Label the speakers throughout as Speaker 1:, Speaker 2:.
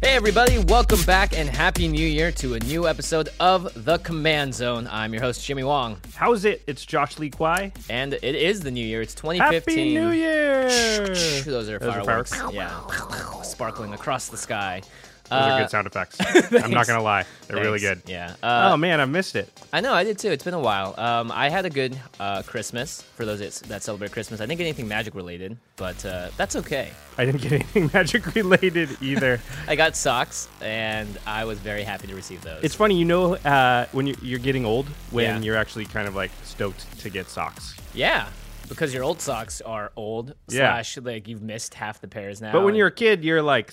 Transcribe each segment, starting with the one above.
Speaker 1: Hey, everybody, welcome back and Happy New Year to a new episode of The Command Zone. I'm your host, Jimmy Wong,
Speaker 2: How's it? It's Josh Lee Kwai.
Speaker 1: and it is the new year. It's 2015.
Speaker 2: Happy New Year!
Speaker 1: Those are
Speaker 2: Those are
Speaker 1: fireworks.
Speaker 2: fireworks.
Speaker 1: Yeah, sparkling across the sky.
Speaker 2: Those are
Speaker 1: Uh,
Speaker 2: good sound effects. I'm not gonna lie, they're really good.
Speaker 1: thanks. Yeah. Uh,
Speaker 2: oh man, I missed it.
Speaker 1: I know, I did too. It's been a while. Um, I had a good uh, Christmas for those that- that celebrate Christmas. I didn't get anything magic related, but uh, that's okay.
Speaker 2: I didn't get anything magic related either.
Speaker 1: I got socks, and I was very happy to receive those.
Speaker 2: it's funny, you know, uh, when you're, you're getting old, when
Speaker 1: Yeah.
Speaker 2: you're actually kind of like stoked to get socks.
Speaker 1: Yeah, because your old socks are old.
Speaker 2: Yeah.
Speaker 1: Slash, like you've missed half the pairs now.
Speaker 2: But when
Speaker 1: and-
Speaker 2: you're a kid, you're like Oh,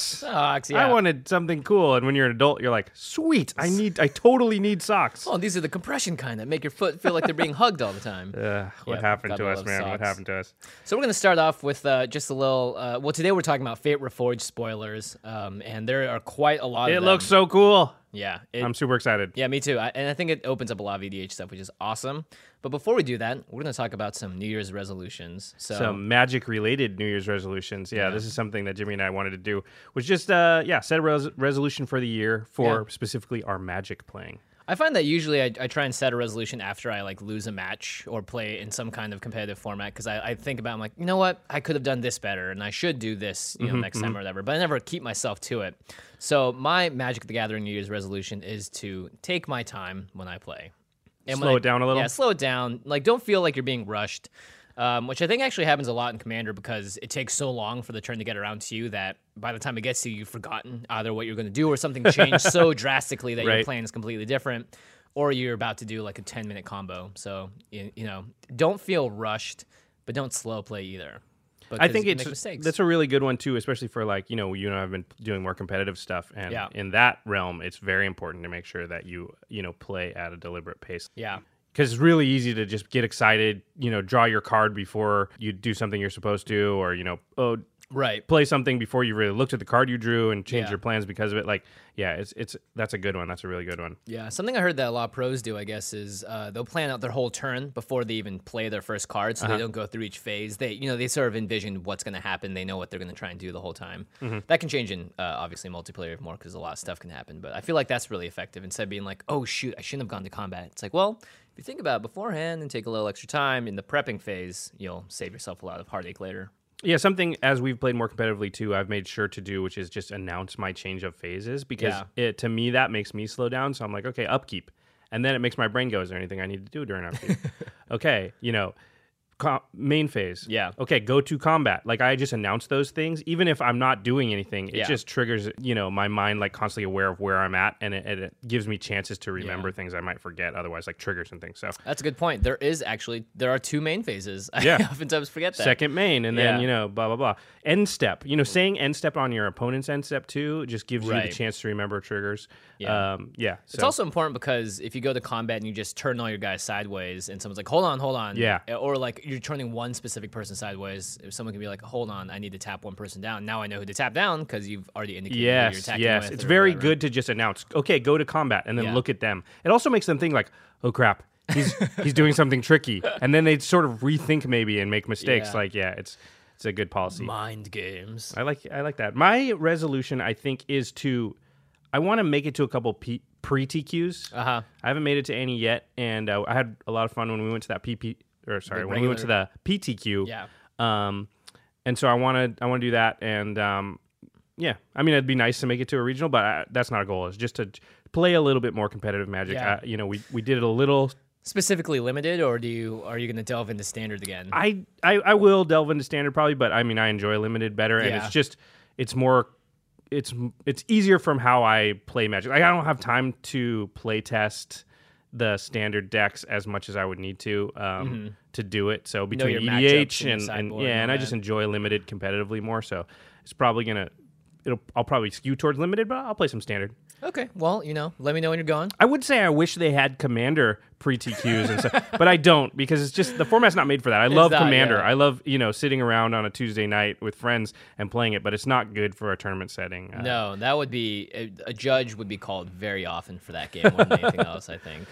Speaker 1: socks, yeah.
Speaker 2: I wanted something cool, and when you're an adult, you're like, sweet. I need. I totally need socks.
Speaker 1: Oh, these are the compression kind that make your foot feel like they're being hugged all the time.
Speaker 2: Ugh, what
Speaker 1: Yeah,
Speaker 2: happened
Speaker 1: gotta
Speaker 2: to us,
Speaker 1: love
Speaker 2: man? What
Speaker 1: socks.
Speaker 2: happened to us?
Speaker 1: So we're gonna start off with uh, just a little. Uh, well, today we're talking about Fate Reforged spoilers, um, and there are quite a lot.
Speaker 2: It
Speaker 1: of them.
Speaker 2: looks so cool.
Speaker 1: Yeah. it-
Speaker 2: I'm super excited.
Speaker 1: yeah, me too. I, and I think it opens up a lot of EDH stuff, which is awesome. But before we do that, we're gonna talk about some New Year's resolutions. So
Speaker 2: some magic related New Year's resolutions. Yeah, this is something that Jimmy and I wanted to do. Was just uh yeah, set a res- resolution for the year for
Speaker 1: Yeah.
Speaker 2: specifically our magic playing.
Speaker 1: I find that usually I, I try and set a resolution after I like lose a match or play in some kind of competitive format because I, I think about I'm like you know what I could have done this better and I should do this
Speaker 2: Mm-hmm,
Speaker 1: you know next time or whatever but I never keep myself to it. So my Magic the Gathering New Year's resolution is to take my time when I play. And when
Speaker 2: Slow
Speaker 1: I-
Speaker 2: it down a little?
Speaker 1: Yeah, slow it down. Like don't feel like you're being rushed, um, which I think actually happens a lot in Commander because it takes so long for the turn to get around to you that by the time it gets to you, you've forgotten either what you're going to do or something changed so drastically that your
Speaker 2: Right.
Speaker 1: plan is completely different, or you're about to do like a 10 minute combo. So, you, you know, don't feel rushed, but don't slow play either.
Speaker 2: I
Speaker 1: because
Speaker 2: think
Speaker 1: you
Speaker 2: it's
Speaker 1: make mistakes.
Speaker 2: that's a really good one too, especially for like you know you and I've been doing more competitive stuff, and
Speaker 1: Yeah.
Speaker 2: in that realm, it's very important to make sure that you you know play at a deliberate pace.
Speaker 1: yeah.
Speaker 2: because it's really easy to just get excited, you know, draw your card before you do something you're supposed to, or you know, oh,
Speaker 1: Right.
Speaker 2: play something before you really looked at the card you drew and changed
Speaker 1: Yeah.
Speaker 2: your plans because of it. Like, yeah, it's it's that's a good one. That's a really good one.
Speaker 1: Yeah, something I heard that a lot of pros do, I guess, is uh, they'll plan out their whole turn before they even play their first card,
Speaker 2: Uh-huh.
Speaker 1: so they don't go through each phase. They, you know, they sort of envision what's going to happen. They know what they're going to try and do the whole time.
Speaker 2: Mm-hmm.
Speaker 1: That can change in uh, obviously multiplayer more because a lot of stuff can happen. But I feel like that's really effective instead of being like, oh shoot, I shouldn't have gone to combat. It's like, well, if you think about it beforehand and take a little extra time in the prepping phase, you'll save yourself a lot of heartache later.
Speaker 2: Yeah, something as we've played more competitively too, I've made sure to do, which is just announce my change of phases because it to me that makes me slow down. So I'm like, okay, upkeep, and then it makes my brain go, is there anything I need to do during upkeep? okay, you know, co- main phase.
Speaker 1: Yeah.
Speaker 2: Okay, go to combat. Like I just announce those things, even if I'm not doing anything, it
Speaker 1: Yeah.
Speaker 2: just triggers you know my mind like constantly aware of where I'm at, and it, and it gives me chances to remember things I might forget otherwise, like triggers and things. So
Speaker 1: That's a good point. There is actually there are two main phases.
Speaker 2: Yeah.
Speaker 1: I oftentimes forget that.
Speaker 2: second main and
Speaker 1: Yeah.
Speaker 2: then you know blah blah blah end step you know saying end step on your opponent's end step too just gives you
Speaker 1: Right.
Speaker 2: the chance to remember triggers
Speaker 1: Yeah.
Speaker 2: um yeah
Speaker 1: It's also important because if you go to combat and you just turn all your guys sideways and someone's like, hold on, hold on.
Speaker 2: Yeah.
Speaker 1: Or like you're turning one specific person sideways. If someone can be like, "Hold on, I need to tap one person down." Now I know who to tap down because you've already indicated who you're
Speaker 2: Yes,
Speaker 1: attacking
Speaker 2: yes.
Speaker 1: with
Speaker 2: It's
Speaker 1: or
Speaker 2: very
Speaker 1: whatever.
Speaker 2: good to just announce, okay, go to combat and then
Speaker 1: Yeah.
Speaker 2: look at them. It also makes them think like, oh crap, he's he's doing something tricky. And then they sort of rethink maybe and make mistakes.
Speaker 1: Yeah.
Speaker 2: Like, yeah, it's it's a good policy.
Speaker 1: mind games.
Speaker 2: I like I like that. My resolution I think is to I want to make it to a couple P- pre TQs.
Speaker 1: Uh-huh.
Speaker 2: I haven't made it to any yet, and uh, I had a lot of fun when we went to that PP or sorry
Speaker 1: The
Speaker 2: when we went to the PTQ.
Speaker 1: Yeah.
Speaker 2: Um, and so I want to I want to do that, and um, yeah, I mean it'd be nice to make it to a regional, but I, that's not a goal. It's just to play a little bit more competitive Magic.
Speaker 1: Yeah.
Speaker 2: I, you know, we we did it a little
Speaker 1: Specifically limited, or do you are you going to delve into standard again?
Speaker 2: I, I I will delve into standard probably, but I mean I enjoy limited better, and
Speaker 1: Yeah.
Speaker 2: it's just it's more it's it's easier from how I play Magic. Like I don't have time to play test the standard decks as much as I would need to um, to do it. So between
Speaker 1: Mm-hmm. your matchups
Speaker 2: EDH
Speaker 1: and your
Speaker 2: and, and,
Speaker 1: sideboard
Speaker 2: yeah,
Speaker 1: and
Speaker 2: and
Speaker 1: all
Speaker 2: I
Speaker 1: that.
Speaker 2: just enjoy limited competitively more. So it's probably gonna it'll I'll probably skew towards limited, but I'll play some standard.
Speaker 1: okay, well, you know, let me know when you're gone.
Speaker 2: I would say I wish they had Commander pre TQs and stuff, but I don't because it's just the format's not made for that. I love
Speaker 1: not,
Speaker 2: Commander.
Speaker 1: yeah.
Speaker 2: I love you know sitting around on a Tuesday night with friends and playing it, but it's not good for a tournament setting. Uh,
Speaker 1: No, that would be a, a judge would be called very often for that game more than anything else. I think.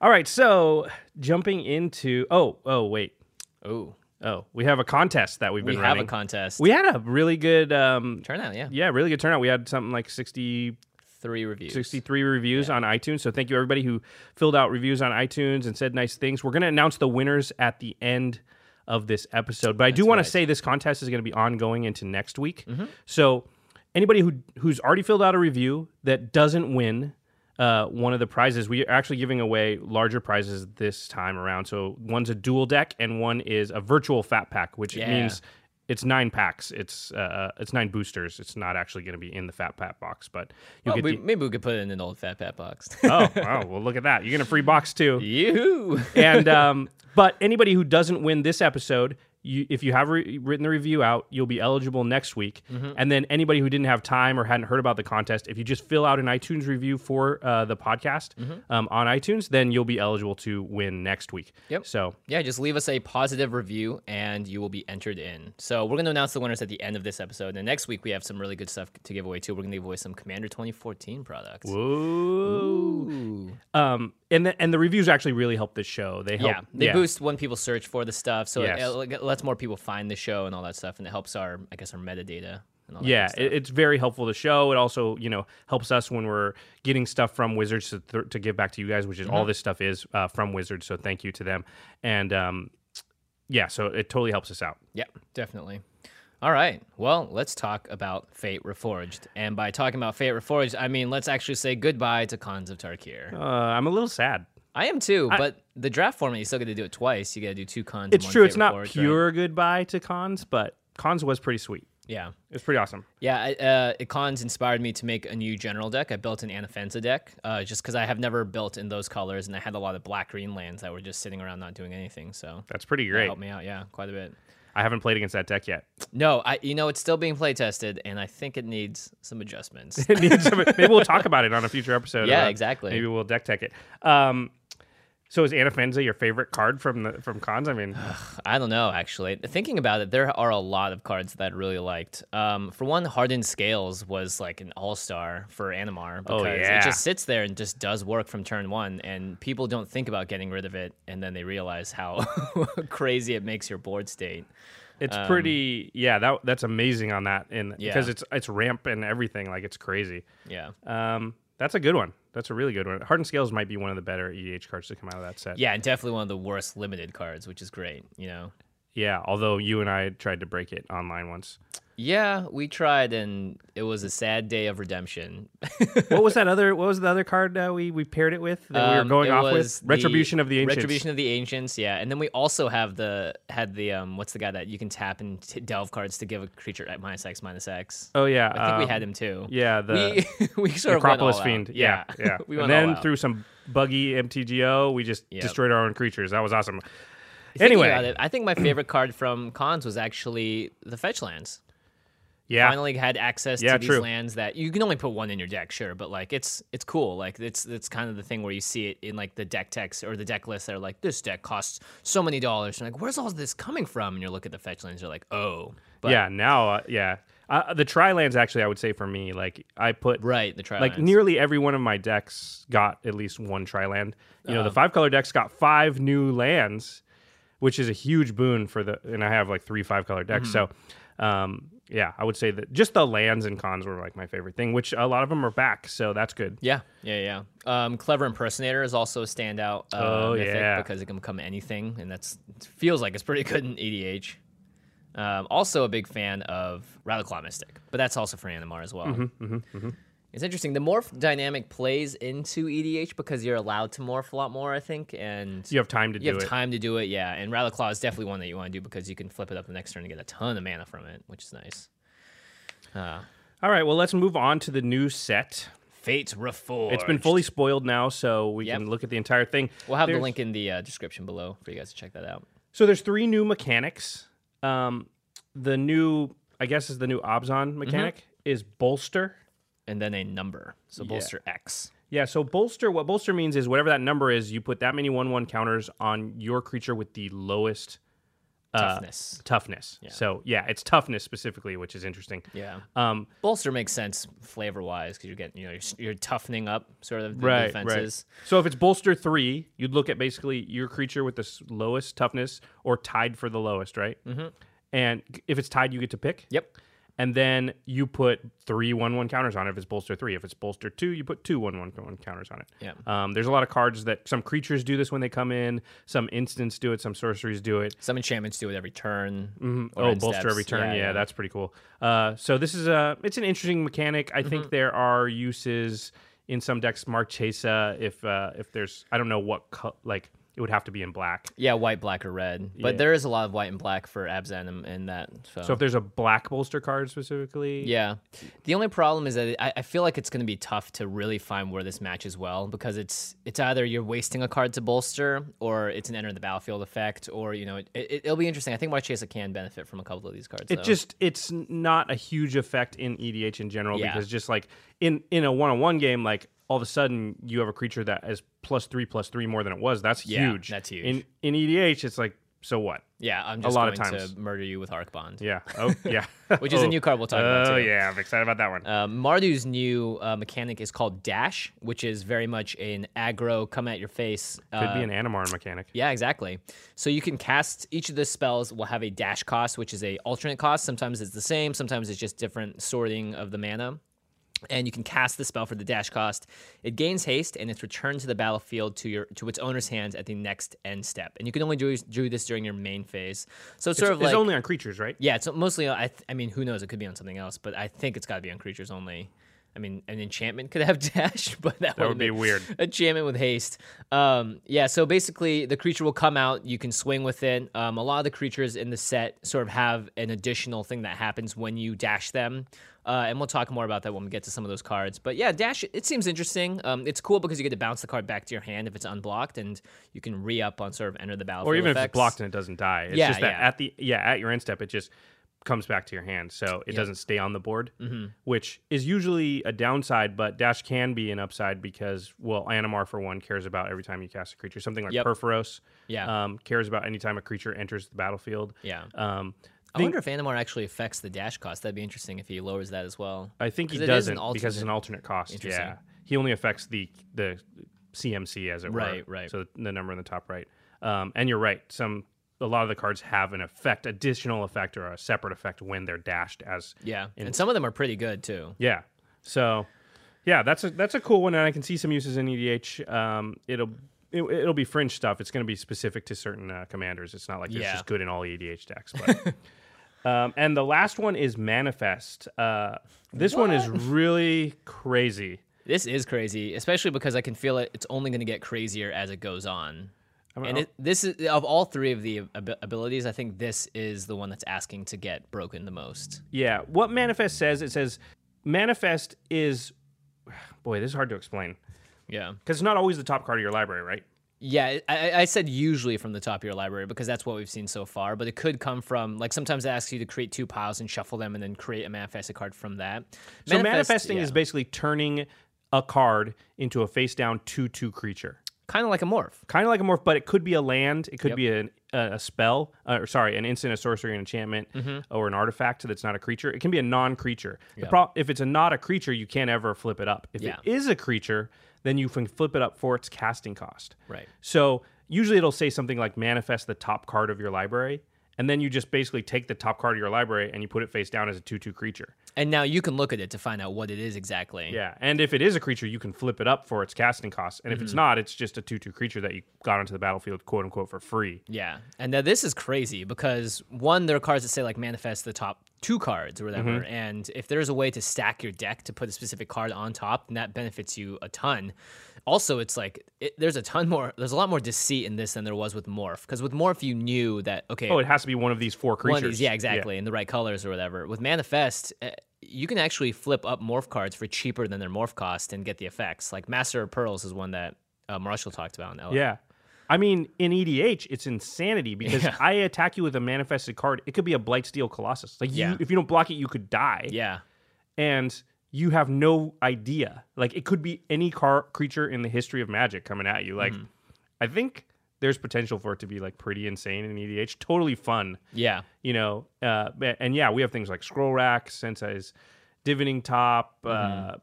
Speaker 2: All right, so jumping into oh oh wait
Speaker 1: Oh,
Speaker 2: oh we have a contest that we've
Speaker 1: we
Speaker 2: been
Speaker 1: have
Speaker 2: running.
Speaker 1: a contest.
Speaker 2: we had a really good um
Speaker 1: turnout. Yeah,
Speaker 2: yeah really good turnout. We had something like 60
Speaker 1: three reviews.
Speaker 2: 63 reviews on iTunes. So thank you everybody who filled out reviews on iTunes and said nice things. We're going to announce the winners at the end of this episode. But I do want to say this contest is going to be ongoing into next week.
Speaker 1: Mm-hmm.
Speaker 2: So anybody who who's already filled out a review that doesn't win uh, one of the prizes, we are actually giving away larger prizes this time around. So one's a dual deck and one is a virtual fat pack, which
Speaker 1: Yeah.
Speaker 2: means it's nine packs. It's uh, it's nine boosters. It's not actually going to be in the fat pack box, but you'll
Speaker 1: Well,
Speaker 2: get
Speaker 1: we,
Speaker 2: the-
Speaker 1: maybe we could put it in an old Fat Pat box.
Speaker 2: oh, wow. Well, look at that. You're going to free box too.
Speaker 1: you.
Speaker 2: And um, but anybody who doesn't win this episode, you, if you have re- written the review out, you'll be eligible next week.
Speaker 1: Mm-hmm.
Speaker 2: And then anybody who didn't have time or hadn't heard about the contest, if you just fill out an iTunes review for uh, the podcast
Speaker 1: Mm-hmm.
Speaker 2: um, on iTunes, then you'll be eligible to win next week.
Speaker 1: Yep.
Speaker 2: So
Speaker 1: Yeah, just leave us a positive review and you will be entered in. So we're gonna announce the winners at the end of this episode. And then next week we have some really good stuff to give away too. We're gonna give away some Commander 2014 products. Ooh.
Speaker 2: um, and the, and the reviews actually really help this show. They help.
Speaker 1: Yeah, they boost when people search for the stuff, so
Speaker 2: Yes.
Speaker 1: it, it lets more people find the show and all that stuff, and it helps our, I guess, our metadata. And all that
Speaker 2: yeah
Speaker 1: good stuff.
Speaker 2: it, it's very helpful to show it also you know helps us when we're getting stuff from wizards to, th- to give back to you guys which is all this stuff is uh, from wizards so thank you to them and um, yeah so it totally helps us out
Speaker 1: Yeah, definitely. All right. Well, let's talk about Fate Reforged. And by talking about Fate Reforged, I mean let's actually say goodbye to Cons of Tarkir.
Speaker 2: uh, i'm a little sad
Speaker 1: I am too, but the draft format you still got to do it twice. You got to do two cons. and
Speaker 2: it's
Speaker 1: one
Speaker 2: true it's
Speaker 1: Fate
Speaker 2: not
Speaker 1: Reforged, right?
Speaker 2: pure goodbye to cons but cons was pretty sweet
Speaker 1: Yeah,
Speaker 2: it was pretty awesome
Speaker 1: yeah. I, uh, it- cons inspired me to make a new general deck. I built an Anafenza deck uh, just because I have never built in those colors, and I had a lot of black green lands that were just sitting around not doing anything. So that
Speaker 2: that's pretty great
Speaker 1: helped me out. Yeah, quite a bit.
Speaker 2: i haven't played against that deck yet
Speaker 1: No, I you know it's still being play tested, and I think it needs some adjustments.
Speaker 2: It needs some- maybe we'll talk about it on a future episode
Speaker 1: Yeah,
Speaker 2: or, uh,
Speaker 1: exactly.
Speaker 2: maybe we'll deck tech it um, so is Anafenza your favorite card from the from cons i mean
Speaker 1: I don't know, actually. Thinking about it, there are a lot of cards that I really liked. Um, for one, Hardened Scales was like an all star for Animar because
Speaker 2: Oh, yeah.
Speaker 1: it just sits there and just does work from turn one, and people don't think about getting rid of it, and then they realize how crazy it makes your board state.
Speaker 2: It's pretty, yeah. That that's amazing on that, and
Speaker 1: Um, Yeah.
Speaker 2: because it's it's ramp and everything, like it's crazy.
Speaker 1: Yeah.
Speaker 2: Um, that's a good one. That's a really good one. Hardened Scales might be one of the better EDH cards to come out of that set.
Speaker 1: Yeah, and definitely one of the worst limited cards, which is great, you know?
Speaker 2: yeah. Although you and I tried to break it online once.
Speaker 1: Yeah, we tried, and it was a sad day of redemption.
Speaker 2: what was that other? What was the other card uh, we we paired it with that we were
Speaker 1: Um,
Speaker 2: going
Speaker 1: it
Speaker 2: off
Speaker 1: was
Speaker 2: with? Retribution of the Ancients.
Speaker 1: Retribution of the Ancients, yeah. And then we also have the had the um what's the guy that you can tap and t- delve cards to give a creature at minus X minus X.
Speaker 2: oh yeah.
Speaker 1: I think we
Speaker 2: um,
Speaker 1: had him too.
Speaker 2: Yeah. The
Speaker 1: we, we sort
Speaker 2: Acropolis
Speaker 1: of went all out.
Speaker 2: Fiend. Yeah. Yeah.
Speaker 1: we went
Speaker 2: and
Speaker 1: all
Speaker 2: then
Speaker 1: out.
Speaker 2: through some buggy MTGO, we just
Speaker 1: Yep.
Speaker 2: destroyed our own creatures. That was awesome.
Speaker 1: Thinking
Speaker 2: anyway.
Speaker 1: about it, I think my favorite card from Cons was actually the Fetchlands.
Speaker 2: Yeah.
Speaker 1: finally had access
Speaker 2: Yeah,
Speaker 1: to these
Speaker 2: true.
Speaker 1: lands that you can only put one in your deck, sure, but like it's it's cool. Like it's it's kind of the thing where you see it in like the deck text or the deck list that are like this deck costs so many dollars. And like, where's all this coming from? And you look at the fetch lands, you're like, oh, but
Speaker 2: yeah. Now, uh, yeah. Uh, the tri lands actually, I would say for me, like I put
Speaker 1: right, the tri
Speaker 2: like nearly every one of my decks got at least one tri land. You know, the
Speaker 1: Uh-huh.
Speaker 2: five color decks got five new lands, which is a huge boon for the. And I have like three five color decks,
Speaker 1: Mm-hmm.
Speaker 2: so um, yeah, I would say that just the lands and cons were like my favorite thing, which a lot of them are back, so that's good.
Speaker 1: Yeah, yeah, yeah. Um, clever impersonator is also a standout. Uh,
Speaker 2: Oh,
Speaker 1: mythic
Speaker 2: yeah.
Speaker 1: because it can become anything, and that's it feels like it's pretty good in EDH. Um, also a big fan of Rattleclaw Mystic, but that's also for Animar as well.
Speaker 2: Mm-hmm,
Speaker 1: It's interesting. The morph dynamic plays into EDH because you're allowed to morph a lot more, I think, and
Speaker 2: You have time to
Speaker 1: you
Speaker 2: do
Speaker 1: have
Speaker 2: it.
Speaker 1: time to do it. Yeah, and Rattleclaw is definitely one that you want to do because you can flip it up the next turn and get a ton of mana from it, which is nice.
Speaker 2: All right, well, let's move on to the new set.
Speaker 1: Fate's Reforged.
Speaker 2: It's been fully spoiled now, so we
Speaker 1: Yep.
Speaker 2: can look at the entire thing.
Speaker 1: We'll have the
Speaker 2: There's-
Speaker 1: link in the uh, description below for you guys to check that out.
Speaker 2: So there's three new mechanics. Um, the new, I guess, is the new Obzon mechanic is bolster.
Speaker 1: and then a number. So bolster X.
Speaker 2: Yeah, so bolster, what bolster means is whatever that number is, you put that many 1 1 counters on your creature with the lowest
Speaker 1: Toughness.
Speaker 2: toughness. So, yeah, it's toughness specifically, which is interesting.
Speaker 1: Yeah.
Speaker 2: Um,
Speaker 1: bolster makes sense flavor wise because you're getting, you know, you're, s- you're toughening up sort of the defenses.
Speaker 2: So, if it's bolster three, you'd look at basically your creature with the s- lowest toughness or tied for the lowest, right? Mm-hmm. And if it's tied, you get to pick.
Speaker 1: Yep.
Speaker 2: And then you put three 1 1 counters on it if it's bolster three. If it's bolster two, you put two 1 1 counters on it.
Speaker 1: Yeah.
Speaker 2: Um, there's a lot of cards that some creatures do this when they come in, some instants do it, some sorceries do it.
Speaker 1: Some enchantments do it every turn. or
Speaker 2: Oh,
Speaker 1: in
Speaker 2: bolster
Speaker 1: steps.
Speaker 2: every turn. Yeah, that's pretty cool. Uh, so this is a it's an interesting mechanic. I think there are uses in some decks. Marchesa, if uh, if there's I don't know what co- like it would have to be in black.
Speaker 1: Yeah, white, black, or red. But
Speaker 2: Yeah.
Speaker 1: there is a lot of white and black for Abzan and, and that. So,
Speaker 2: So if there's a black bolster card specifically,
Speaker 1: yeah. The only problem is that I, I feel like it's going to be tough to really find where this matches well because it's it's either you're wasting a card to bolster or it's an enter the battlefield effect or, you know, it, it, it'll be interesting. I think Marchesa can benefit from a couple of these cards.
Speaker 2: It
Speaker 1: though.
Speaker 2: just it's n- not a huge effect in EDH in general
Speaker 1: Yeah.
Speaker 2: because just like in in a one on one game, like all of a sudden you have a creature that is plus three plus three more than it was. That's
Speaker 1: Yeah,
Speaker 2: huge.
Speaker 1: that's huge.
Speaker 2: In in EDH, it's like so what?
Speaker 1: Yeah, I'm just
Speaker 2: lot
Speaker 1: going
Speaker 2: of times.
Speaker 1: to murder you with Arc Bond.
Speaker 2: Yeah. Oh yeah.
Speaker 1: Which is a
Speaker 2: Oh.
Speaker 1: new card we'll talk about,
Speaker 2: Oh
Speaker 1: too.
Speaker 2: yeah, I'm excited about that one.
Speaker 1: Uh, Mardu's new uh, mechanic is called Dash, which is very much an aggro, come at your face.
Speaker 2: Could
Speaker 1: Uh,
Speaker 2: be an Animar mechanic.
Speaker 1: yeah, exactly. So you can cast each of the spells will have a dash cost, which is a alternate cost. Sometimes it's the same, sometimes it's just different sorting of the mana. And you can cast the spell for the dash cost. It gains haste and it's returned to the battlefield to your to its owner's hands at the next end step. And you can only do, do this during your main phase. So it's, sort of
Speaker 2: it's
Speaker 1: like
Speaker 2: only on creatures, right?
Speaker 1: Yeah, it's mostly. I, th- I mean, who knows? It could be on something else, but I think it's got to be on creatures only. I mean, an enchantment could have dash, but that,
Speaker 2: would be
Speaker 1: make-
Speaker 2: weird.
Speaker 1: Enchantment with haste. Um, yeah, so basically, the creature will come out. You can swing with it. Um, a lot of the creatures in the set sort of have an additional thing that happens when you dash them. Uh, and we'll talk more about that when we get to some of those cards. But yeah, dash, it seems interesting. Um, it's cool because you get to bounce the card back to your hand if it's unblocked, and you can re up on sort of enter the battlefield.
Speaker 2: Or even if it's
Speaker 1: effects.
Speaker 2: blocked and it doesn't die. It's
Speaker 1: Yeah,
Speaker 2: just that
Speaker 1: yeah.
Speaker 2: at the yeah, at your end step it just comes back to your hand. So it doesn't stay on the board.
Speaker 1: Mm-hmm.
Speaker 2: Which is usually a downside, but Dash can be an upside because well, Animar for one cares about every time you cast a creature. Something like
Speaker 1: Yep.
Speaker 2: Perforos.
Speaker 1: Yeah.
Speaker 2: Um, cares about any time a creature enters the battlefield.
Speaker 1: Yeah.
Speaker 2: Um
Speaker 1: I wonder if Animar actually affects the dash cost. That'd be interesting if he lowers that as well.
Speaker 2: I think
Speaker 1: 'Cause
Speaker 2: he
Speaker 1: it is an
Speaker 2: doesn't because it's an
Speaker 1: alternate.
Speaker 2: alternate cost.
Speaker 1: Interesting.
Speaker 2: Yeah, he only affects the the CMC as it were.
Speaker 1: Right, right.
Speaker 2: So the number in the top right. Um, and you're right. Some a lot of the cards have an effect, additional effect or a separate effect when they're dashed as.
Speaker 1: Yeah, and, some of them are pretty good too.
Speaker 2: Yeah. So, yeah, that's a that's a cool one, and I can see some uses in EDH. Um, it'll. It, it'll be fringe stuff. It's going to be specific to certain uh, commanders. It's not like it's
Speaker 1: Yeah.
Speaker 2: just good in all EDH decks. But Um, and the last one is Manifest. Uh, this one is really crazy.
Speaker 1: This is crazy, especially because I can feel it. It's only going to get crazier as it goes on. and it, this is of all three of the ab- abilities, I think this is the one that's asking to get broken the most.
Speaker 2: Yeah. What Manifest says, it says Manifest is, boy, this is hard to explain
Speaker 1: Yeah,
Speaker 2: because it's not always the top card of your library, right?
Speaker 1: Yeah, I, I said usually from the top of your library because that's what we've seen so far. But it could come from like sometimes it asks you to create two piles and shuffle them, and then create a manifested card from that.
Speaker 2: So
Speaker 1: Manifest-
Speaker 2: manifesting is
Speaker 1: yeah,
Speaker 2: basically turning a card into a face down 2 2 creature.
Speaker 1: kind of like a morph.
Speaker 2: Kind of like a morph, but it could be a land. It could
Speaker 1: Yep.
Speaker 2: be an, a, a spell, uh, or sorry, an instant, a sorcery, an enchantment,
Speaker 1: Mm-hmm.
Speaker 2: or an artifact that's not a creature. It can be a non creature. The pro- If it's a not a creature, you can't ever flip it up. If
Speaker 1: Yeah.
Speaker 2: it is a creature, then you can flip it up for its casting cost.
Speaker 1: Right.
Speaker 2: So usually it'll say something like manifest the top card of your library. And then you just basically take the top card of your library and you put it face down as a 2 2 creature.
Speaker 1: And now you can look at it to find out what it is exactly.
Speaker 2: Yeah, and if it is a creature, you can flip it up for its casting cost, and if
Speaker 1: Mm-hmm.
Speaker 2: it's not, it's just a two-two creature that you got onto the battlefield, quote unquote, for free.
Speaker 1: Yeah. And now this is crazy because one, there are cards that say like manifest the top two cards or whatever.
Speaker 2: Mm-hmm.
Speaker 1: And if there's a way to stack your deck to put a specific card on top, then that benefits you a ton. Also, it's like it, there's a ton more, there's a lot more deceit in this than there was with Morph. Because with Morph, you knew that, okay,
Speaker 2: Oh, it has to be one of these four
Speaker 1: one of
Speaker 2: creatures.
Speaker 1: these- yeah, exactly, in the right colors or whatever. With Manifest, uh, you can actually flip up morph cards for cheaper than their morph cost and get the effects. Like Master of Pearls is one that uh, Marshall talked about in LA.
Speaker 2: Yeah. Yeah. I mean, in EDH, it's insanity because I attack you with a manifested card. It could be a Blightsteel Colossus. Like,
Speaker 1: Yeah.
Speaker 2: you, if you don't block it, you could die.
Speaker 1: Yeah.
Speaker 2: And you have no idea. Like, it could be any car creature in the history of Magic coming at you. Like,
Speaker 1: Mm-hmm.
Speaker 2: I think there's potential for it to be like pretty insane in EDH. Totally fun.
Speaker 1: Yeah.
Speaker 2: you know uh, ma- and yeah we have things like scroll rack sensei's divining top uh,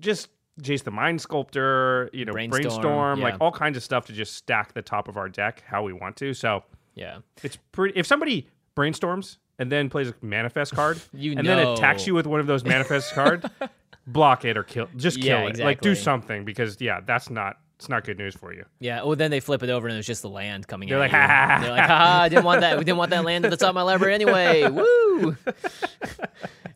Speaker 2: just jace the mind sculptor you know brainstorm,
Speaker 1: Mm-hmm. Brainstorm,
Speaker 2: like
Speaker 1: yeah.
Speaker 2: all kinds of stuff to just stack the top of our deck how we want to so
Speaker 1: Yeah.
Speaker 2: it's pretty if somebody brainstorms and then plays a manifest card
Speaker 1: You
Speaker 2: and then attacks
Speaker 1: know.
Speaker 2: you with one of those manifest cards block it or kill just
Speaker 1: Yeah,
Speaker 2: kill it like do
Speaker 1: exactly.
Speaker 2: something because yeah that's not it's not good news for you
Speaker 1: Yeah. Well, then they flip it over and it's just the land coming
Speaker 2: They're
Speaker 1: at
Speaker 2: like,
Speaker 1: you.
Speaker 2: "Ha, ha, ha,
Speaker 1: They're like, haha, I didn't want that. We didn't want that land at the top of my library anyway. Woo.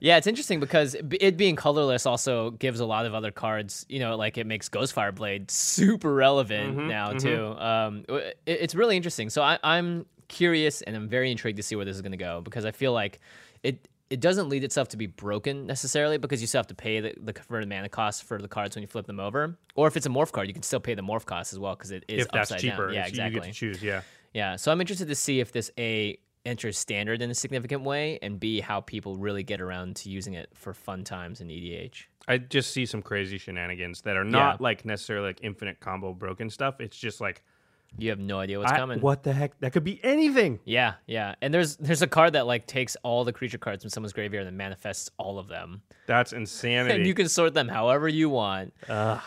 Speaker 1: yeah, it's interesting because it be- it being colorless also gives a lot of other cards, you know, like it makes Ghostfire Blade super relevant
Speaker 2: Mm-hmm,
Speaker 1: now, too. Um, w- it- it's really interesting. So I, I'm curious and I'm very intrigued to see where this is going to go because I feel like it. It doesn't lead itself to be broken necessarily because you still have to pay the, the converted mana cost for the cards when you flip them over. Or if it's a morph card, you can still pay the morph cost as well because it is
Speaker 2: if that's
Speaker 1: upside
Speaker 2: cheaper
Speaker 1: Down. Yeah,
Speaker 2: it's- you get
Speaker 1: exactly.
Speaker 2: to choose yeah
Speaker 1: Yeah, so I'm interested to see if this A enters standard in a significant way, and B how people really get around to using it for fun times E in EDH.
Speaker 2: I just see some crazy shenanigans that are not like necessarily like infinite combo broken stuff. It's just like
Speaker 1: You have no idea what's
Speaker 2: I-
Speaker 1: coming.
Speaker 2: what the heck? That could be anything.
Speaker 1: Yeah, yeah, and there's there's a card that like takes all the creature cards from someone's graveyard and manifests all of them,
Speaker 2: That's
Speaker 1: and
Speaker 2: insanity.
Speaker 1: you can sort them however you want. yeah,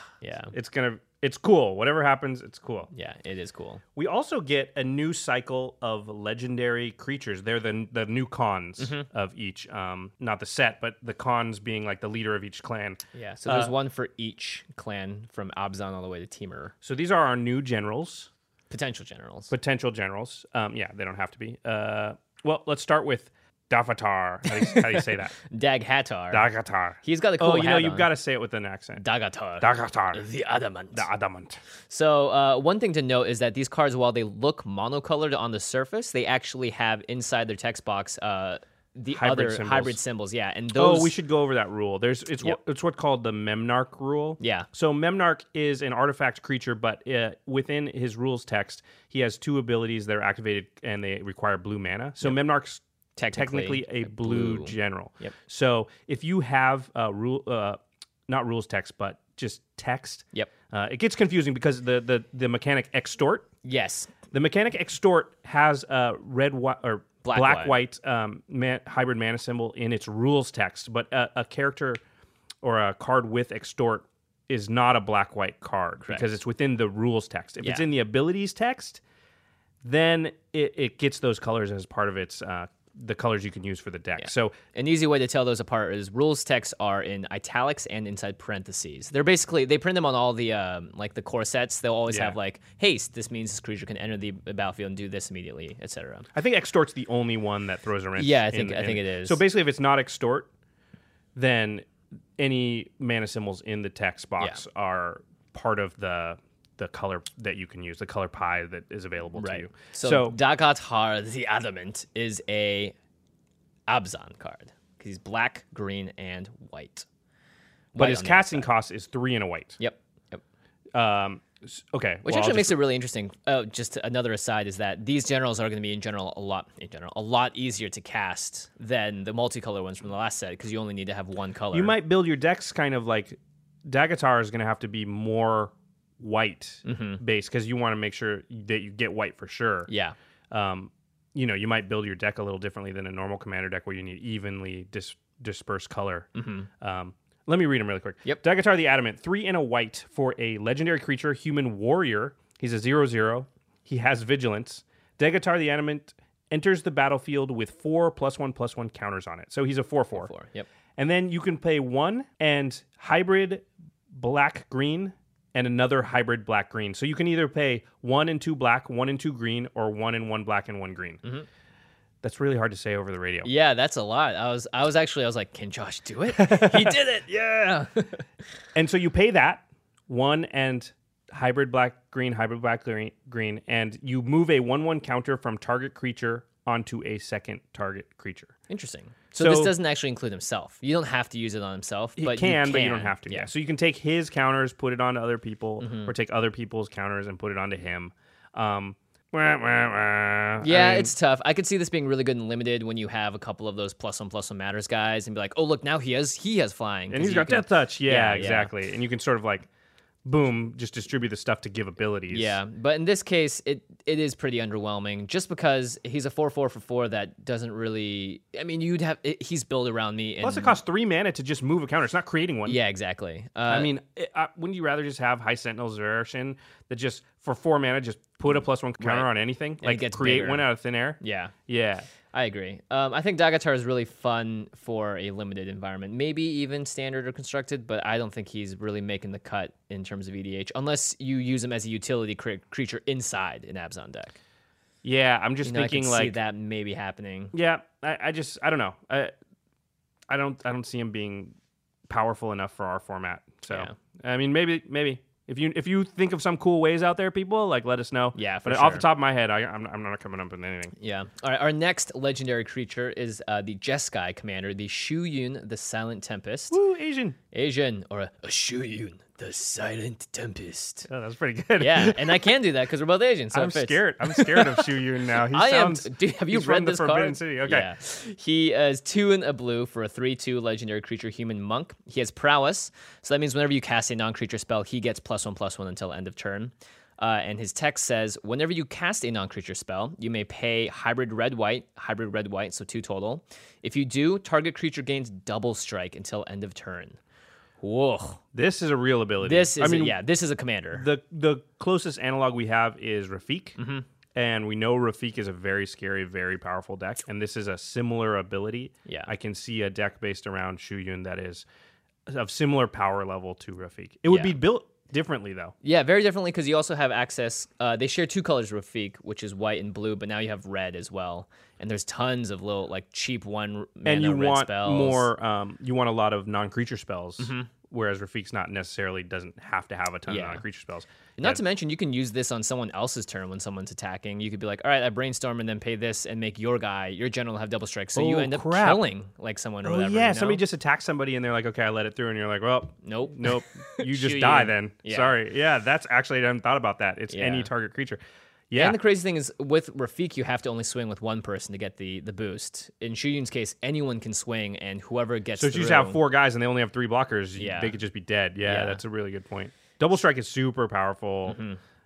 Speaker 2: it's gonna. It's cool. Whatever happens, it's cool.
Speaker 1: yeah, it is cool.
Speaker 2: We also get a new cycle of legendary creatures. They're the the new cons
Speaker 1: Mm-hmm.
Speaker 2: of each, um, not the set, but the cons being like the leader of each clan.
Speaker 1: Yeah, so
Speaker 2: Uh,
Speaker 1: there's one for each clan from Abzan all the way to Temur,
Speaker 2: So these are our new generals.
Speaker 1: potential generals.
Speaker 2: potential generals. Um, yeah, they don't have to be. Uh, well, let's start with Davatar. How do you, how do you say that?
Speaker 1: Daghatar.
Speaker 2: Dagatar.
Speaker 1: He's got a cool
Speaker 2: oh, you know,
Speaker 1: hat
Speaker 2: you've
Speaker 1: on.
Speaker 2: got to say it with an accent.
Speaker 1: Daghatar.
Speaker 2: Dagatar.
Speaker 1: the adamant.
Speaker 2: The adamant.
Speaker 1: So uh, one thing to note is that these cards, while they look monocolored on the surface, they actually have inside their text box uh, the
Speaker 2: Hybrid
Speaker 1: other
Speaker 2: symbols.
Speaker 1: hybrid symbols. Yeah, and those.
Speaker 2: Oh, we should go over that rule. There's it's
Speaker 1: Yep.
Speaker 2: what, it's what's called the Memnarch rule.
Speaker 1: Yeah.
Speaker 2: So Memnarch is an artifact creature, but uh, within his rules text, he has two abilities that are activated and they require blue mana. So Memnarch's
Speaker 1: Technically
Speaker 2: technically a blue,
Speaker 1: blue.
Speaker 2: general.
Speaker 1: Yep.
Speaker 2: So if you have uh, rule, uh, not rules text, but just text.
Speaker 1: Yep.
Speaker 2: Uh, it gets confusing because the the the mechanic extort
Speaker 1: Yes.
Speaker 2: the mechanic extort has a red white or
Speaker 1: Black,
Speaker 2: black,
Speaker 1: white.
Speaker 2: white, um, man, hybrid mana symbol in its rules text, but a, a character or a card with extort is not a black white card because it's within the rules text. If it's
Speaker 1: Yeah.
Speaker 2: in the abilities text, then it, it gets those colors as part of its uh, the colors you can use for the deck. So
Speaker 1: An easy way to tell those apart is rules texts are in italics and inside parentheses. They're basically they print them on all the um, like the core sets. They'll always
Speaker 2: Yeah.
Speaker 1: have like haste. This means this creature can enter the battlefield and do this immediately, etc.
Speaker 2: I think extort's the only one that throws a wrench.
Speaker 1: Yeah, I
Speaker 2: in-
Speaker 1: think- I
Speaker 2: in-
Speaker 1: think it is.
Speaker 2: So basically, if it's not extort, then any mana symbols in the text box are part of the the color that you can use, the color pie that is available to you.
Speaker 1: So,
Speaker 2: So,
Speaker 1: Dagatar the Adamant is a Abzan card because he's black, green, and white.
Speaker 2: but
Speaker 1: White
Speaker 2: his
Speaker 1: on the
Speaker 2: casting cost is three and a white.
Speaker 1: Yep. Yep.
Speaker 2: Um, S- Okay,
Speaker 1: Which
Speaker 2: well, I'll
Speaker 1: actually makes
Speaker 2: just-
Speaker 1: it really interesting. Oh, just another aside is that these generals are going to be in general a lot in general a lot easier to cast than the multicolor ones from the last set because you only need to have one color.
Speaker 2: you might build your decks kind of like Dagatar is going to have to be more white
Speaker 1: Mm-hmm.
Speaker 2: based because you want to make sure that you get white for sure.
Speaker 1: yeah,
Speaker 2: um, you know, you might build your deck a little differently than a normal commander deck where you need evenly dis- dispersed color. Um, let me read them really quick.
Speaker 1: Yep.
Speaker 2: Dagatar the Adamant, three and a white for a legendary creature, human warrior. He's a zero zero. He has vigilance. Dagatar the Adamant enters the battlefield with four plus one plus one counters on it. So he's a four four.
Speaker 1: four. Yep.
Speaker 2: And then you can play one and hybrid black green and another hybrid black green. So you can either play one and two black, one and two green, or one and one black and one green. That's really hard to say over the radio.
Speaker 1: Yeah, that's a lot. I was I was actually I was like, can Josh do it? he did it. Yeah.
Speaker 2: And so you pay that one and hybrid black green, hybrid black green, green, and you move a one one counter from target creature onto a second target creature.
Speaker 1: Interesting. So, this
Speaker 2: So-
Speaker 1: doesn't actually include himself. You don't have to use it on himself,
Speaker 2: You
Speaker 1: but
Speaker 2: can,
Speaker 1: you
Speaker 2: but you don't have to. Yeah.
Speaker 1: Yeah. Mm-hmm.
Speaker 2: So you can take his counters, put it onto other people, or take other people's counters and put it onto him. Um, wah, wah, wah. I
Speaker 1: Yeah,
Speaker 2: mean,
Speaker 1: it's tough. I could see this being really good and limited when you have a couple of those plus one plus one matters guys and be like, oh look, now he has he has flying.
Speaker 2: and
Speaker 1: 'cause
Speaker 2: he's
Speaker 1: you
Speaker 2: got
Speaker 1: can-
Speaker 2: death touch. Yeah,
Speaker 1: Yeah, yeah.
Speaker 2: exactly. And you can sort of like, boom, just distribute the stuff to give abilities.
Speaker 1: Yeah, but in this case, it it is pretty underwhelming. Just because he's a four four for four, that doesn't really. I mean, you'd have it, he's built around me. And,
Speaker 2: Plus, it costs three mana to just move a counter. It's not creating one.
Speaker 1: Yeah, exactly. Uh,
Speaker 2: I mean, it, I, wouldn't you rather just have High Sentinel Zeration that just for four mana just put a plus one counter on anything,
Speaker 1: it
Speaker 2: like
Speaker 1: gets
Speaker 2: create
Speaker 1: bigger.
Speaker 2: one out of thin air?
Speaker 1: yeah.
Speaker 2: Yeah.
Speaker 1: I agree. Um, I think Dagatar is really fun for a limited environment, maybe even standard or constructed, but I don't think he's really making the cut in terms of EDH unless you use him as a utility cre- creature inside an Abzan deck.
Speaker 2: Yeah. I'm just
Speaker 1: You know,
Speaker 2: thinking
Speaker 1: I can
Speaker 2: like
Speaker 1: see that maybe happening.
Speaker 2: Yeah, I, I just I don't know. I, I don't I don't see him being powerful enough for our format. So
Speaker 1: Yeah.
Speaker 2: I mean, maybe maybe if you if you think of some cool ways out there, people like let us know.
Speaker 1: Yeah, for
Speaker 2: but off the
Speaker 1: sure.
Speaker 2: top of my head, I, I'm I'm not coming up with anything.
Speaker 1: Yeah. All right. Our next legendary creature is uh, the Jeskai commander, the Shuyun, the Silent Tempest.
Speaker 2: Woo, Asian.
Speaker 1: Asian or a, a Shuyun, the Silent Tempest.
Speaker 2: Oh, that's pretty good.
Speaker 1: Yeah, and I can do that because we're both Asian. So it
Speaker 2: I'm
Speaker 1: fits.
Speaker 2: scared. I'm scared of Shu Yun now. He
Speaker 1: I
Speaker 2: sounds.
Speaker 1: am. Dude, have you
Speaker 2: he's
Speaker 1: read
Speaker 2: from the
Speaker 1: this
Speaker 2: Forbidden
Speaker 1: card?
Speaker 2: City. Okay.
Speaker 1: Yeah. He is two and a blue for a three-two legendary creature human monk. He has prowess, so that means whenever you cast a non-creature spell, he gets plus one plus one until end of turn. Uh, and his text says, whenever you cast a non-creature spell, you may pay hybrid red white, hybrid red white, so two total. If you do, target creature gains double strike until end of turn. Whoa!
Speaker 2: This is a real ability.
Speaker 1: This is
Speaker 2: I mean,
Speaker 1: a, yeah. This is a commander.
Speaker 2: the the closest analog we have is Rafik.
Speaker 1: Mm-hmm.
Speaker 2: And we know Rafik is a very scary, very powerful deck, and this is a similar ability.
Speaker 1: Yeah.
Speaker 2: I can see a deck based around Shuyun that is of similar power level to Rafik. It would
Speaker 1: Yeah.
Speaker 2: be built differently though.
Speaker 1: Yeah, very differently because you also have access. Uh, they share two colors, Rafik, which is white and blue, but now you have red as well. And there's tons of little like cheap one mana
Speaker 2: and you
Speaker 1: red
Speaker 2: want
Speaker 1: spells. Mm-hmm.
Speaker 2: more. Um, you want a lot of non-creature spells, whereas Rafik's not necessarily doesn't have to have a ton
Speaker 1: Yeah.
Speaker 2: of non-creature spells.
Speaker 1: Not to mention, you can use this on someone else's turn when someone's attacking. You could be like, "All right, I brainstorm and then pay this and make your guy, your general, have double strike." So you
Speaker 2: Oh,
Speaker 1: end up
Speaker 2: crap.
Speaker 1: killing like someone or
Speaker 2: Oh
Speaker 1: whatever.
Speaker 2: yeah,
Speaker 1: you
Speaker 2: somebody
Speaker 1: know?
Speaker 2: just attacks somebody and they're like, okay, I let it through, and you're like, well,
Speaker 1: Nope.
Speaker 2: nope, you just
Speaker 1: Shoot
Speaker 2: die
Speaker 1: you.
Speaker 2: then.
Speaker 1: Yeah.
Speaker 2: Sorry, yeah, that's actually I hadn't thought about that. It's any
Speaker 1: Yeah.
Speaker 2: target creature. Yeah,
Speaker 1: And the crazy thing is, with Rafik, you have to only swing with one person to get the the boost. In Shuyun's case, anyone can swing, and whoever gets
Speaker 2: so if
Speaker 1: through,
Speaker 2: you just have four guys and they only have three blockers, you-
Speaker 1: Yeah.
Speaker 2: they could just be dead. Yeah,
Speaker 1: Yeah. Mm-hmm.
Speaker 2: that's a really good point. Double strike is super powerful.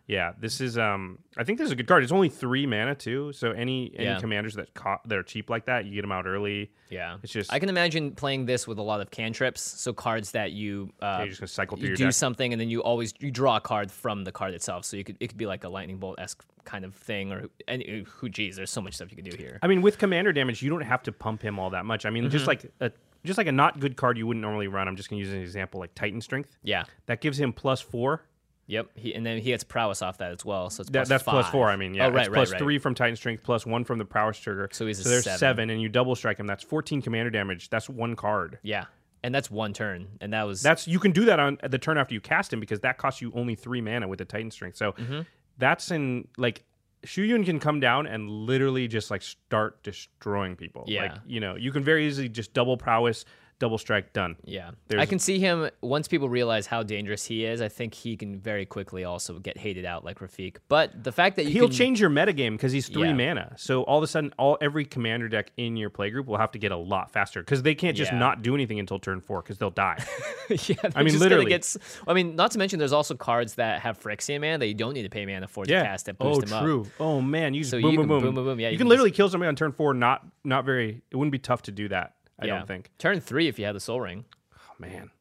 Speaker 2: Yeah, this is um, I think this is a good card. It's only three mana too, so any any
Speaker 1: Yeah.
Speaker 2: commanders that co- that are cheap like that, you get them out early.
Speaker 1: Yeah,
Speaker 2: It's just-
Speaker 1: I can imagine playing this with a lot of cantrips, so cards that you uh,
Speaker 2: you're just gonna cycle through
Speaker 1: you
Speaker 2: your
Speaker 1: do
Speaker 2: deck.
Speaker 1: something and then you always you draw a card from the card itself, so you could it could be like a lightning bolt esque kind of thing, or and uh, who geez, there's so much stuff you can do here.
Speaker 2: I mean, with commander damage, you don't have to pump him all that much. I mean, just
Speaker 1: Mm-hmm.
Speaker 2: like a just like a not good card you wouldn't normally run. I'm just gonna use an example like Titan Strength.
Speaker 1: yeah,
Speaker 2: That gives him plus four.
Speaker 1: yep. He, and then he gets prowess off that as well, so it's
Speaker 2: That,
Speaker 1: plus
Speaker 2: that's plus
Speaker 1: five.
Speaker 2: four. I mean, yeah,
Speaker 1: oh, right,
Speaker 2: it's
Speaker 1: right,
Speaker 2: plus
Speaker 1: right.
Speaker 2: three from Titan Strength, plus one from the Prowess Trigger.
Speaker 1: So he's a
Speaker 2: there's
Speaker 1: seven.
Speaker 2: and you double strike him. That's fourteen commander damage. That's one card.
Speaker 1: Yeah, and that's one turn, and that was
Speaker 2: That's you can do that on the turn after you cast him because that costs you only three mana with the Titan Strength. So
Speaker 1: Mm-hmm.
Speaker 2: that's in like Shuyun can come down and literally just like start destroying people.
Speaker 1: Yeah.
Speaker 2: Like, you know, you can very easily just double prowess, double strike done.
Speaker 1: Yeah. I
Speaker 2: There's-
Speaker 1: can see him once people realize how dangerous he is. I think he can very quickly also get hated out like Rafik. But the fact that you
Speaker 2: He'll
Speaker 1: can,
Speaker 2: change your metagame because he's three
Speaker 1: Yeah.
Speaker 2: mana. So all of a sudden, all every commander deck in your playgroup will have to get a lot faster because they can't just
Speaker 1: Yeah.
Speaker 2: not do anything until turn four because they'll die.
Speaker 1: yeah, I
Speaker 2: mean,
Speaker 1: mean, literally.
Speaker 2: literally.
Speaker 1: Gets, I mean, not to mention there's also cards that have Phyrexian mana that you don't need to pay mana for to cast that boost
Speaker 2: oh,
Speaker 1: him
Speaker 2: true.
Speaker 1: up.
Speaker 2: Oh man, you just
Speaker 1: So
Speaker 2: boom,
Speaker 1: you
Speaker 2: boom,
Speaker 1: can
Speaker 2: boom,
Speaker 1: boom, boom, boom. Yeah,
Speaker 2: you,
Speaker 1: you
Speaker 2: can
Speaker 1: can
Speaker 2: literally kill somebody on turn four. Not, not very. It wouldn't be tough to do that. I
Speaker 1: Yeah.
Speaker 2: don't think.
Speaker 1: Turn three if you had the Soul Ring.
Speaker 2: Oh man,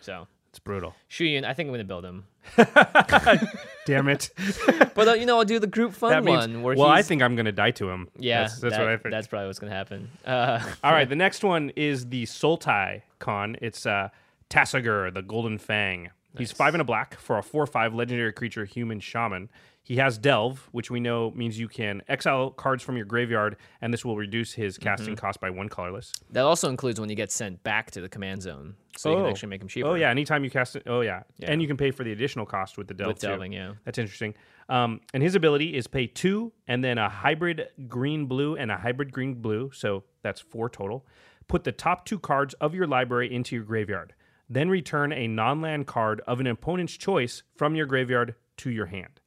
Speaker 1: So
Speaker 2: it's brutal.
Speaker 1: Shuyin, I think I'm gonna build him.
Speaker 2: Damn it.
Speaker 1: But uh, you know, I'll do the group fun
Speaker 2: that means.
Speaker 1: one where
Speaker 2: well, I
Speaker 1: he's-
Speaker 2: think I'm gonna die to him.
Speaker 1: yeah,
Speaker 2: that's, that's
Speaker 1: that-
Speaker 2: what I think.
Speaker 1: That's probably what's gonna happen. Uh,
Speaker 2: All right, the next one is the Sultai Con. It's uh, Tassigur, the Golden Fang. He's five and a black for a four-five legendary creature, human shaman. He has Delve, which we know means you can exile cards from your graveyard, and this will reduce his casting cost by one colorless.
Speaker 1: that also includes when you get sent back to the command zone, so you can actually make him cheaper.
Speaker 2: Oh yeah, anytime you cast it. Oh yeah. and you can pay for the additional cost with the delve.
Speaker 1: With
Speaker 2: too.
Speaker 1: delving, yeah.
Speaker 2: that's interesting. Um, and his ability is pay two, and then a hybrid green blue and a hybrid green blue. So that's four total. Put the top two cards of your library into your graveyard. Then return a non-land card of an opponent's choice from your graveyard to your hand.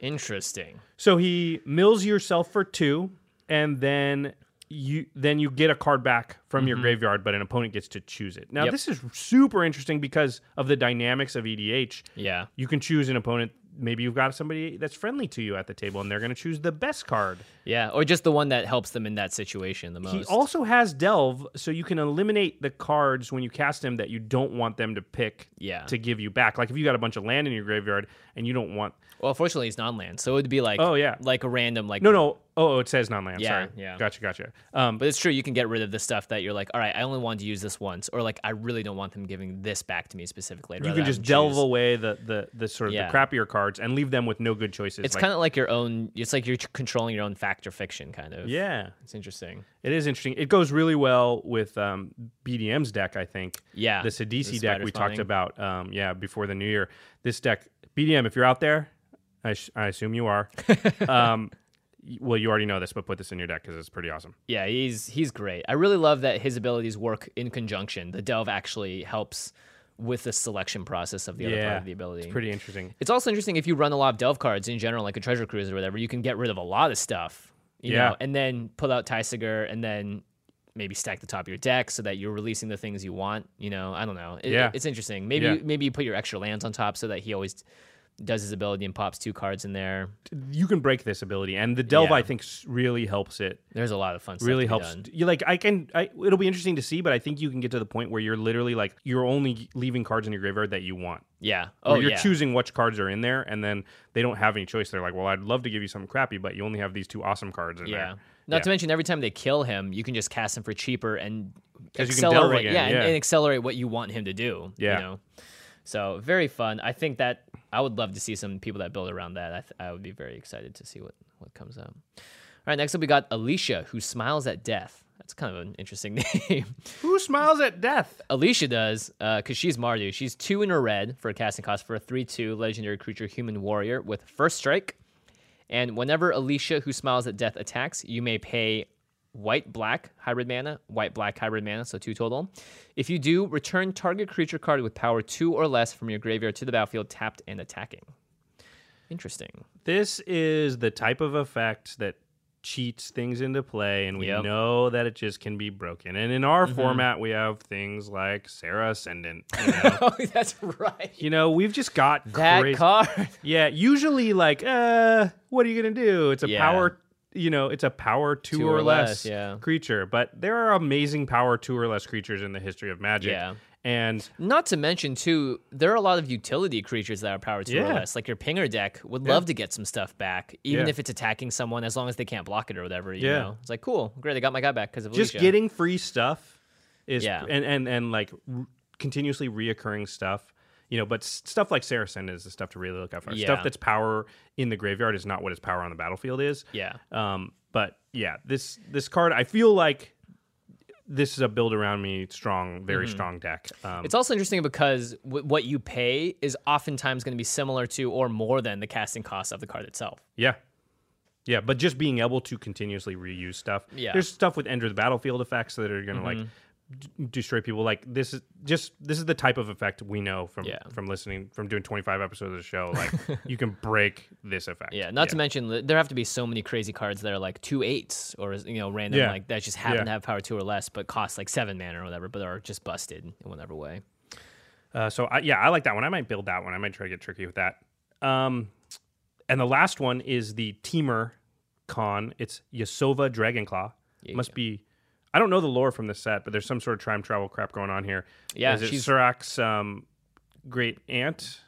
Speaker 1: Interesting.
Speaker 2: So he mills yourself for two, and then you then you get a card back from your graveyard, but an opponent gets to choose it. Now
Speaker 1: Mm-hmm. Yep.
Speaker 2: this is super interesting because of the dynamics of EDH.
Speaker 1: Yeah.
Speaker 2: You can choose an opponent. Maybe you've got somebody that's friendly to you at the table, and they're going to choose the best card.
Speaker 1: Yeah, or just the one that helps them in that situation the most.
Speaker 2: He also has Delve, so you can eliminate the cards when you cast them that you don't want them to pick
Speaker 1: Yeah.
Speaker 2: to give you back. Like if you got a bunch of land in your graveyard and you don't want.
Speaker 1: well, fortunately, he's non-land, so it would be like
Speaker 2: Oh, yeah.
Speaker 1: like a random like
Speaker 2: No, no. Oh, it says non land.
Speaker 1: Yeah,
Speaker 2: Sorry.
Speaker 1: yeah.
Speaker 2: Gotcha, gotcha. Um,
Speaker 1: But it's true, you can get rid of the stuff that you're like, all right, I only want to use this once, or like I really don't want them giving this back to me specifically. I'd
Speaker 2: you
Speaker 1: rather
Speaker 2: can
Speaker 1: have
Speaker 2: just
Speaker 1: them
Speaker 2: delve
Speaker 1: choose.
Speaker 2: away the, the, the sort of
Speaker 1: Yeah.
Speaker 2: the crappier cards and leave them with no good choices.
Speaker 1: It's
Speaker 2: like-
Speaker 1: kind of like your own. It's like you're controlling your own fact or fiction, kind of.
Speaker 2: yeah,
Speaker 1: it's interesting.
Speaker 2: it is interesting. It goes really well with um, BDM's deck, I think.
Speaker 1: Yeah,
Speaker 2: the
Speaker 1: the
Speaker 2: Sadisi deck
Speaker 1: spider
Speaker 2: we talked
Speaker 1: spawning.
Speaker 2: about. Um, yeah, before the new year, this deck BDM. If you're out there, I, sh- I assume you are. um, y- well, you already know this, but put this in your deck because it's pretty awesome.
Speaker 1: Yeah, he's he's great. I really love that his abilities work in conjunction. The delve actually helps with the selection process of the other part of the ability.
Speaker 2: it's pretty interesting.
Speaker 1: It's also interesting if you run a lot of delve cards in general, like a treasure cruise or whatever, you can get rid of a lot of stuff. You
Speaker 2: Yeah.
Speaker 1: know, and then pull out Tysiger and then maybe stack the top of your deck so that you're releasing the things you want. You know, I don't know. It-
Speaker 2: Yeah.
Speaker 1: It's interesting. Maybe
Speaker 2: Yeah.
Speaker 1: you, maybe you put your extra lands on top so that he always does his ability and pops two cards in there.
Speaker 2: You can break this ability, and the delve
Speaker 1: Yeah.
Speaker 2: I think s- really helps it
Speaker 1: There's a lot of fun stuff.
Speaker 2: really
Speaker 1: to be
Speaker 2: helps.
Speaker 1: done.
Speaker 2: You like I can. I, it'll be interesting to see, but I think you can get to the point where you're literally like you're only leaving cards in your graveyard that you want.
Speaker 1: Yeah. Oh,
Speaker 2: Or you're
Speaker 1: yeah.
Speaker 2: choosing which cards are in there, and then they don't have any choice. They're like, well, I'd love to give you something crappy, but you only have these two awesome cards in
Speaker 1: Yeah.
Speaker 2: there.
Speaker 1: Not
Speaker 2: Yeah.
Speaker 1: to mention, every time they kill him, you can just cast him for cheaper and
Speaker 2: 'Cause you can delve
Speaker 1: accelerate.
Speaker 2: again,
Speaker 1: yeah, and-
Speaker 2: yeah.
Speaker 1: And, accelerate what you want him to do.
Speaker 2: Yeah.
Speaker 1: You know? So very fun. I think that I would love to see some people that build around that. I, th- I would be very excited to see what what comes up. All right, next up we got Alicia, who smiles at death. That's kind of an interesting name.
Speaker 2: Who smiles at death?
Speaker 1: Alicia does, because she's Mardu. She's two in a red for a casting cost for a 3 2 legendary creature, human warrior, with first strike. And whenever Alicia, who smiles at death, attacks, you may pay white black hybrid mana, white black hybrid mana, so two total. If you do, return target creature card with power two or less from your graveyard to the battlefield, tapped and attacking. Interesting.
Speaker 2: This is the type of effect that cheats things into play, and we
Speaker 1: Yep. Mm-hmm.
Speaker 2: know that it just can be broken. And in our format, we have things like Sarah Ascendant. You know,
Speaker 1: Oh, that's right.
Speaker 2: You know, we've just got
Speaker 1: That
Speaker 2: crazy.
Speaker 1: card.
Speaker 2: Yeah, usually like, uh, what are you gonna do? It's a
Speaker 1: Yeah.
Speaker 2: power, you know, it's a power two,
Speaker 1: Two
Speaker 2: or,
Speaker 1: or
Speaker 2: less,
Speaker 1: less, yeah.
Speaker 2: creature. But there are amazing power two or less creatures in the history of Magic.
Speaker 1: Yeah.
Speaker 2: and
Speaker 1: Not to mention too, there are a lot of utility creatures that are power two
Speaker 2: Yeah.
Speaker 1: or less. Like your pinger deck would love to get some stuff back, even
Speaker 2: Yeah.
Speaker 1: if it's attacking someone, as long as they can't block it or whatever. You
Speaker 2: Yeah.
Speaker 1: know, it's like cool, great, I got my guy back because of
Speaker 2: just
Speaker 1: Alicia.
Speaker 2: getting free stuff is,
Speaker 1: Yeah.
Speaker 2: and and and like r- continuously reoccurring stuff. You know, but s- stuff like Saracen is the stuff to really look out for. Stuff
Speaker 1: Yeah.
Speaker 2: that's power in the graveyard is not what its power on the battlefield is.
Speaker 1: Yeah.
Speaker 2: Um, but yeah, this this card, I feel like this is a build around me strong, very
Speaker 1: Mm-hmm.
Speaker 2: strong deck. Um,
Speaker 1: It's also interesting because w- what you pay is oftentimes going to be similar to or more than the casting cost of the card itself.
Speaker 2: Yeah. Yeah, but just being able to continuously reuse stuff.
Speaker 1: Yeah.
Speaker 2: There's stuff with Ender the Battlefield effects that are going to like
Speaker 1: Mm-hmm.
Speaker 2: d- destroy people. Like this is just this is the type of effect we know from
Speaker 1: Yeah.
Speaker 2: from listening from doing 25 episodes of the show. Like you can break this effect.
Speaker 1: Yeah, not to mention li- there have to be so many crazy cards that are like two eights or you know random
Speaker 2: Yeah.
Speaker 1: like that just happen
Speaker 2: Yeah.
Speaker 1: to have power two or less, but cost like seven mana or whatever, but are just busted in whatever way.
Speaker 2: Uh, so I, yeah, I like that one. I might build that one. I might try to get tricky with that. Um, and the last one is the Teamer Con. It's Yasova Dragonclaw. Must be. I don't know the lore from this set, but there's some sort of time travel crap going on here.
Speaker 1: Yeah,
Speaker 2: is it
Speaker 1: she's-
Speaker 2: Surak's um, great aunt,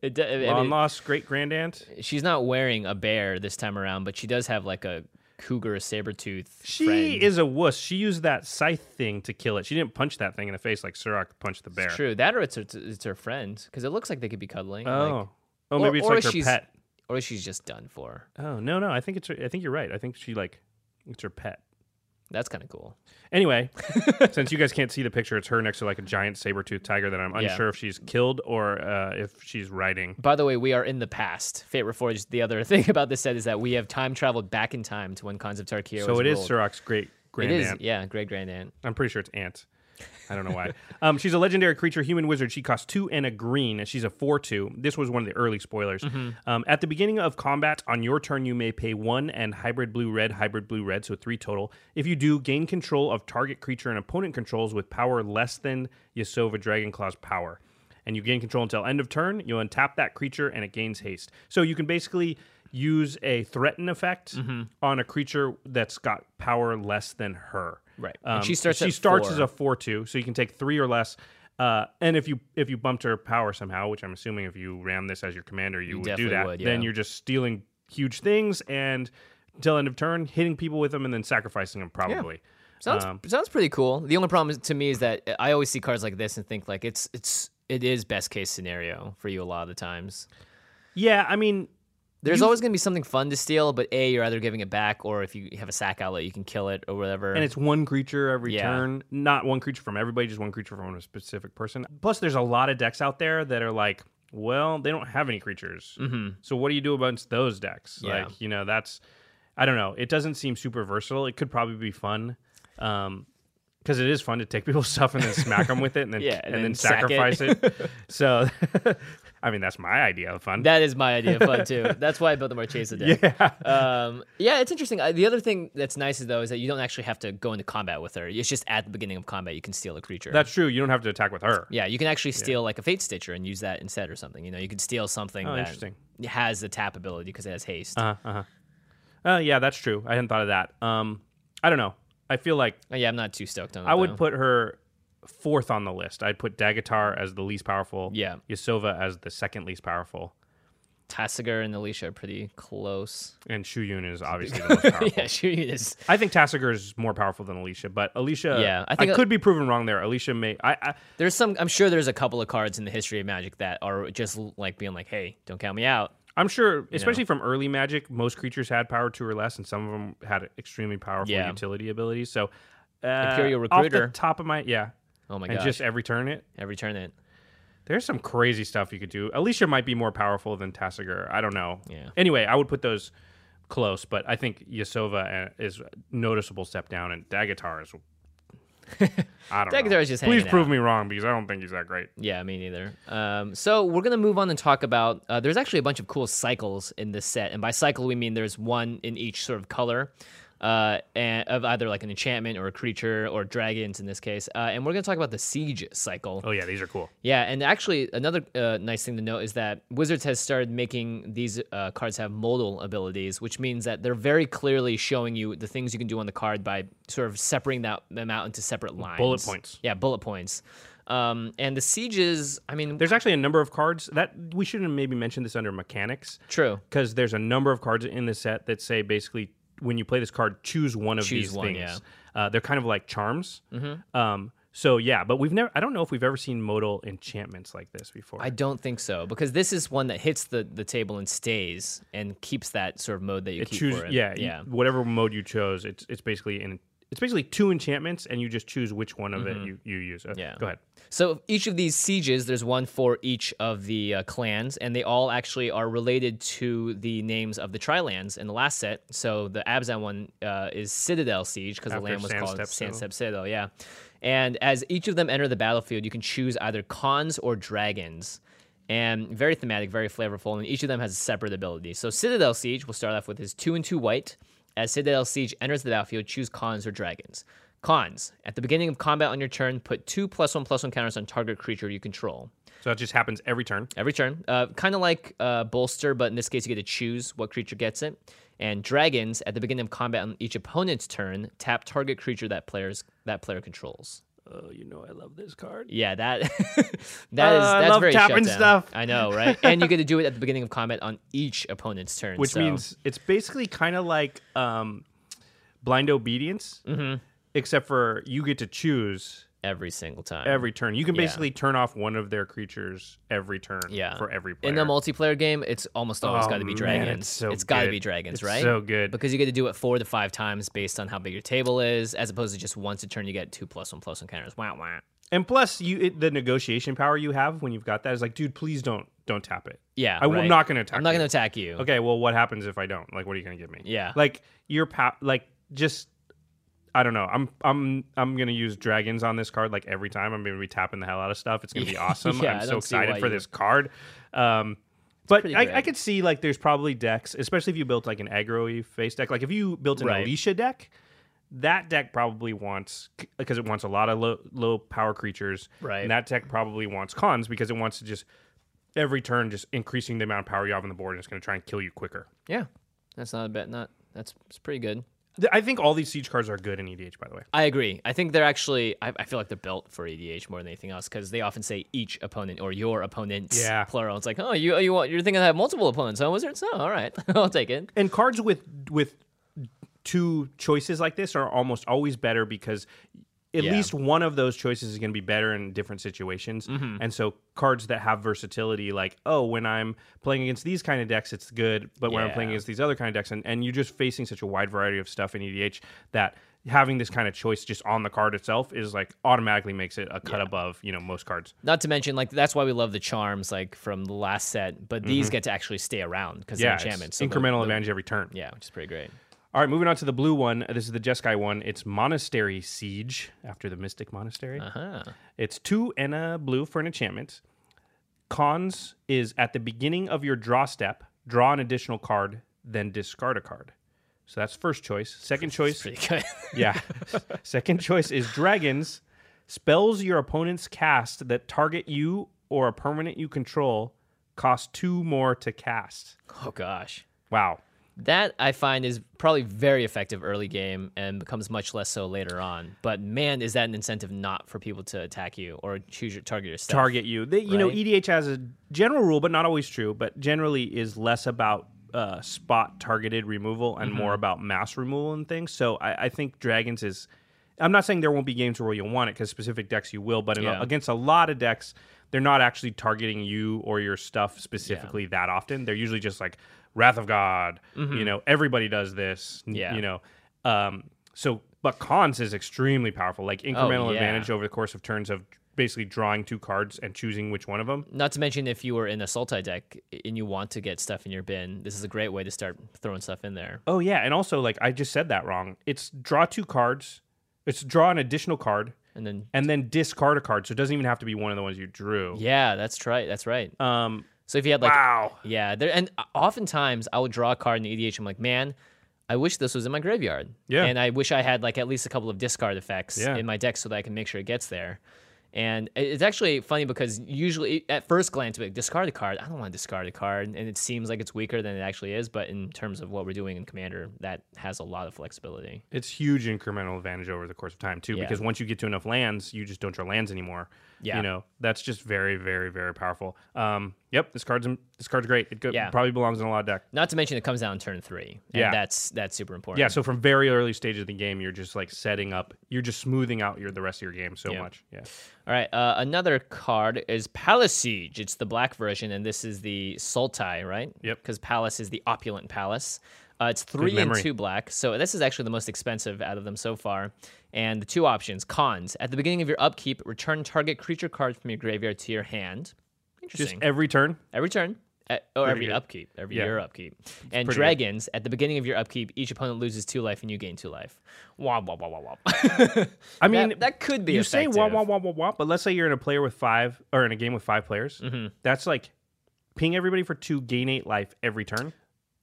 Speaker 1: It, d- I
Speaker 2: long
Speaker 1: mean,
Speaker 2: lost great grand aunt?
Speaker 1: she's not wearing a bear this time around, but she does have like a cougar saber tooth.
Speaker 2: She is a wuss. She used that scythe thing to kill it. She didn't punch that thing in the face like Surak punched the bear.
Speaker 1: true that, or it's her, it's her friend because it looks like they could be cuddling.
Speaker 2: Oh,
Speaker 1: like,
Speaker 2: oh,
Speaker 1: or-
Speaker 2: maybe it's
Speaker 1: or
Speaker 2: like her
Speaker 1: she's-
Speaker 2: pet.
Speaker 1: or she's just done for.
Speaker 2: Oh no, no. I think it's. Her, I think you're right. I think she like it's her pet.
Speaker 1: That's kind of cool.
Speaker 2: Anyway, since you guys can't see the picture, it's her next to like a giant saber-toothed tiger that I'm
Speaker 1: Yeah.
Speaker 2: unsure if she's killed or uh, if she's riding.
Speaker 1: By the way, we are in the past. Fate Reforged. The other thing about this set is that we have time traveled back in time to when Cons of Tarkir.
Speaker 2: So
Speaker 1: was
Speaker 2: it is
Speaker 1: ruled.
Speaker 2: Surak's great
Speaker 1: It
Speaker 2: grand
Speaker 1: is,
Speaker 2: aunt.
Speaker 1: yeah, great grandaunt.
Speaker 2: I'm pretty sure it's aunt. I don't know why. um, she's a legendary creature, human wizard. She costs two and a green, and she's a four-two. This was one of the early spoilers.
Speaker 1: Mm-hmm.
Speaker 2: Um, at the beginning of combat, on your turn, you may pay one and hybrid blue-red, hybrid blue-red, so three total. If you do, gain control of target creature and opponent controls with power less than Yasova Dragonclaw's power. and you gain control until end of turn. You untap that creature and it gains haste. So you can basically use a threaten effect
Speaker 1: Mm-hmm.
Speaker 2: on a creature that's got power less than her. Um,
Speaker 1: Right. And she starts
Speaker 2: She
Speaker 1: at
Speaker 2: starts
Speaker 1: four.
Speaker 2: as a four-two, so you can take three or less. Uh, and if you if you bumped her power somehow, which I'm assuming if you ram this as your commander, you, would
Speaker 1: definitely
Speaker 2: do that.
Speaker 1: would,
Speaker 2: Then
Speaker 1: yeah.
Speaker 2: you're just stealing huge things and until end of turn, hitting people with them and then sacrificing them probably.
Speaker 1: Sounds
Speaker 2: Um,
Speaker 1: sounds pretty cool. The only problem is, to me is that I always see cards like this and think like it's it's it is best case scenario for you a lot of the times.
Speaker 2: Yeah, I mean,
Speaker 1: There's always going to be something fun to steal, but a you're either giving it back or if you have a sack outlet, you can kill it or whatever.
Speaker 2: and it's one creature every
Speaker 1: Yeah.
Speaker 2: turn not one creature from everybody just one creature from a specific person plus there's a lot of decks out there that are like well they don't have any creatures mm-hmm. so what do you do against those decks
Speaker 1: Yeah.
Speaker 2: like you know that's i don't know it doesn't seem super versatile it could probably be fun um because it is fun to take people's stuff and then smack them with it and then
Speaker 1: Yeah,
Speaker 2: and, then,
Speaker 1: sack it.
Speaker 2: sacrifice it, so i mean that's my idea of fun
Speaker 1: That is my idea of fun too. That's why I built the Marchesa deck. Yeah, um, yeah, it's interesting. I, the other thing that's nice is though is that you don't actually have to go into combat with her. It's just at the beginning of combat you can steal a creature.
Speaker 2: that's true you don't have to attack with her
Speaker 1: yeah, you can actually steal like a Fate Stitcher and use that instead or something. You know, you could steal something
Speaker 2: Oh,
Speaker 1: that
Speaker 2: interesting.
Speaker 1: has the tap ability because it has haste.
Speaker 2: uh, yeah that's true i hadn't thought of that um i don't know i feel like
Speaker 1: Oh, yeah, I'm not too stoked on. It,
Speaker 2: I would
Speaker 1: though.
Speaker 2: put her fourth on the list. I'd put Dagatar as the least powerful.
Speaker 1: Yeah.
Speaker 2: Yasova as the second least powerful.
Speaker 1: Tassiger and Alicia are pretty close.
Speaker 2: And Shuyun is obviously the most powerful.
Speaker 1: yeah, she is.
Speaker 2: I think Tassiger is more powerful than Alicia, but Alicia,
Speaker 1: Yeah, I
Speaker 2: I,
Speaker 1: think-
Speaker 2: could be proven wrong there. Alicia may, I, I
Speaker 1: There's some. I'm sure there's a couple of cards in the history of Magic that are just like being like, "Hey, don't count me out."
Speaker 2: I'm sure, especially from early Magic, most creatures had power two or less, and some of them had extremely powerful
Speaker 1: Yeah.
Speaker 2: utility abilities. So, uh,
Speaker 1: Imperial
Speaker 2: off
Speaker 1: Recruiter.
Speaker 2: the top of my, yeah,
Speaker 1: Oh my
Speaker 2: and
Speaker 1: gosh!
Speaker 2: just every turn it.
Speaker 1: Every turn it.
Speaker 2: There's some crazy stuff you could do. Alicia might be more powerful than Tassiger. I don't know.
Speaker 1: Yeah.
Speaker 2: Anyway, I would put those close, but I think Yasova uh, is a noticeable step down, and Dagatar is. I don't know.
Speaker 1: Dagatar is just
Speaker 2: Please
Speaker 1: hanging
Speaker 2: prove
Speaker 1: out.
Speaker 2: me wrong because I don't think he's that great.
Speaker 1: Yeah, me neither. Um, so we're gonna move on and talk about. Uh, there's actually a bunch of cool cycles in this set, and by cycle we mean there's one in each sort of color, uh, and of either like an enchantment or a creature or dragons in this case. Uh, and we're gonna talk about the siege cycle.
Speaker 2: Oh yeah, these are cool.
Speaker 1: Yeah, and actually another uh, nice thing to note is that Wizards has started making these uh, cards have modal abilities, which means that they're very clearly showing you the things you can do on the card by sort of separating that, them out into separate lines.
Speaker 2: points.
Speaker 1: Yeah, bullet points. Um, and the sieges, I mean,
Speaker 2: There's actually a number of cards that we shouldn't maybe mention this under mechanics
Speaker 1: true.
Speaker 2: because there's a number of cards in the set that say basically when you play this card, choose one of
Speaker 1: Choose
Speaker 2: these
Speaker 1: one,
Speaker 2: things.
Speaker 1: yeah.
Speaker 2: Uh, they're kind of like charms. Mm-hmm. Um, so yeah, but we've never. I don't know if we've ever seen modal enchantments like this before.
Speaker 1: I don't think so because this is one that hits the, the table and stays and keeps that sort of mode that you keep
Speaker 2: choose
Speaker 1: for it.
Speaker 2: yeah you-
Speaker 1: yeah.
Speaker 2: whatever mode you chose it's it's basically an it's basically two enchantments, and you just choose which one of it you, you use. Uh,
Speaker 1: Mm-hmm. Yeah.
Speaker 2: Go ahead.
Speaker 1: So each of these sieges, there's one for each of the uh, clans, and they all actually are related to the names of the Trilands in the last set. So the Abzan one uh, is Citadel Siege because the
Speaker 2: After
Speaker 1: land was called
Speaker 2: Sandstep Citadel.
Speaker 1: Sandstep Citadel, yeah. And as each of them enter the battlefield, you can choose either cons or dragons. And very thematic, very flavorful, and each of them has a separate ability. So Citadel Siege will start off with his two and two white. As Citadel Siege enters the battlefield, choose cons or dragons. Cons. At the beginning of combat on your turn, put two plus one plus one counters on target creature you control.
Speaker 2: So that just happens every turn.
Speaker 1: Every turn. Uh, kind of like uh, Bolster, but in this case, you get to choose what creature gets it. And dragons, at the beginning of combat on each opponent's turn, tap target creature that players that player controls.
Speaker 2: Oh, you know I love this card.
Speaker 1: Yeah, that that is that's
Speaker 2: Uh, love
Speaker 1: very
Speaker 2: tapping
Speaker 1: shutdown.
Speaker 2: stuff.
Speaker 1: I know, right? and you get to do it at the beginning of combat on each opponent's turn,
Speaker 2: Which
Speaker 1: so-
Speaker 2: means it's basically kind of like um, blind obedience,
Speaker 1: Mm-hmm.
Speaker 2: except for you get to choose
Speaker 1: every single time.
Speaker 2: every turn. You can
Speaker 1: Yeah.
Speaker 2: basically turn off one of their creatures every turn
Speaker 1: yeah
Speaker 2: for every player.
Speaker 1: in a multiplayer game it's almost always
Speaker 2: Oh,
Speaker 1: got to be
Speaker 2: man,
Speaker 1: dragons
Speaker 2: it's so
Speaker 1: it's got to
Speaker 2: good.
Speaker 1: be dragons
Speaker 2: It's
Speaker 1: right
Speaker 2: so good.
Speaker 1: because you get to do it four to five times based on how big your table is as opposed to just once a turn you get two plus one plus one counters wow wow
Speaker 2: and plus, you it, the negotiation power you have when you've got that is like, dude, please don't don't tap it.
Speaker 1: yeah
Speaker 2: I, am
Speaker 1: right.
Speaker 2: not going to attack.
Speaker 1: i'm not
Speaker 2: you.
Speaker 1: going to attack you
Speaker 2: Okay, well, what happens if I don't? Like, what are you going to give me?
Speaker 1: Mm. Yeah.
Speaker 2: like your pow- like just. I don't know. I'm I'm I'm gonna use dragons on this card like every time. I'm gonna be tapping the hell out of stuff. It's gonna be awesome.
Speaker 1: Yeah, I
Speaker 2: I'm
Speaker 1: don't
Speaker 2: so
Speaker 1: see
Speaker 2: excited
Speaker 1: why
Speaker 2: for
Speaker 1: you-
Speaker 2: this card. Um, but
Speaker 1: pretty
Speaker 2: I,
Speaker 1: great.
Speaker 2: I could see like there's probably decks, especially if you built like an aggro face deck. Like if you built an
Speaker 1: Right.
Speaker 2: Alicia deck, that deck probably wants because it wants a lot of low low power creatures.
Speaker 1: Right.
Speaker 2: And that deck probably wants cons because it wants to just every turn just increasing the amount of power you have on the board and it's going to try and kill you quicker.
Speaker 1: yeah that's not a bet not that's it's pretty good
Speaker 2: Th- I think all these siege cards are good in EDH, by the way.
Speaker 1: I agree. I think they're actually. I, I feel like they're built for EDH more than anything else because they often say each opponent or your opponents.
Speaker 2: Yeah.
Speaker 1: Plural. It's like, oh, you you want you're thinking I have multiple opponents, huh, wizards? Oh, all right, I'll take it.
Speaker 2: And cards with with two choices like this are almost always better because at
Speaker 1: Yeah.
Speaker 2: least one of those choices is going to be better in different situations.
Speaker 1: Mm-hmm.
Speaker 2: And so cards that have versatility like, oh, when I'm playing against these kind of decks it's good, but when I'm playing
Speaker 1: Yeah.
Speaker 2: against these other kind of decks and, and you're just facing such a wide variety of stuff in EDH that having this kind of choice just on the card itself is like automatically makes it a cut above, you know, most cards.
Speaker 1: Not to mention, like that's why we love the charms, like from the last set. But these get to actually stay around because
Speaker 2: Mm-hmm. Yeah,
Speaker 1: they're
Speaker 2: it's
Speaker 1: enchantments, so they're-
Speaker 2: incremental advantage every turn.
Speaker 1: yeah, which is pretty great.
Speaker 2: All right, moving on to the blue one. This is the Jeskai one. It's Monastery Siege after the Mystic Monastery.
Speaker 1: Huh.
Speaker 2: It's two and a blue for an enchantment. Cons is at the beginning of your draw step, draw an additional card, then discard a card. So that's first choice. Second choice,
Speaker 1: Pretty good.
Speaker 2: yeah. Second choice is dragons. Spells your opponents cast that target you or a permanent you control cost two more to cast.
Speaker 1: oh gosh,
Speaker 2: Wow.
Speaker 1: that I find is probably very effective early game and becomes much less so later on. But man, is that an incentive not for people to attack you or choose your target your stuff?
Speaker 2: target you. They, you know,
Speaker 1: Right.
Speaker 2: EDH has a general rule, but not always true, but generally is less about uh, spot targeted removal and
Speaker 1: Mm-hmm.
Speaker 2: more about mass removal and things. So I, I think Dragons is. I'm not saying there won't be games where you'll want it because specific decks you will, but in a-
Speaker 1: Yeah.
Speaker 2: against a lot of decks, they're not actually targeting you or your stuff specifically that often. They're usually just like Wrath of God, you know, everybody does this, n-
Speaker 1: Mm-hmm. Yeah.
Speaker 2: you know. Um, so, but cons is extremely powerful, like incremental
Speaker 1: yeah.
Speaker 2: advantage over the course of turns of basically drawing two cards and choosing which one of them.
Speaker 1: Not to mention, if you were in a Sultai deck and you want to get stuff in your bin, this is a great way to start throwing stuff in there.
Speaker 2: Oh yeah, and also like I just said that wrong. It's draw two cards. It's draw an additional card
Speaker 1: And then,
Speaker 2: and then discard a card. So it doesn't even have to be one of the ones you drew.
Speaker 1: yeah, that's right. That's right.
Speaker 2: Um
Speaker 1: So if you had like
Speaker 2: wow.
Speaker 1: Yeah, there and oftentimes I will draw a card in the EDH. I'm like, man, I wish this was in my graveyard.
Speaker 2: Yeah.
Speaker 1: and I wish I had like at least a couple of discard effects
Speaker 2: Yeah.
Speaker 1: in my deck so that I can make sure it gets there. And it- it's actually funny because usually at first glance, like discard a card. I don't want to discard a card, and it seems like it's weaker than it actually is. But in terms of what we're doing in Commander, that has a lot of flexibility.
Speaker 2: It's huge incremental advantage over the course of time too,
Speaker 1: Yeah.
Speaker 2: because once you get to enough lands, you just don't draw lands anymore.
Speaker 1: Yeah.
Speaker 2: You know, that's just very, very, very powerful. Um Yep, this card's this card's great. It go,
Speaker 1: Yeah.
Speaker 2: probably belongs in a lot of deck.
Speaker 1: Not to mention it comes down in turn three. And
Speaker 2: Yeah.
Speaker 1: that's that's super important.
Speaker 2: Yeah, so from very early stages of the game, you're just like setting up, you're just smoothing out your the rest of your game so
Speaker 1: Yeah.
Speaker 2: much. Yeah,
Speaker 1: All right. Uh, another card is Palace Siege. It's the black version, and this is the Sultai, right?
Speaker 2: Yep.
Speaker 1: Because Palace is the opulent palace. Uh, it's three and
Speaker 2: memory.
Speaker 1: two black. So this is actually the most expensive out of them so far. And the two options cons. At the beginning of your upkeep, return target creature card from your graveyard to your hand.
Speaker 2: just
Speaker 1: Interesting.
Speaker 2: every turn.
Speaker 1: every turn. uh, or every
Speaker 2: good.
Speaker 1: upkeep, every
Speaker 2: Yeah.
Speaker 1: year upkeep. And
Speaker 2: pretty good.
Speaker 1: dragons, at the beginning of your upkeep, each opponent loses two life and you gain two life. Wah, wah, wah, wah, wah.
Speaker 2: I mean,
Speaker 1: that could be
Speaker 2: you say wah
Speaker 1: effective.
Speaker 2: wah wah wah wah, but let's say you're in a player with five or in a game with five players. That's like ping everybody for two, gain eight life every turn.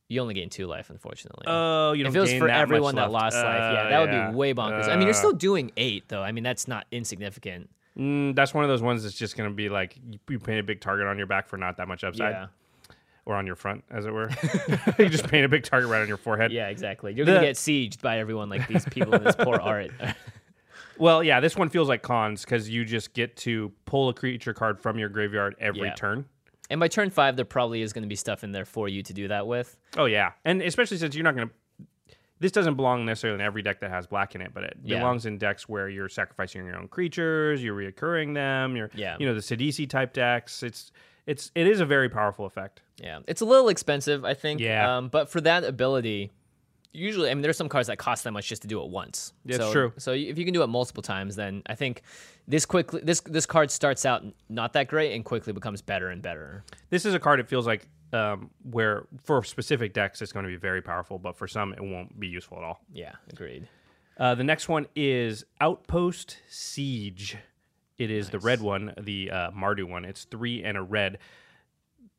Speaker 1: you only gain two life, unfortunately.
Speaker 2: Oh, you don't.
Speaker 1: if it was
Speaker 2: gain
Speaker 1: for
Speaker 2: that much
Speaker 1: everyone that
Speaker 2: left.
Speaker 1: lost life, yeah,
Speaker 2: Uh,
Speaker 1: that would
Speaker 2: yeah.
Speaker 1: be way bonkers. I mean, you're
Speaker 2: Uh,
Speaker 1: still doing eight though. I mean, that's not insignificant.
Speaker 2: mm, that's one of those ones that's just gonna be like you, you paint a big target on your back for not that much upside,
Speaker 1: Yeah,
Speaker 2: or on your front, as it were. you just paint a big target right on your forehead.
Speaker 1: yeah, exactly. You're
Speaker 2: The-
Speaker 1: gonna get sieged by everyone like these people in this poor art.
Speaker 2: Well, yeah, this one feels like cons because you just get to pull a creature card from your graveyard every
Speaker 1: Yeah.
Speaker 2: turn.
Speaker 1: and by turn five, there probably is gonna be stuff in there for you to do that with.
Speaker 2: Oh yeah, and especially since you're not gonna. This doesn't belong necessarily in every deck that has black in it, but it
Speaker 1: Yeah.
Speaker 2: belongs in decks where you're sacrificing your own creatures, you're reoccurring them, you're
Speaker 1: Yeah.
Speaker 2: you know the Sidisi type decks. It's it's it is a very powerful effect.
Speaker 1: Yeah, it's a little expensive, I think.
Speaker 2: Yeah.
Speaker 1: um, but for that ability. Usually, I mean, there's some cards that cost that much just to do it once.
Speaker 2: That's
Speaker 1: so,
Speaker 2: true.
Speaker 1: So if you can do it multiple times, then I think this quickly this this card starts out not that great and quickly becomes better and better.
Speaker 2: This is a card it feels like um, where for specific decks it's going to be very powerful, but for some it won't be useful at all.
Speaker 1: Yeah, agreed.
Speaker 2: Uh, the next one is Outpost Siege. It is the red one, the uh, Mardu one. It's three and a red.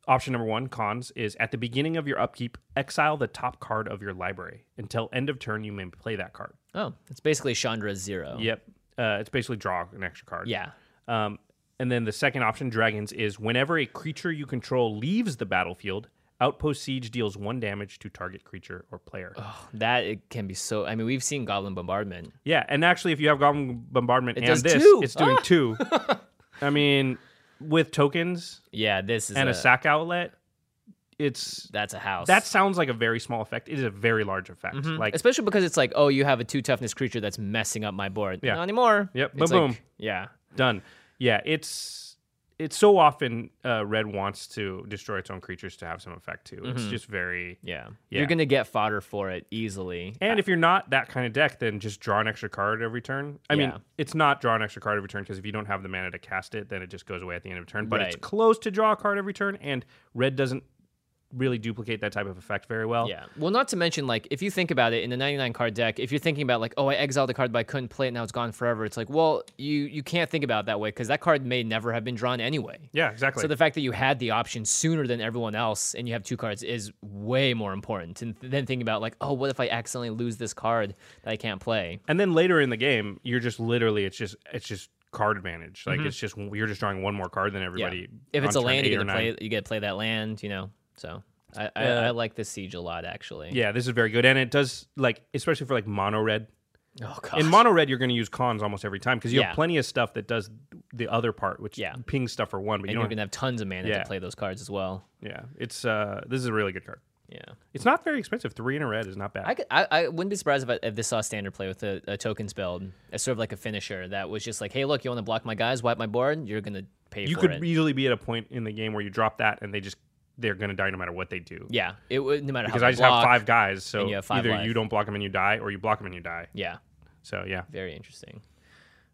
Speaker 2: Option number one, cons, is at the beginning of your upkeep, exile the top card of your library. Until end of turn, you may play that card.
Speaker 1: Oh, it's basically Chandra zero.
Speaker 2: Yep. Uh, it's basically draw an extra card.
Speaker 1: Oh. Yeah.
Speaker 2: Um, and then the second option, dragons, is whenever a creature you control leaves the battlefield, Outpost Siege deals one damage to target creature or player.
Speaker 1: That it can be so. I mean, we've seen Goblin Bombardment.
Speaker 2: Yeah, and actually, if you have Goblin Bombardment
Speaker 1: It
Speaker 2: and
Speaker 1: does
Speaker 2: this,
Speaker 1: two. Ah.
Speaker 2: it's doing two. I mean, with tokens
Speaker 1: Yeah, this is
Speaker 2: and
Speaker 1: a,
Speaker 2: a sack outlet, it's
Speaker 1: That's a house. Mm-hmm.
Speaker 2: that sounds like a very small effect. It is a very large effect. Like,
Speaker 1: especially because it's like, oh, you have a two toughness creature that's messing up my board.
Speaker 2: Yeah.
Speaker 1: Not anymore.
Speaker 2: Yep,
Speaker 1: It's
Speaker 2: boom, boom.
Speaker 1: Yeah.
Speaker 2: done. Yeah, it's it's so often uh, red wants to destroy its own creatures to have some effect too.
Speaker 1: Mm-hmm.
Speaker 2: It's just very
Speaker 1: Yeah.
Speaker 2: Yeah.
Speaker 1: You're gonna get fodder for it easily.
Speaker 2: And if you're not that kind of deck, then just draw an extra card every turn. I
Speaker 1: Yeah.
Speaker 2: mean, it's not draw an extra card every turn because if you don't have the mana to cast it, then it just goes away at the end of turn. But it's
Speaker 1: Right.
Speaker 2: close to draw a card every turn, and red doesn't really duplicate that type of effect very well.
Speaker 1: Uh, Yeah. Well, not to mention, like, if you think about it in a 99 card deck, if you're thinking about, like, oh, I exiled the card, but I couldn't play it, now it's gone forever, it's like, well, you, you can't think about it that way because that card may never have been drawn anyway.
Speaker 2: Yeah, exactly.
Speaker 1: So the fact that you had the option sooner than everyone else and you have two cards is way more important and th- than thinking about like, oh, what if I accidentally lose this card that I can't play?
Speaker 2: and then later in the game, you're just literally it's just it's just card advantage. Like it's just you're just drawing one more card than everybody.
Speaker 1: Mm-hmm. If it's a
Speaker 2: on turn
Speaker 1: land,
Speaker 2: eight
Speaker 1: you
Speaker 2: or
Speaker 1: get to
Speaker 2: nine.
Speaker 1: play you get to play that land, you know. So I, I, I like this siege a lot actually.
Speaker 2: Yeah, this is very good, and it does like especially for like mono red.
Speaker 1: Oh god.
Speaker 2: In mono red, you're going to use cons almost every time because you
Speaker 1: Yeah.
Speaker 2: have plenty of stuff that does the other part, which
Speaker 1: Yeah.
Speaker 2: pings stuff for one, but
Speaker 1: and
Speaker 2: you
Speaker 1: you're
Speaker 2: don't.
Speaker 1: gonna have tons of mana
Speaker 2: Yeah.
Speaker 1: to play those cards as well.
Speaker 2: yeah, it's uh, this is a really good card.
Speaker 1: Yeah.
Speaker 2: It's not very expensive. Three in a red is not bad.
Speaker 1: I, could, I, I wouldn't be surprised if, I, if this saw standard play with a, a token spelled as sort of like a finisher that was just like, hey, look, you want to block my guys, wipe my board, you're gonna pay
Speaker 2: you
Speaker 1: for
Speaker 2: could
Speaker 1: it.
Speaker 2: easily be at a point in the game where you drop that and they just they're going to die no matter what they do.
Speaker 1: yeah, it would no matter
Speaker 2: because
Speaker 1: how
Speaker 2: I
Speaker 1: they
Speaker 2: just
Speaker 1: block.
Speaker 2: have five guys, so
Speaker 1: and you have five
Speaker 2: either
Speaker 1: life.
Speaker 2: you don't block them and you die, or you block them and you die.
Speaker 1: Yeah,
Speaker 2: So yeah,
Speaker 1: Very interesting.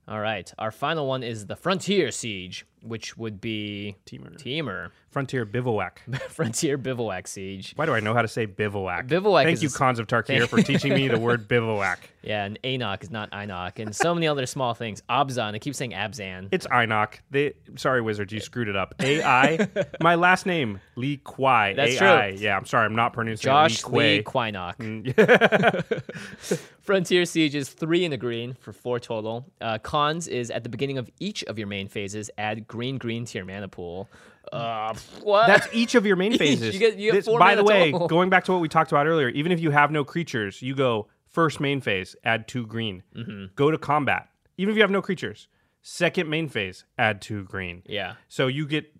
Speaker 1: All right. Our final one is the Frontier Siege, which would be
Speaker 2: Teamer.
Speaker 1: Teamer.
Speaker 2: Frontier Bivouac.
Speaker 1: Frontier Bivouac Siege.
Speaker 2: Why do I know how to say bivouac?
Speaker 1: Bivouac
Speaker 2: Thank
Speaker 1: is
Speaker 2: you,
Speaker 1: a s-
Speaker 2: Cons of Tarkir, for teaching me the word bivouac.
Speaker 1: Yeah, and Enoch is not Enoch, and so many other small things. Abzan. I keep saying Abzan.
Speaker 2: It's Inoc. They sorry, wizards, you screwed it up. AI. my last name Lee Kwai.
Speaker 1: That's
Speaker 2: AI. Yeah, I'm sorry, I'm not pronouncing
Speaker 1: Josh
Speaker 2: it
Speaker 1: Lee
Speaker 2: Lee Kwai.
Speaker 1: Quinock.
Speaker 2: Mm.
Speaker 1: Frontier Siege is three in the green for four total. Uh, cons is at the beginning of each of your main phases, add green green to your mana pool. Uh, what?
Speaker 2: That's each of your main phases.
Speaker 1: You get- you get
Speaker 2: This-
Speaker 1: four
Speaker 2: by the
Speaker 1: mana
Speaker 2: way,
Speaker 1: total.
Speaker 2: going back to what we talked about earlier, even if you have no creatures, you go first main phase, add two green.
Speaker 1: Mm-hmm.
Speaker 2: Go to combat. Even if you have no creatures, second main phase, add two green.
Speaker 1: yeah.
Speaker 2: So you get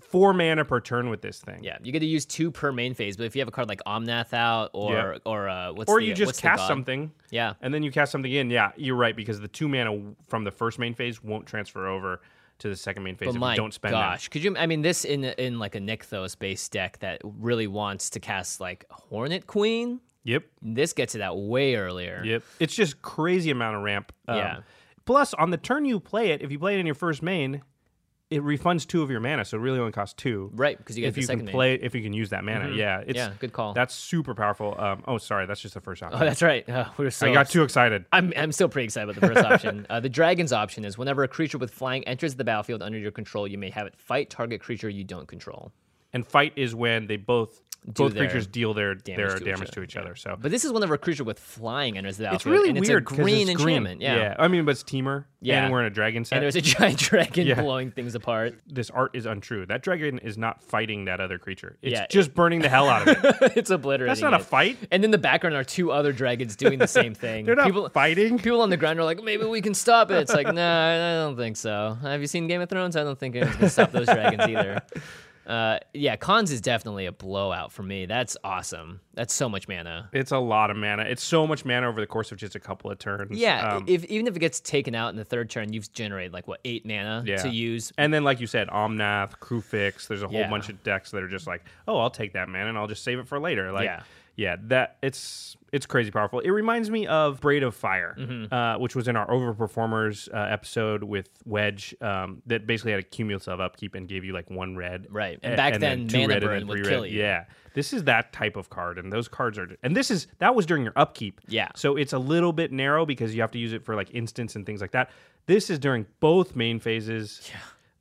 Speaker 2: four mana per turn with this thing.
Speaker 1: Yeah, you get to use two per main phase, but if you have a card like Omnath out or
Speaker 2: Yeah.
Speaker 1: or uh, what's
Speaker 2: Or
Speaker 1: the-
Speaker 2: you just
Speaker 1: what's the
Speaker 2: cast
Speaker 1: god?
Speaker 2: something.
Speaker 1: Yeah.
Speaker 2: And then you cast something in. Yeah, you're right because the two mana w- from the first main phase won't transfer over to the second main phase
Speaker 1: But
Speaker 2: if
Speaker 1: my
Speaker 2: you don't spend them.
Speaker 1: gosh, could you? I mean, this in in like a Nykthos based deck that really wants to cast like Hornet Queen.
Speaker 2: Yep.
Speaker 1: This gets it out way earlier.
Speaker 2: Yep. It's just crazy amount of ramp. Um,
Speaker 1: Yeah.
Speaker 2: Plus, on the turn you play it, if you play it in your first main, it refunds two of your mana, so it really only costs two.
Speaker 1: Right, because you get
Speaker 2: if
Speaker 1: the
Speaker 2: you
Speaker 1: second
Speaker 2: can
Speaker 1: main. Mm-hmm.
Speaker 2: play, if you can use that mana, yeah, it's,
Speaker 1: Yeah, good call.
Speaker 2: That's super powerful. Um, oh, sorry, that's just the first option.
Speaker 1: Oh, that's right. Uh, we were so
Speaker 2: I got too excited.
Speaker 1: I'm, I'm still pretty excited about the first option. Uh, the dragon's option is whenever a creature with flying enters the battlefield under your control, you may have it fight target creature you don't control.
Speaker 2: And fight is when they both both
Speaker 1: their
Speaker 2: creatures deal their
Speaker 1: damage
Speaker 2: their
Speaker 1: to each
Speaker 2: damage
Speaker 1: other,
Speaker 2: to each other. So
Speaker 1: But this is whenever a creature with flying enters the battlefield.
Speaker 2: it's really
Speaker 1: and
Speaker 2: weird
Speaker 1: It's a
Speaker 2: 'cause
Speaker 1: green
Speaker 2: it's
Speaker 1: enchantment. Yeah.
Speaker 2: I mean, but it's teamer.
Speaker 1: Yeah.
Speaker 2: and we're in a dragon set.
Speaker 1: And there's a giant dragon
Speaker 2: Yeah.
Speaker 1: blowing things apart.
Speaker 2: this art is untrue. That dragon is not fighting that other creature. It's
Speaker 1: Yeah,
Speaker 2: just burning the hell out of it.
Speaker 1: it's obliterating.
Speaker 2: That's not a
Speaker 1: it.
Speaker 2: fight.
Speaker 1: And in the background are two other dragons doing the same thing.
Speaker 2: They're not
Speaker 1: people,
Speaker 2: fighting.
Speaker 1: people on the ground are like, maybe we can stop it. It's like, nah, I don't think so. Have you seen Game of Thrones? I don't think anyone's gonna stop those dragons either. Uh, yeah, cons is definitely a blowout for me. That's awesome. That's so much mana.
Speaker 2: It's a lot of mana. It's so much mana over the course of just a couple of turns.
Speaker 1: Yeah,
Speaker 2: Um,
Speaker 1: if even if it gets taken out in the third turn, you've generated like what eight mana
Speaker 2: yeah.
Speaker 1: to use.
Speaker 2: And then, like you said, Omnath, Krufix. There's a whole
Speaker 1: Yeah.
Speaker 2: bunch of decks that are just like, oh, I'll take that mana and I'll just save it for later. Like,
Speaker 1: Yeah.
Speaker 2: yeah, that it's it's crazy powerful. It reminds me of Braid of Fire,
Speaker 1: Mm-hmm.
Speaker 2: uh, which was in our Overperformers uh, episode with Wedge, um, that basically had a cumulative upkeep and gave you like one red.
Speaker 1: Right. And
Speaker 2: a-
Speaker 1: back then,
Speaker 2: two
Speaker 1: mana
Speaker 2: red and
Speaker 1: burn
Speaker 2: then
Speaker 1: would
Speaker 2: three
Speaker 1: kill
Speaker 2: red.
Speaker 1: you.
Speaker 2: Yeah. This is that type of card, and those cards are. And this is that was during your upkeep.
Speaker 1: Yeah.
Speaker 2: So it's a little bit narrow because you have to use it for like instants and things like that. This is during both main phases. Yeah.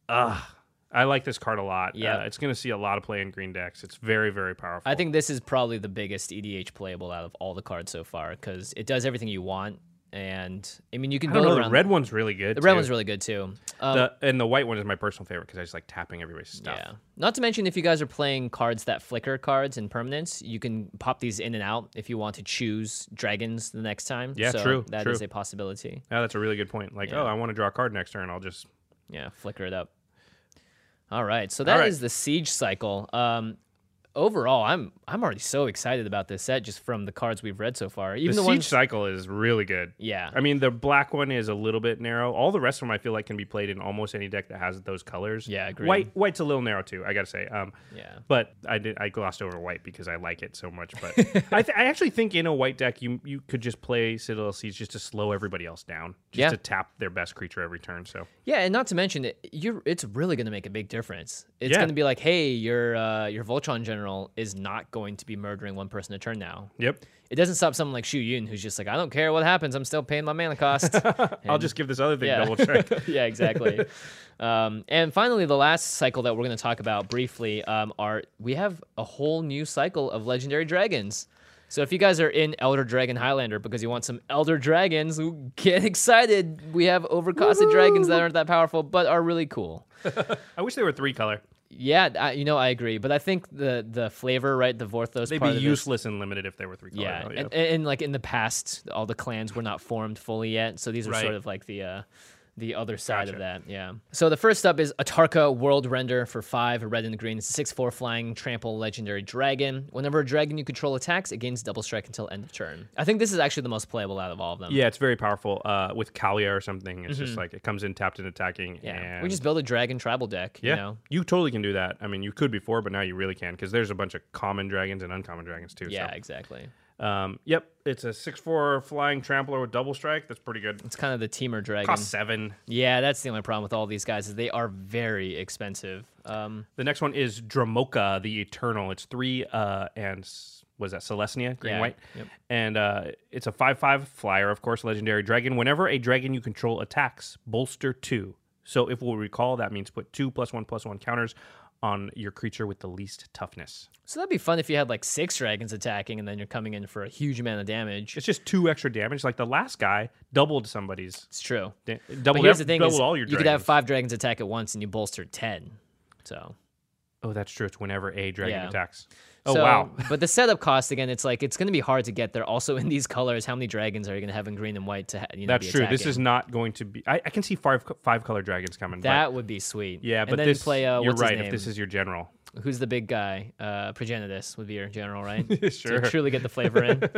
Speaker 2: Ugh. Ah, I like this card a lot.
Speaker 1: Yeah.
Speaker 2: Uh, it's going to see a lot of play in green decks. It's very, very powerful.
Speaker 1: I think this is probably the biggest EDH playable out of all the cards so far because it does everything you want. And I mean, you can
Speaker 2: I
Speaker 1: build
Speaker 2: don't know. The
Speaker 1: around
Speaker 2: red one's really good.
Speaker 1: The red
Speaker 2: too.
Speaker 1: one's really good too. Um,
Speaker 2: The, and the white one is my personal favorite because I just like tapping everybody's stuff.
Speaker 1: yeah. Not to mention, if you guys are playing cards that flicker cards and permanents, you can pop these in and out if you want to choose dragons the next time.
Speaker 2: Yeah,
Speaker 1: so
Speaker 2: true,
Speaker 1: That is
Speaker 2: true.
Speaker 1: a possibility.
Speaker 2: Yeah, that's a really good point. Like, oh, I want to draw a card next turn. I'll just
Speaker 1: Yeah, flicker it up. All right, so that is
Speaker 2: right.
Speaker 1: the siege cycle. Um, overall, I'm I'm already so excited about this set just from the cards we've read so far. Even
Speaker 2: the,
Speaker 1: the,
Speaker 2: siege
Speaker 1: ones,
Speaker 2: cycle is really good.
Speaker 1: Yeah.
Speaker 2: I mean the black one is a little bit narrow. All the rest of them I feel like can be played in almost any deck that has those colors.
Speaker 1: Yeah, agreed.
Speaker 2: White white's a little narrow too. I gotta say. Um,
Speaker 1: Yeah.
Speaker 2: But I did I glossed over white because I like it so much. But I, th- I actually think in a white deck you you could just play Citadel Siege just to slow everybody else down, just
Speaker 1: Yeah.
Speaker 2: to tap their best creature every turn. So
Speaker 1: Yeah, and not to mention it, you're it's really going to make a big difference. It's
Speaker 2: Yeah.
Speaker 1: going to be like, hey, your uh, your Voltron general is not going to be murdering one person a turn now.
Speaker 2: yep.
Speaker 1: It doesn't stop someone like Shu Yun who's just like, I don't care what happens, I'm still paying my mana cost.
Speaker 2: I'll just give this other thing
Speaker 1: yeah.
Speaker 2: double check.
Speaker 1: yeah, exactly. um, and finally, the last cycle that we're going to talk about briefly um, are we have a whole new cycle of legendary dragons. So if you guys are in Elder Dragon Highlander because you want some Elder Dragons, ooh, get excited. We have overcosted dragons that aren't that powerful but are really cool.
Speaker 2: I wish they were three color.
Speaker 1: Yeah, I, you know I agree, but I think the the flavor, right, the Vorthos
Speaker 2: They'd
Speaker 1: part
Speaker 2: be
Speaker 1: of this-
Speaker 2: useless and limited if they were three color.
Speaker 1: yeah,
Speaker 2: though,
Speaker 1: And, and, and, like in the past, all the clans were not formed fully yet, so these are sort
Speaker 2: Right.
Speaker 1: of like the uh, the other side of
Speaker 2: Gotcha.
Speaker 1: that. Yeah. So the first up is Atarka World Render for five, a red and a green. It's a six four flying trample legendary dragon. Whenever a dragon you control attacks, it gains double strike until end of turn. I think this is actually the most playable out of all of them.
Speaker 2: Yeah, it's very powerful. Uh, with Kalia or something, it's just like it comes in tapped and attacking.
Speaker 1: Mm-hmm. Yeah.
Speaker 2: and
Speaker 1: We just build a dragon tribal deck.
Speaker 2: yeah,
Speaker 1: You know?
Speaker 2: totally can do that. I mean, you could before, but now you really can because there's a bunch of common dragons and uncommon dragons too.
Speaker 1: Yeah. Exactly.
Speaker 2: So. Um. Yep. It's a six four flying trampler with double strike. That's pretty good.
Speaker 1: It's kind of the teamer dragon.
Speaker 2: Cost seven.
Speaker 1: Yeah, that's the only problem with all these guys is they are very expensive. Um,
Speaker 2: The next one is Dramoka the Eternal. It's three uh, and was that Celestia, green
Speaker 1: Yeah,
Speaker 2: white,
Speaker 1: yep.
Speaker 2: and uh, it's a five-five flyer, of course, legendary dragon. Whenever a dragon you control attacks, bolster two. So if we'll recall, that means put two plus one plus one counters on your creature with the least toughness.
Speaker 1: So that'd be fun if you had like six dragons attacking and then you're coming in for a huge amount of damage.
Speaker 2: It's just two extra damage. Like the last guy doubled somebody's
Speaker 1: It's true.
Speaker 2: da-
Speaker 1: But
Speaker 2: doubled,
Speaker 1: here's the thing:
Speaker 2: doubled
Speaker 1: is
Speaker 2: all your
Speaker 1: you
Speaker 2: dragons.
Speaker 1: could have five dragons attack at once and you bolster ten. So
Speaker 2: Oh, that's true. It's whenever a dragon
Speaker 1: Yeah.
Speaker 2: attacks. Oh
Speaker 1: So-
Speaker 2: wow.
Speaker 1: but the setup cost again, it's like it's going to be hard to get there. Also, in these colors, how many dragons are you going to have in green and white to? ha- You know,
Speaker 2: That's
Speaker 1: be
Speaker 2: true. This
Speaker 1: attacking?
Speaker 2: is not going to be. I, I can see five co- five color dragons coming. but-
Speaker 1: that would be sweet.
Speaker 2: yeah,
Speaker 1: and
Speaker 2: but
Speaker 1: then
Speaker 2: this
Speaker 1: play. Uh,
Speaker 2: you're
Speaker 1: what's his
Speaker 2: right. If this
Speaker 1: name?
Speaker 2: is your general,
Speaker 1: who's the big guy? Uh, Progenitus would be your general, right?
Speaker 2: Sure.
Speaker 1: To truly get the flavor in.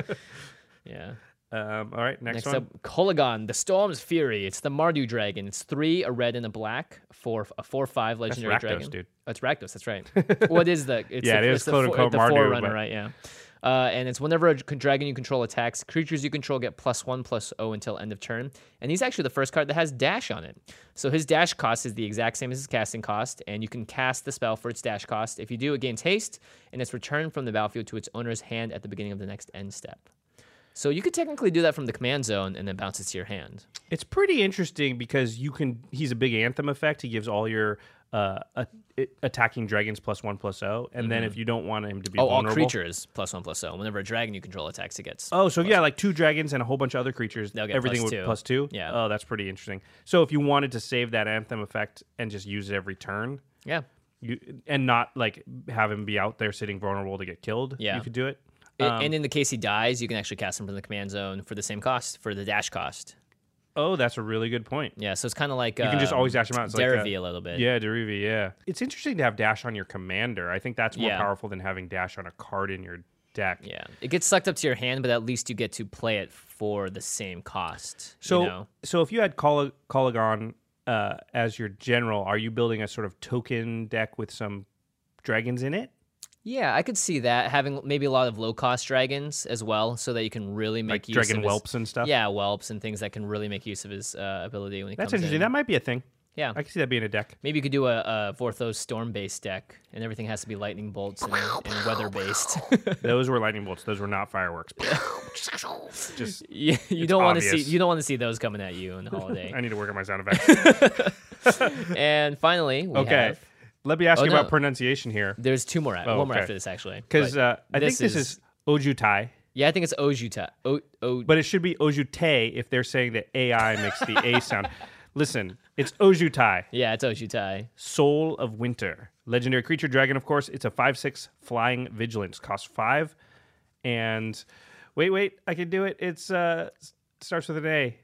Speaker 1: yeah.
Speaker 2: um, all right. Next,
Speaker 1: Next
Speaker 2: one.
Speaker 1: up, Kolagon, the Storm's Fury. It's the Mardu dragon. It's three, a red and a black, four, a four-five legendary
Speaker 2: Rakdos,
Speaker 1: dragon.
Speaker 2: dude.
Speaker 1: Oh, it's Rakdos. That's right. what is the? It's
Speaker 2: Yeah,
Speaker 1: the,
Speaker 2: it
Speaker 1: it's
Speaker 2: is
Speaker 1: the,
Speaker 2: quote,
Speaker 1: fo-
Speaker 2: unquote,
Speaker 1: the
Speaker 2: Mardu,
Speaker 1: forerunner,
Speaker 2: but-
Speaker 1: right? Yeah. Uh, and it's whenever a dr- dragon you control attacks, creatures you control get plus one plus O until end of turn. And he's actually the first card that has dash on it. So his dash cost is the exact same as his casting cost, and you can cast the spell for its dash cost. If you do, it gains haste, and it's returned from the battlefield to its owner's hand at the beginning of the next end step. So you could technically do that from the command zone and then bounce it to your hand.
Speaker 2: It's pretty interesting because you can. He's a big anthem effect. He gives all your uh, a, attacking dragons plus one plus zero, and then if you don't want him to be
Speaker 1: Mm-hmm. Oh, all
Speaker 2: vulnerable,
Speaker 1: creatures plus one plus zero. Whenever a dragon you control attacks, it gets.
Speaker 2: Oh, so yeah, like two dragons and a whole bunch of other creatures.
Speaker 1: They'll get
Speaker 2: everything
Speaker 1: plus
Speaker 2: would
Speaker 1: two.
Speaker 2: plus two.
Speaker 1: Yeah.
Speaker 2: Oh, that's pretty interesting. So if you wanted to save that anthem effect and just use it every turn,
Speaker 1: Yeah.
Speaker 2: you and not like have him be out there sitting vulnerable to get killed,
Speaker 1: Yeah.
Speaker 2: you could do it.
Speaker 1: A-
Speaker 2: Um,
Speaker 1: and in the case he dies, you can actually cast him from the command zone for the same cost, for the dash cost.
Speaker 2: Oh, that's a really good point.
Speaker 1: Yeah, so it's kind of like
Speaker 2: You can just
Speaker 1: um,
Speaker 2: always dash him out. It's like
Speaker 1: Derivi
Speaker 2: that-
Speaker 1: a little bit.
Speaker 2: Yeah, Derivi, yeah. It's interesting to have dash on your commander. I think that's more
Speaker 1: Yeah.
Speaker 2: powerful than having dash on a card in your deck.
Speaker 1: yeah. It gets sucked up to your hand, but at least you get to play it for the same cost.
Speaker 2: So,
Speaker 1: you know?
Speaker 2: so if you had Col- Colagon uh, as your general, are you building a sort of token deck with some dragons in it?
Speaker 1: yeah, I could see that having maybe a lot of low cost dragons as well, so that you can really make
Speaker 2: Like
Speaker 1: use of
Speaker 2: dragon
Speaker 1: his-
Speaker 2: whelps and stuff?
Speaker 1: Yeah, whelps and things that can really make use of his uh, ability when he
Speaker 2: That's
Speaker 1: comes
Speaker 2: interesting.
Speaker 1: in.
Speaker 2: That might be a thing.
Speaker 1: yeah,
Speaker 2: I can see that being a deck.
Speaker 1: Maybe you could do a, a Vorthos storm based deck, and everything has to be lightning bolts and, and weather based.
Speaker 2: Those were lightning bolts. Those were not fireworks. Just,
Speaker 1: you, you
Speaker 2: It's
Speaker 1: don't want to see
Speaker 2: obvious.
Speaker 1: you don't want to see those coming at you in the holiday.
Speaker 2: I need to work on my sound effects.
Speaker 1: and finally, we
Speaker 2: Okay.
Speaker 1: have-
Speaker 2: Let me ask
Speaker 1: Oh,
Speaker 2: you
Speaker 1: no.
Speaker 2: about pronunciation here.
Speaker 1: there's two more. One
Speaker 2: Oh,
Speaker 1: more
Speaker 2: okay.
Speaker 1: after this actually,
Speaker 2: Because
Speaker 1: but
Speaker 2: uh, I think this is, Ojutai,
Speaker 1: yeah, I think it's Ojuta. O, o,
Speaker 2: but it should be Ojute if they're saying that AI makes the A sound. Listen, it's Ojutai.
Speaker 1: yeah, it's Ojutai.
Speaker 2: Soul of Winter. Legendary creature dragon, of course. It's a 5 6 flying vigilance. Costs 5. And wait, wait, I can do it. It's uh s- starts with an A.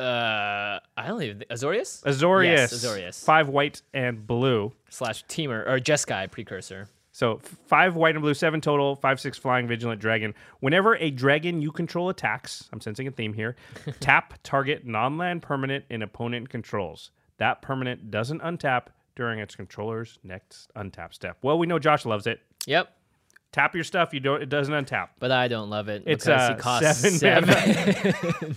Speaker 1: Uh, I don't even Azorius
Speaker 2: Azorius.
Speaker 1: Yes, Azorius
Speaker 2: 5 white and blue.
Speaker 1: slash Teamer or Jeskai precursor.
Speaker 2: So f- 5 white and blue, 7 total, 5 6 flying vigilant dragon. Whenever a dragon you control attacks, I'm sensing a theme here, tap target non land permanent an opponent controls. That permanent doesn't untap during its controller's next untap step. Well, we know Josh loves it.
Speaker 1: Yep,
Speaker 2: tap your stuff. You don't. It doesn't untap.
Speaker 1: but I don't love it
Speaker 2: It's,
Speaker 1: because
Speaker 2: uh,
Speaker 1: he costs seven.
Speaker 2: seven
Speaker 1: And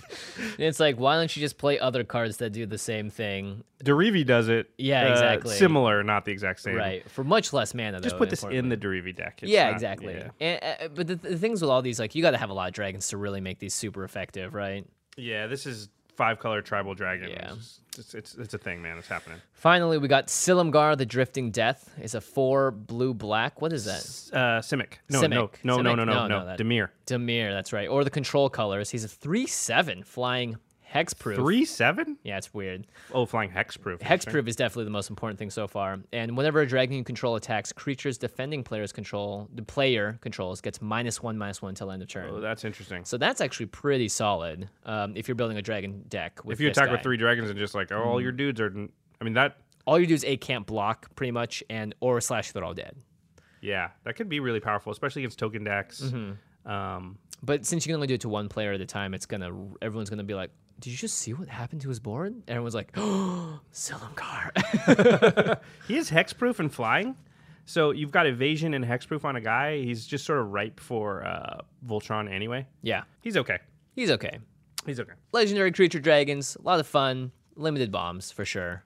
Speaker 1: it's like, why don't you just play other cards that do the same thing
Speaker 2: Derivi does it. uh,
Speaker 1: Yeah, exactly.
Speaker 2: Similar, not the exact same.
Speaker 1: Right. For much less mana,
Speaker 2: Just
Speaker 1: though,
Speaker 2: put this in
Speaker 1: importantly.
Speaker 2: the Derivi deck. It's
Speaker 1: yeah,
Speaker 2: not-
Speaker 1: exactly.
Speaker 2: Yeah.
Speaker 1: And, uh, but the, the things with all these, like, you got to have a lot of dragons to really make these super effective, right?
Speaker 2: Yeah, this is five color tribal dragon.
Speaker 1: Yeah.
Speaker 2: It's, it's, it's it's a thing, man. It's happening.
Speaker 1: Finally, we got Silumgar, the Drifting Death. It's a four blue black. What is that?
Speaker 2: Uh, Simic. No, no,
Speaker 1: Simic.
Speaker 2: no, no,
Speaker 1: Simic?
Speaker 2: no, no, no.
Speaker 1: that-
Speaker 2: Demir.
Speaker 1: Demir, that's right. Or the control colors. He's a three seven flying hexproof.
Speaker 2: Three seven.
Speaker 1: Yeah, it's weird.
Speaker 2: Oh, flying hexproof. that's right.
Speaker 1: Hexproof is definitely the most important thing so far. And whenever a dragon you control attacks, creatures defending players control the player controls gets minus one minus one till end of turn.
Speaker 2: Oh, that's interesting.
Speaker 1: So that's actually pretty solid um, if you're building a dragon deck. With
Speaker 2: if you
Speaker 1: this guy.
Speaker 2: attack
Speaker 1: Mm-hmm.
Speaker 2: with three dragons and just like, oh, all your dudes are. I mean that.
Speaker 1: all you do is a can't block pretty much, and or slash they're all dead.
Speaker 2: Yeah, that could be really powerful, especially against token decks.
Speaker 1: Mm-hmm.
Speaker 2: Um,
Speaker 1: But since you can only do it to one player at a time, it's gonna everyone's gonna be like, "Did you just see what happened to his board?" And everyone's like, "Oh, Silumgar."
Speaker 2: He is hexproof and flying. So you've got evasion and hexproof on a guy. He's just sort of ripe for uh, Voltron anyway.
Speaker 1: yeah,
Speaker 2: He's okay.
Speaker 1: he's okay.
Speaker 2: He's okay.
Speaker 1: Legendary creature dragons, a lot of fun. Limited bombs for sure.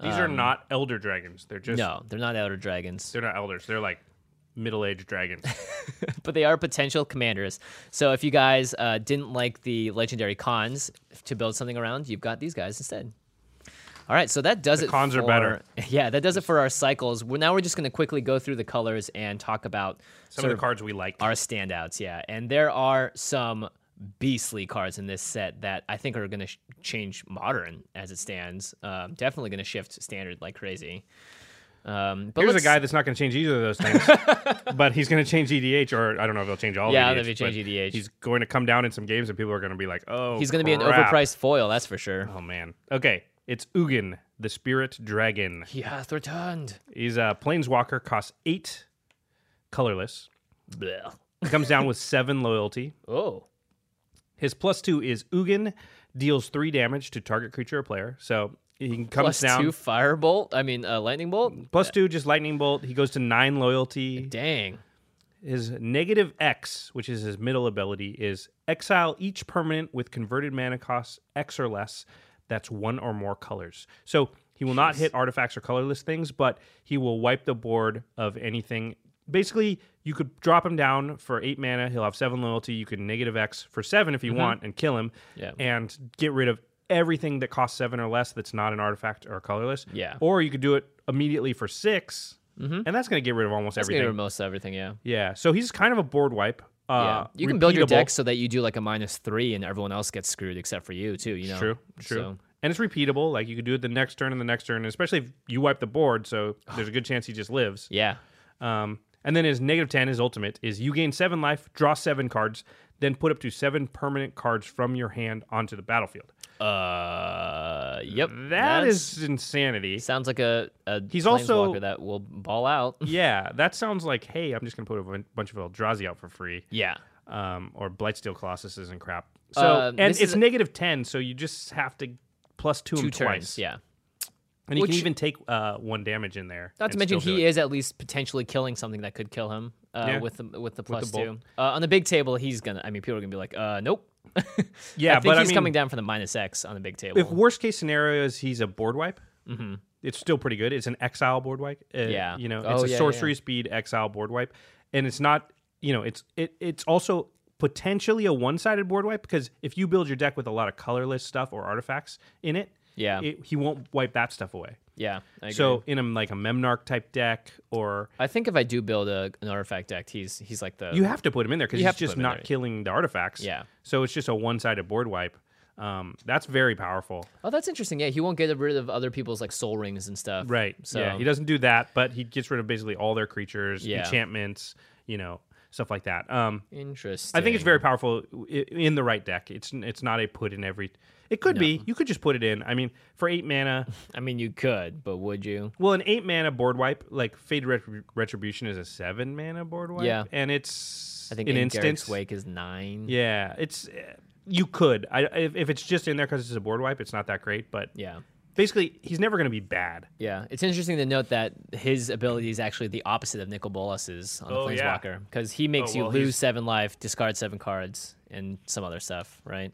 Speaker 2: These are not elder dragons. They're just
Speaker 1: Um, No, they're not elder dragons,
Speaker 2: they're not elders. They're like middle aged dragons.
Speaker 1: but they are potential commanders. So if you guys uh, didn't like the legendary cons to build something around, you've got these guys instead. All right, so that does it.
Speaker 2: cons are
Speaker 1: for-
Speaker 2: better.
Speaker 1: Yeah, that does it for our cycles. We're now we're just going to quickly go through the colors and talk about
Speaker 2: Some
Speaker 1: sort
Speaker 2: of the cards we like.
Speaker 1: our standouts. Yeah, and there are some beastly cards in this set that I think are going to sh- change modern as it stands. Um, definitely going to shift standard like crazy. Um, but
Speaker 2: Here's a
Speaker 1: let's-
Speaker 2: guy that's not going to change either of those things, but he's going to change EDH, or I don't know if he'll change all.
Speaker 1: Yeah, I
Speaker 2: of
Speaker 1: don't
Speaker 2: EDH,
Speaker 1: know if he'll
Speaker 2: but
Speaker 1: change EDH.
Speaker 2: He's going to come down in some games, and people are going to be like, "Oh,
Speaker 1: He's going to be an
Speaker 2: crap.
Speaker 1: overpriced foil, that's for sure.
Speaker 2: Oh man. Okay, it's Ugin, the Spirit Dragon.
Speaker 1: He hath returned.
Speaker 2: He's a planeswalker, costs eight, colorless.
Speaker 1: Blech.
Speaker 2: Comes down with seven loyalty.
Speaker 1: Oh,
Speaker 2: His plus two is Ugin deals three damage to target creature or player. So he comes
Speaker 1: plus
Speaker 2: down
Speaker 1: two firebolt. I mean, uh, lightning bolt.
Speaker 2: plus two, just lightning bolt. He goes to nine loyalty.
Speaker 1: Dang.
Speaker 2: His negative X, which is his middle ability, is exile each permanent with converted mana costs X or less. That's one or more colors. So he will not hit artifacts or colorless things, but he will wipe the board of anything. Basically, you could drop him down for eight mana. He'll have seven loyalty. You could negative X for seven if you want and kill him
Speaker 1: Mm-hmm. Yeah.
Speaker 2: and get rid of everything that costs seven or less that's not an artifact or colorless.
Speaker 1: Yeah. Mm-hmm.
Speaker 2: Or you could do it immediately for 6 and that's going to get rid of almost
Speaker 1: That's
Speaker 2: everything.
Speaker 1: gonna most everything. Yeah.
Speaker 2: Yeah, so he's kind of a board wipe. Uh,
Speaker 1: yeah. You can build your
Speaker 2: repeatable.
Speaker 1: deck so that you do like a minus three, and everyone else gets screwed except for you too. You know.
Speaker 2: True, true.
Speaker 1: So-
Speaker 2: And it's repeatable. Like you could do it the next turn and the next turn, and especially if you wipe the board. So there's a good chance he just lives.
Speaker 1: yeah.
Speaker 2: Um, and then his negative ten, his ultimate is you gain seven life, draw seven cards, then put up to seven permanent cards from your hand onto the battlefield.
Speaker 1: Uh. Yep.
Speaker 2: That
Speaker 1: that's-
Speaker 2: is insanity.
Speaker 1: sounds like a a
Speaker 2: He's also-
Speaker 1: planeswalker that will ball out.
Speaker 2: yeah, that sounds like hey, I'm just gonna put a bun- bunch of Eldrazi out for free.
Speaker 1: yeah.
Speaker 2: um, or Blightsteel Colossuses and crap. So
Speaker 1: Uh,
Speaker 2: and
Speaker 1: this is
Speaker 2: it's
Speaker 1: a-
Speaker 2: negative ten, so you just have to plus two,
Speaker 1: Two
Speaker 2: him
Speaker 1: turns.
Speaker 2: twice.
Speaker 1: Yeah.
Speaker 2: and you
Speaker 1: Which-
Speaker 2: can even take uh, one damage in there.
Speaker 1: Not to
Speaker 2: and
Speaker 1: mention
Speaker 2: still do
Speaker 1: he
Speaker 2: it.
Speaker 1: is at least potentially killing something that could kill him uh,
Speaker 2: Yeah.
Speaker 1: with the with the
Speaker 2: the
Speaker 1: plus two.
Speaker 2: bolt.
Speaker 1: Uh, on the big table, he's gonna. I mean, people are gonna be like, uh, nope.
Speaker 2: Yeah,
Speaker 1: I think
Speaker 2: but I
Speaker 1: he's
Speaker 2: mean-
Speaker 1: coming down for the minus X on the big table.
Speaker 2: If worst case scenario is he's a board wipe, it's still pretty good. It's an exile board wipe. Uh,
Speaker 1: Mm-hmm. Yeah.
Speaker 2: you know, it's
Speaker 1: Oh,
Speaker 2: a
Speaker 1: yeah, yeah,
Speaker 2: sorcery speed exile board wipe, and it's not. You know, it's it it's also potentially a one sided board wipe because if you build your deck with a lot of colorless stuff or artifacts in it,
Speaker 1: Yeah.
Speaker 2: it, he won't wipe that stuff away.
Speaker 1: yeah, I agree.
Speaker 2: So in a like a Memnarch type deck, or
Speaker 1: I think if I do build a, an artifact deck, he's he's like the
Speaker 2: you have to put him in there because
Speaker 1: You
Speaker 2: he's
Speaker 1: have to put
Speaker 2: just
Speaker 1: him in
Speaker 2: not
Speaker 1: there.
Speaker 2: killing the artifacts.
Speaker 1: Yeah.
Speaker 2: So it's just a one sided board wipe. Um, that's very powerful.
Speaker 1: Oh, that's interesting. Yeah, he won't get rid of other people's like soul rings and stuff.
Speaker 2: Right.
Speaker 1: So
Speaker 2: yeah, he doesn't do that, but he gets rid of basically all their creatures,
Speaker 1: Yeah.
Speaker 2: enchantments, you know, stuff like that. Um,
Speaker 1: Interesting.
Speaker 2: I think it's very powerful i- in the right deck. It's it's not a put in every. It could be. You could just put it in. I mean, for eight mana,
Speaker 1: I mean, you could, but would you?
Speaker 2: Well, an eight mana board wipe, like Fade Retrib- Retribution is a seven mana board wipe.
Speaker 1: Yeah.
Speaker 2: And it's
Speaker 1: I think
Speaker 2: an
Speaker 1: in
Speaker 2: instance.
Speaker 1: Garrick's Wake is nine.
Speaker 2: Yeah. It's. eh, You could. I, if, if it's just in there because it's a board wipe, it's not that great. But
Speaker 1: Yeah.
Speaker 2: basically, he's never going to be bad.
Speaker 1: Yeah, it's interesting to note that his ability is actually the opposite of Nicol Bolas's on the
Speaker 2: Oh, yeah.
Speaker 1: Planeswalker because he makes
Speaker 2: Oh, well,
Speaker 1: you lose
Speaker 2: he's-
Speaker 1: seven life, discard seven cards, and some other stuff, right?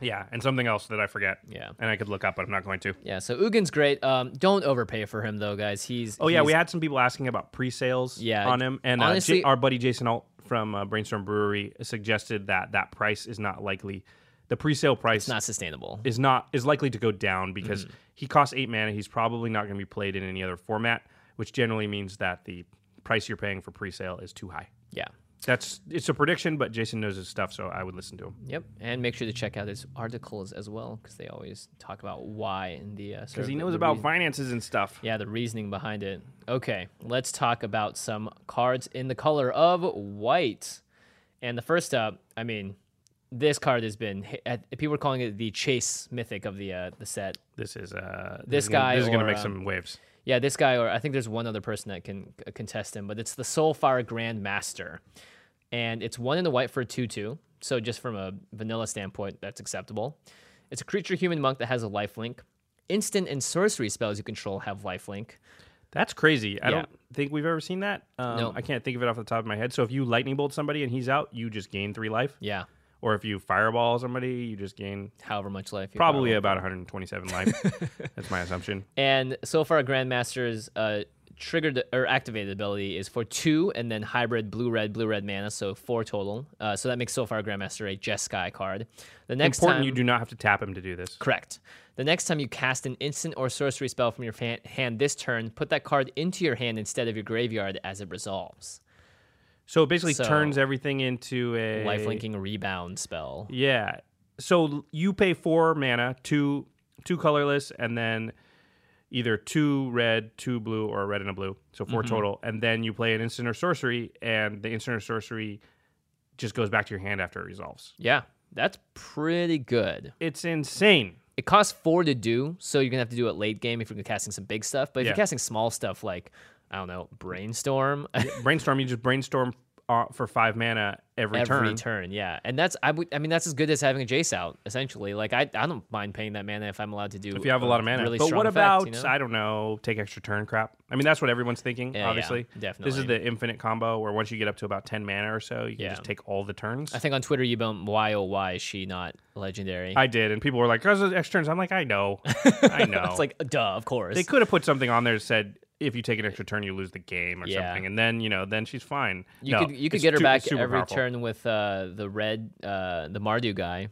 Speaker 2: Yeah. And something else that I forget.
Speaker 1: Yeah.
Speaker 2: And I could look up, but I'm not going to.
Speaker 1: Yeah, so Ugin's great. Um, don't overpay for him though, guys. He's
Speaker 2: Oh, yeah.
Speaker 1: he's-
Speaker 2: We had some people asking about pre sales
Speaker 1: Yeah,
Speaker 2: on him. And uh,
Speaker 1: honestly-
Speaker 2: J- our buddy Jason Alt from uh, Brainstorm Brewery suggested that that price is not likely. The pre sale price
Speaker 1: it's not Mm-hmm. sustainable.
Speaker 2: is not is likely to go down because he costs eight mana. He's probably not going to be played in any other format, which generally means that the price you're paying for pre-sale is too high.
Speaker 1: yeah.
Speaker 2: That's it's a prediction, but Jason knows his stuff, so I would listen to him.
Speaker 1: Yep, and make sure to check out his articles as well because they always talk about why and the because uh, sort
Speaker 2: Because he
Speaker 1: of the-
Speaker 2: knows
Speaker 1: the
Speaker 2: about
Speaker 1: reas-
Speaker 2: finances and stuff.
Speaker 1: yeah the reasoning behind it. Okay, let's talk about some cards in the color of white. And the first up, I mean, this card has been hi- at, people are calling it the chase mythic of the uh, the set.
Speaker 2: This is uh
Speaker 1: This
Speaker 2: is gonna-
Speaker 1: guy
Speaker 2: This is going to
Speaker 1: or,
Speaker 2: make
Speaker 1: um,
Speaker 2: some waves.
Speaker 1: Yeah, this guy, or I think there's one other person that can uh, contest him, but it's the Soulfire Grand Master. And it's one in the white for a 2 2. So, just from a vanilla standpoint, that's acceptable. It's a creature human monk that has a lifelink. Instant and sorcery spells you control have lifelink.
Speaker 2: That's crazy. I
Speaker 1: Yeah.
Speaker 2: don't think we've ever seen that. Um,
Speaker 1: No.
Speaker 2: I can't think of it off the top of my head. So if you lightning bolt somebody and he's out, you just gain three life.
Speaker 1: Yeah,
Speaker 2: Or if you fireball somebody, you just gain
Speaker 1: however much life you
Speaker 2: probably
Speaker 1: borrow.
Speaker 2: about 127 life. That's my assumption.
Speaker 1: And so far, Grandmaster's uh, triggered or activated ability is for two and then hybrid blue red, blue red mana, so four total. Uh, so that makes so far Grandmaster a Jeskai card. The next time,
Speaker 2: important you do not have to tap him to do this.
Speaker 1: Correct. The next time you cast an instant or sorcery spell from your fan- hand this turn, put that card into your hand instead of your graveyard as it resolves.
Speaker 2: So it basically
Speaker 1: So-
Speaker 2: turns everything into a
Speaker 1: Life linking rebound spell.
Speaker 2: Yeah. So l- you pay four mana, two two colorless, and then either two red, two blue, or a red and a blue. So 4
Speaker 1: Mm-hmm.
Speaker 2: total. And then you play an instant or sorcery, and the instant or sorcery just goes back to your hand after it resolves.
Speaker 1: Yeah, that's pretty good.
Speaker 2: It's insane.
Speaker 1: It costs four to do, so you're gonna have to do it late game if you're casting some big stuff. But if
Speaker 2: Yeah.
Speaker 1: you're casting small stuff like I don't know, brainstorm
Speaker 2: brainstorm, you just brainstorm uh, for five mana every,
Speaker 1: every
Speaker 2: turn.
Speaker 1: turn, yeah, and that's I would I mean that's as good as having a Jace out essentially. Like I, I don't mind paying that mana if I'm allowed to do
Speaker 2: If you have a lot of mana.
Speaker 1: Really
Speaker 2: but
Speaker 1: strong
Speaker 2: what
Speaker 1: effect,
Speaker 2: about,
Speaker 1: you know?
Speaker 2: I don't know, take extra turn crap? I mean, that's what everyone's thinking,
Speaker 1: Yeah, yeah,
Speaker 2: obviously. This
Speaker 1: definitely.
Speaker 2: is the infinite combo where once you get up to about 10 mana or so, you can
Speaker 1: Yeah.
Speaker 2: just take all the turns.
Speaker 1: I think on Twitter you bumped why oh why is she not legendary?
Speaker 2: I did, and people were like, "Cause extra turns." I'm like, "I know, I know."
Speaker 1: it's like duh, of course.
Speaker 2: they could have put something on there that said, "If you take an extra turn, you lose the game" or
Speaker 1: Yeah.
Speaker 2: something, and then you know, then she's fine.
Speaker 1: You
Speaker 2: No,
Speaker 1: could you could
Speaker 2: it's
Speaker 1: get her
Speaker 2: too-
Speaker 1: back
Speaker 2: it's super
Speaker 1: every
Speaker 2: powerful.
Speaker 1: turn with uh, the red uh, the Mardu guy.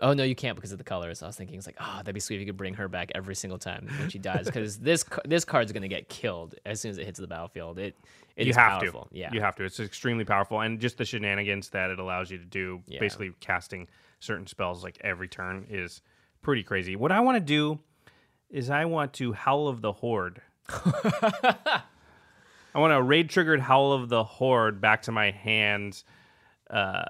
Speaker 1: Oh no, you can't because of the colors. I was thinking it's like, oh, that'd be sweet if you could bring her back every single time when she dies because this ca- this card's gonna get killed as soon as it hits the battlefield. It it
Speaker 2: You
Speaker 1: is
Speaker 2: have
Speaker 1: powerful.
Speaker 2: to,
Speaker 1: Yeah,
Speaker 2: You have to. It's extremely powerful, and just the shenanigans that it allows you to do,
Speaker 1: Yeah.
Speaker 2: basically casting certain spells like every turn is pretty crazy. What I want to do is I want to howl of the horde. I want to raid triggered howl of the horde back to my hands, uh,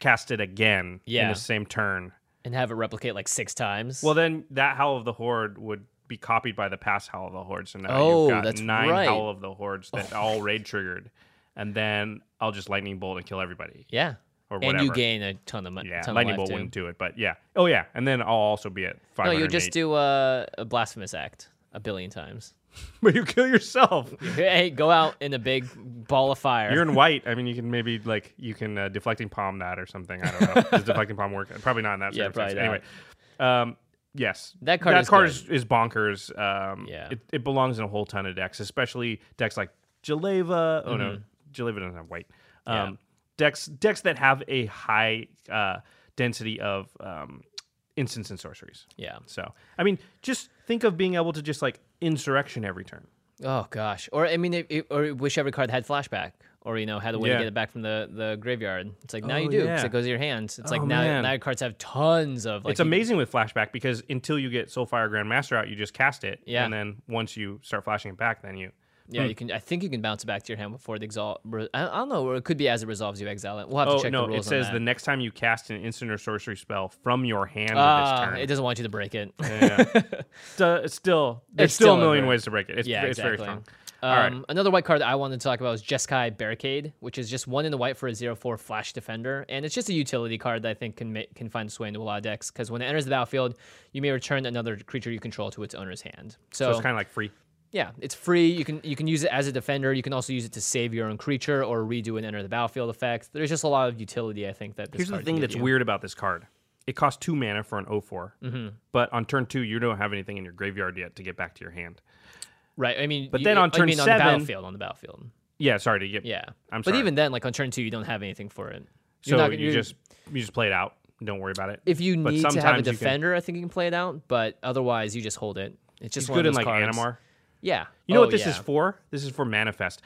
Speaker 2: cast it again in
Speaker 1: Yeah.
Speaker 2: the same turn.
Speaker 1: and have it replicate like six times.
Speaker 2: Well, then that Howl of the Horde would be copied by the past Howl of the Horde. So now
Speaker 1: Oh,
Speaker 2: you've got
Speaker 1: that's
Speaker 2: nine
Speaker 1: right. Oh.
Speaker 2: Howl of the Hordes that all raid triggered. And then I'll just Lightning Bolt and kill everybody.
Speaker 1: yeah,
Speaker 2: Or
Speaker 1: and you
Speaker 2: whatever.
Speaker 1: gain a ton of money.
Speaker 2: Yeah,
Speaker 1: ton
Speaker 2: Lightning
Speaker 1: of life
Speaker 2: Bolt
Speaker 1: too.
Speaker 2: wouldn't do it, but yeah. Oh, yeah. And then I'll also be at five.
Speaker 1: No, you just do a, a blasphemous act a billion times.
Speaker 2: But you kill yourself.
Speaker 1: hey, go out in a big ball of fire.
Speaker 2: You're in white. I mean, you can maybe, like, you can uh, Deflecting Palm that or something. I don't know. Does Deflecting Palm work? Probably not in that
Speaker 1: Yeah,
Speaker 2: circumstance.
Speaker 1: probably
Speaker 2: Anyway. Um, Yes,
Speaker 1: That card
Speaker 2: that
Speaker 1: is
Speaker 2: card
Speaker 1: good.
Speaker 2: is, is bonkers. Um,
Speaker 1: Yeah.
Speaker 2: it, it belongs in a whole ton of decks, especially decks like Jaleva. Oh no,
Speaker 1: Mm-hmm.
Speaker 2: Jaleva doesn't have white. Um, Decks decks that have a high uh, density of um, instants and sorceries.
Speaker 1: yeah.
Speaker 2: So I mean, just think of being able to just like insurrection every turn.
Speaker 1: Oh gosh, or I mean, it, it- or wish every card had flashback, or you know had a way
Speaker 2: Yeah.
Speaker 1: to get it back from the, the graveyard. It's like now
Speaker 2: Oh,
Speaker 1: you do 'cause
Speaker 2: yeah.
Speaker 1: it goes to your hands. It's like
Speaker 2: Oh,
Speaker 1: now
Speaker 2: man.
Speaker 1: now your cards have tons of. Like,
Speaker 2: it's
Speaker 1: you-
Speaker 2: amazing with flashback because until you get Soulfire Grandmaster out, you just cast it.
Speaker 1: Yeah.
Speaker 2: and then once you start flashing it back, then you.
Speaker 1: yeah, you can. I think you can bounce it back to your hand before it exalt. I, I don't know, or it could be as it resolves you exile it. We'll have to
Speaker 2: Oh
Speaker 1: check
Speaker 2: no!
Speaker 1: the rules.
Speaker 2: It says
Speaker 1: on
Speaker 2: the
Speaker 1: that.
Speaker 2: next time you cast an instant or sorcery spell from your hand with this
Speaker 1: Ah,
Speaker 2: turn,
Speaker 1: it doesn't want you to break it.
Speaker 2: Stu- still there's
Speaker 1: It's
Speaker 2: still, a
Speaker 1: still
Speaker 2: million
Speaker 1: over.
Speaker 2: ways to break it. It's,
Speaker 1: yeah,
Speaker 2: it's
Speaker 1: exactly.
Speaker 2: very strong.
Speaker 1: Um,
Speaker 2: All right.
Speaker 1: Another white card that I wanted to talk about is Jeskai Barricade, which is just one in the white for a 0-4 flash defender, and it's just a utility card that I think can ma- can find its way into a lot of decks because when it enters the battlefield, you may return another creature you control to its owner's hand.
Speaker 2: So
Speaker 1: So,
Speaker 2: it's kind of like free.
Speaker 1: yeah, it's free. You can you can use it as a defender. You can also use it to save your own creature or redo an enter the battlefield effect. There's just a lot of utility I think that this
Speaker 2: Here's the
Speaker 1: card
Speaker 2: thing
Speaker 1: can give
Speaker 2: that's
Speaker 1: you.
Speaker 2: weird about this card. It costs two mana for an 4 but on turn two you don't have anything in your graveyard yet to get back to your hand.
Speaker 1: right? I mean,
Speaker 2: But
Speaker 1: you-
Speaker 2: then on
Speaker 1: I
Speaker 2: turn
Speaker 1: mean, on the
Speaker 2: seven-
Speaker 1: battlefield, on the battlefield,
Speaker 2: Yeah, sorry to get.
Speaker 1: yeah.
Speaker 2: I'm
Speaker 1: But
Speaker 2: sorry.
Speaker 1: even then, like on turn two, you don't have anything for it.
Speaker 2: so
Speaker 1: You're not-
Speaker 2: you
Speaker 1: you're-
Speaker 2: just you just play it out. Don't worry about it.
Speaker 1: if you
Speaker 2: But
Speaker 1: need to have
Speaker 2: sometimes
Speaker 1: a
Speaker 2: you can-
Speaker 1: defender, I think you can play it out. But otherwise, you just hold it. It's just
Speaker 2: it's
Speaker 1: one
Speaker 2: good in
Speaker 1: of those
Speaker 2: like
Speaker 1: cards.
Speaker 2: Animar.
Speaker 1: Yeah.
Speaker 2: You know
Speaker 1: Oh,
Speaker 2: what this
Speaker 1: yeah.
Speaker 2: is for? This is for manifest.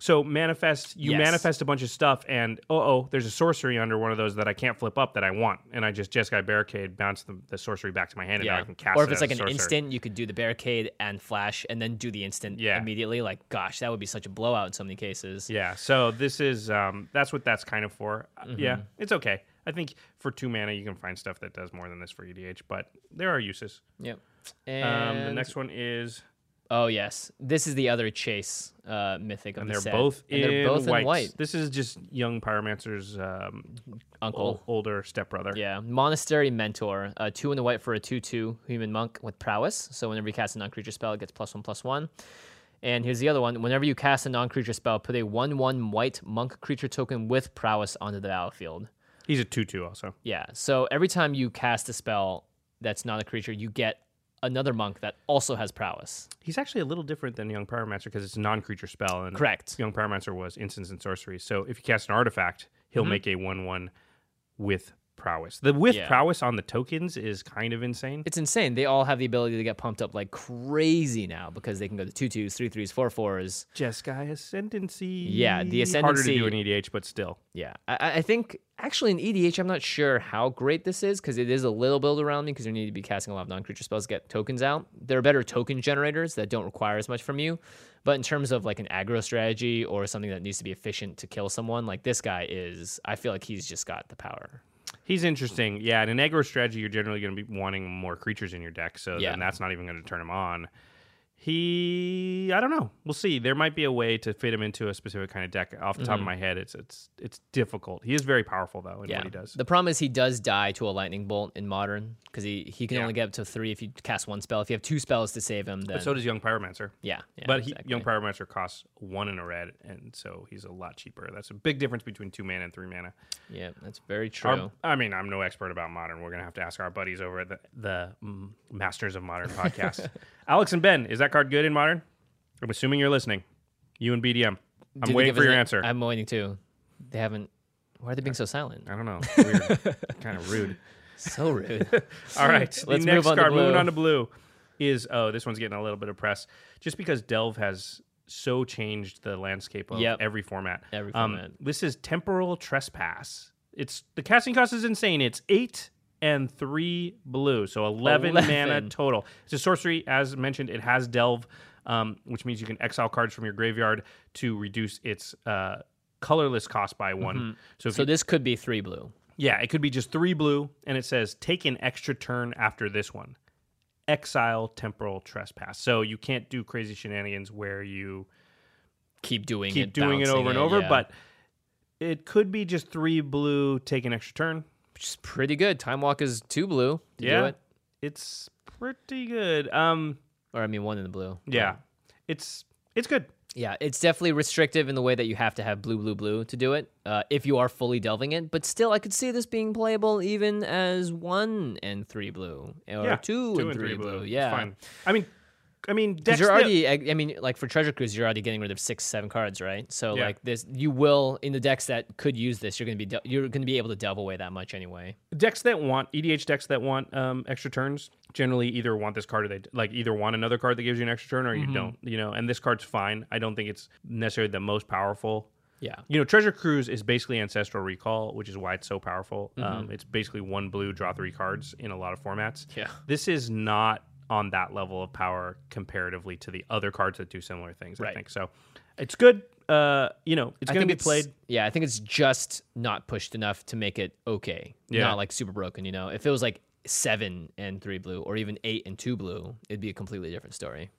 Speaker 2: So manifest, you
Speaker 1: Yes.
Speaker 2: manifest a bunch of stuff, and oh oh, there's a sorcery under one of those that I can't flip up that I want, and I just Jeskai Barricade bounce the, the sorcery back to my hand, and
Speaker 1: Yeah.
Speaker 2: now I can cast.
Speaker 1: or
Speaker 2: it
Speaker 1: if it's
Speaker 2: as
Speaker 1: like
Speaker 2: a
Speaker 1: an
Speaker 2: sorcerer.
Speaker 1: instant, you could do the barricade and flash, and then do the instant
Speaker 2: Yeah.
Speaker 1: immediately. Like, gosh, that would be such a blowout in so many cases.
Speaker 2: Yeah. So this is um that's what that's kind of for. Uh,
Speaker 1: Mm-hmm.
Speaker 2: Yeah, it's okay. I think for two mana you can find stuff that does more than this for EDH, but there are uses.
Speaker 1: Yep.
Speaker 2: Um,
Speaker 1: And
Speaker 2: the next one is
Speaker 1: Oh yes, this is the other chase uh, mythic of
Speaker 2: and
Speaker 1: the
Speaker 2: they're
Speaker 1: set.
Speaker 2: both
Speaker 1: and
Speaker 2: in
Speaker 1: they're both
Speaker 2: whites.
Speaker 1: in white.
Speaker 2: This is just young pyromancer's um,
Speaker 1: Uncle.
Speaker 2: ol- older stepbrother.
Speaker 1: Yeah, monastery mentor, uh, two in the white for a two-two human monk with prowess. So whenever you cast a non-creature spell, it gets plus one plus one. And here's the other one: whenever you cast a non-creature spell, put a one-one white monk creature token with prowess onto the battlefield.
Speaker 2: He's a two-two also.
Speaker 1: Yeah. So every time you cast a spell that's not a creature, you get another monk that also has prowess.
Speaker 2: He's actually a little different than Young Pyromancer because it's a non-creature spell. And
Speaker 1: Correct.
Speaker 2: Young Mm-hmm. Pyromancer was instants and sorceries. So if you cast an artifact, he'll make a one-one with prowess. The with
Speaker 1: Yeah.
Speaker 2: prowess on the tokens is kind of insane.
Speaker 1: It's insane. They all have the ability to get pumped up like crazy now because they can go to two twos, three threes, four fours.
Speaker 2: Jeskai Ascendancy.
Speaker 1: Yeah, the
Speaker 2: Harder to do in
Speaker 1: Ascendancy-
Speaker 2: EDH, but still.
Speaker 1: Yeah, I- I, I think actually in EDH, I'm not sure how great this is because it is a little build around me because you need to be casting a lot of non-creature spells to get tokens out. There are better token generators that don't require as much from you, but in terms of like an aggro strategy or something that needs to be efficient to kill someone, like this guy is, I feel like he's just got the power.
Speaker 2: He's interesting. Yeah, in an aggro strategy, you're generally going to be wanting more creatures in your deck, so
Speaker 1: Yeah.
Speaker 2: then that's not even going to turn him on. He, I don't know. We'll see. There might be a way to fit him into a specific kind of deck. Off the top of my head, it's it's it's difficult. He is very powerful though in
Speaker 1: Mm-hmm. Yeah,
Speaker 2: what he does.
Speaker 1: The problem is he does die to a lightning bolt in modern because he he can
Speaker 2: Yeah.
Speaker 1: only get up to three if you cast one spell. If you have two spells to save him, then
Speaker 2: but so does Young Pyromancer.
Speaker 1: yeah, yeah,
Speaker 2: but he,
Speaker 1: exactly.
Speaker 2: Young Pyromancer costs one and a red, and so he's a lot cheaper. That's a big difference between two mana and three mana.
Speaker 1: yeah, that's very true.
Speaker 2: Our- I mean, I'm no expert about modern. We're gonna have to ask our buddies over at the, the mm, Masters of Modern podcast. Alex and Ben, is that card good in modern? I'm assuming you're listening. You and BDM. I'm
Speaker 1: Did they
Speaker 2: waiting
Speaker 1: give
Speaker 2: for
Speaker 1: us
Speaker 2: your
Speaker 1: an-
Speaker 2: answer. I'm,
Speaker 1: I'm waiting too. They haven't. Why are they being so silent?
Speaker 2: I do not know. Weird. kind of rude.
Speaker 1: So rude.
Speaker 2: All right. the
Speaker 1: Let's move
Speaker 2: next
Speaker 1: on to
Speaker 2: card, moving
Speaker 1: blue.
Speaker 2: on to blue, is oh, this one's getting a little bit of press just because Delve has so changed the landscape of
Speaker 1: Yep.
Speaker 2: every format. Um,
Speaker 1: Every format.
Speaker 2: This is Temporal Trespass. It's the casting cost is insane. It's eight and three blue, so 11, mana
Speaker 1: 11.
Speaker 2: total. It's a sorcery, as mentioned. It has Delve, um, which means you can exile cards from your graveyard to reduce its. Uh, colorless cost by one so if
Speaker 1: Mm-hmm. so
Speaker 2: you
Speaker 1: this could be three blue.
Speaker 2: yeah, it could be just three blue, and it says take an extra turn after this one. Exile temporal trespass. So you can't do crazy shenanigans where you
Speaker 1: Keep doing
Speaker 2: keep
Speaker 1: it.
Speaker 2: doing it
Speaker 1: bouncing
Speaker 2: over and over,
Speaker 1: yeah.
Speaker 2: but it could be just three blue, take an extra turn.
Speaker 1: which is pretty good. Time walk is two blue. To
Speaker 2: yeah,
Speaker 1: Do it.
Speaker 2: it's pretty good. Um,
Speaker 1: Or I mean one in the blue. but-
Speaker 2: yeah, it's it's good.
Speaker 1: Yeah, it's definitely restrictive in the way that you have to have blue, blue, blue to do it. Uh, if you are fully delving it, but still, I could see this being playable even as one and three blue, or
Speaker 2: yeah,
Speaker 1: two, and, three blue.
Speaker 2: It's
Speaker 1: Yeah,
Speaker 2: fine. I mean, I mean,
Speaker 1: Because
Speaker 2: decks
Speaker 1: you're
Speaker 2: that-
Speaker 1: already, I I mean, like for Treasure Cruise, you're already getting rid of six, seven cards, right? So
Speaker 2: Yeah.
Speaker 1: like this, you will in the decks that could use this, you're gonna be del- you're gonna be able to delve away that much anyway.
Speaker 2: decks that want EDH decks that want um, extra turns generally either want this card or they like either want another card that gives you an extra turn or
Speaker 1: Mm-hmm.
Speaker 2: you don't. You know, and this card's fine. I don't think it's necessarily the most powerful.
Speaker 1: Yeah,
Speaker 2: You know, Treasure Cruise is basically ancestral recall, which is why it's so powerful. Um, it's basically one blue draw three cards in a lot of formats.
Speaker 1: Mm-hmm. Yeah.
Speaker 2: this is not on that level of power comparatively to the other cards that do similar things. I
Speaker 1: Right.
Speaker 2: think so. It's good. Uh, you know, it's
Speaker 1: I
Speaker 2: going to
Speaker 1: think
Speaker 2: be
Speaker 1: it's-
Speaker 2: played.
Speaker 1: Yeah, I think it's just not pushed enough to make it okay.
Speaker 2: Yeah.
Speaker 1: not like super broken. You know, if it was like seven and three blue, or even eight and two blue, it'd be a completely different story.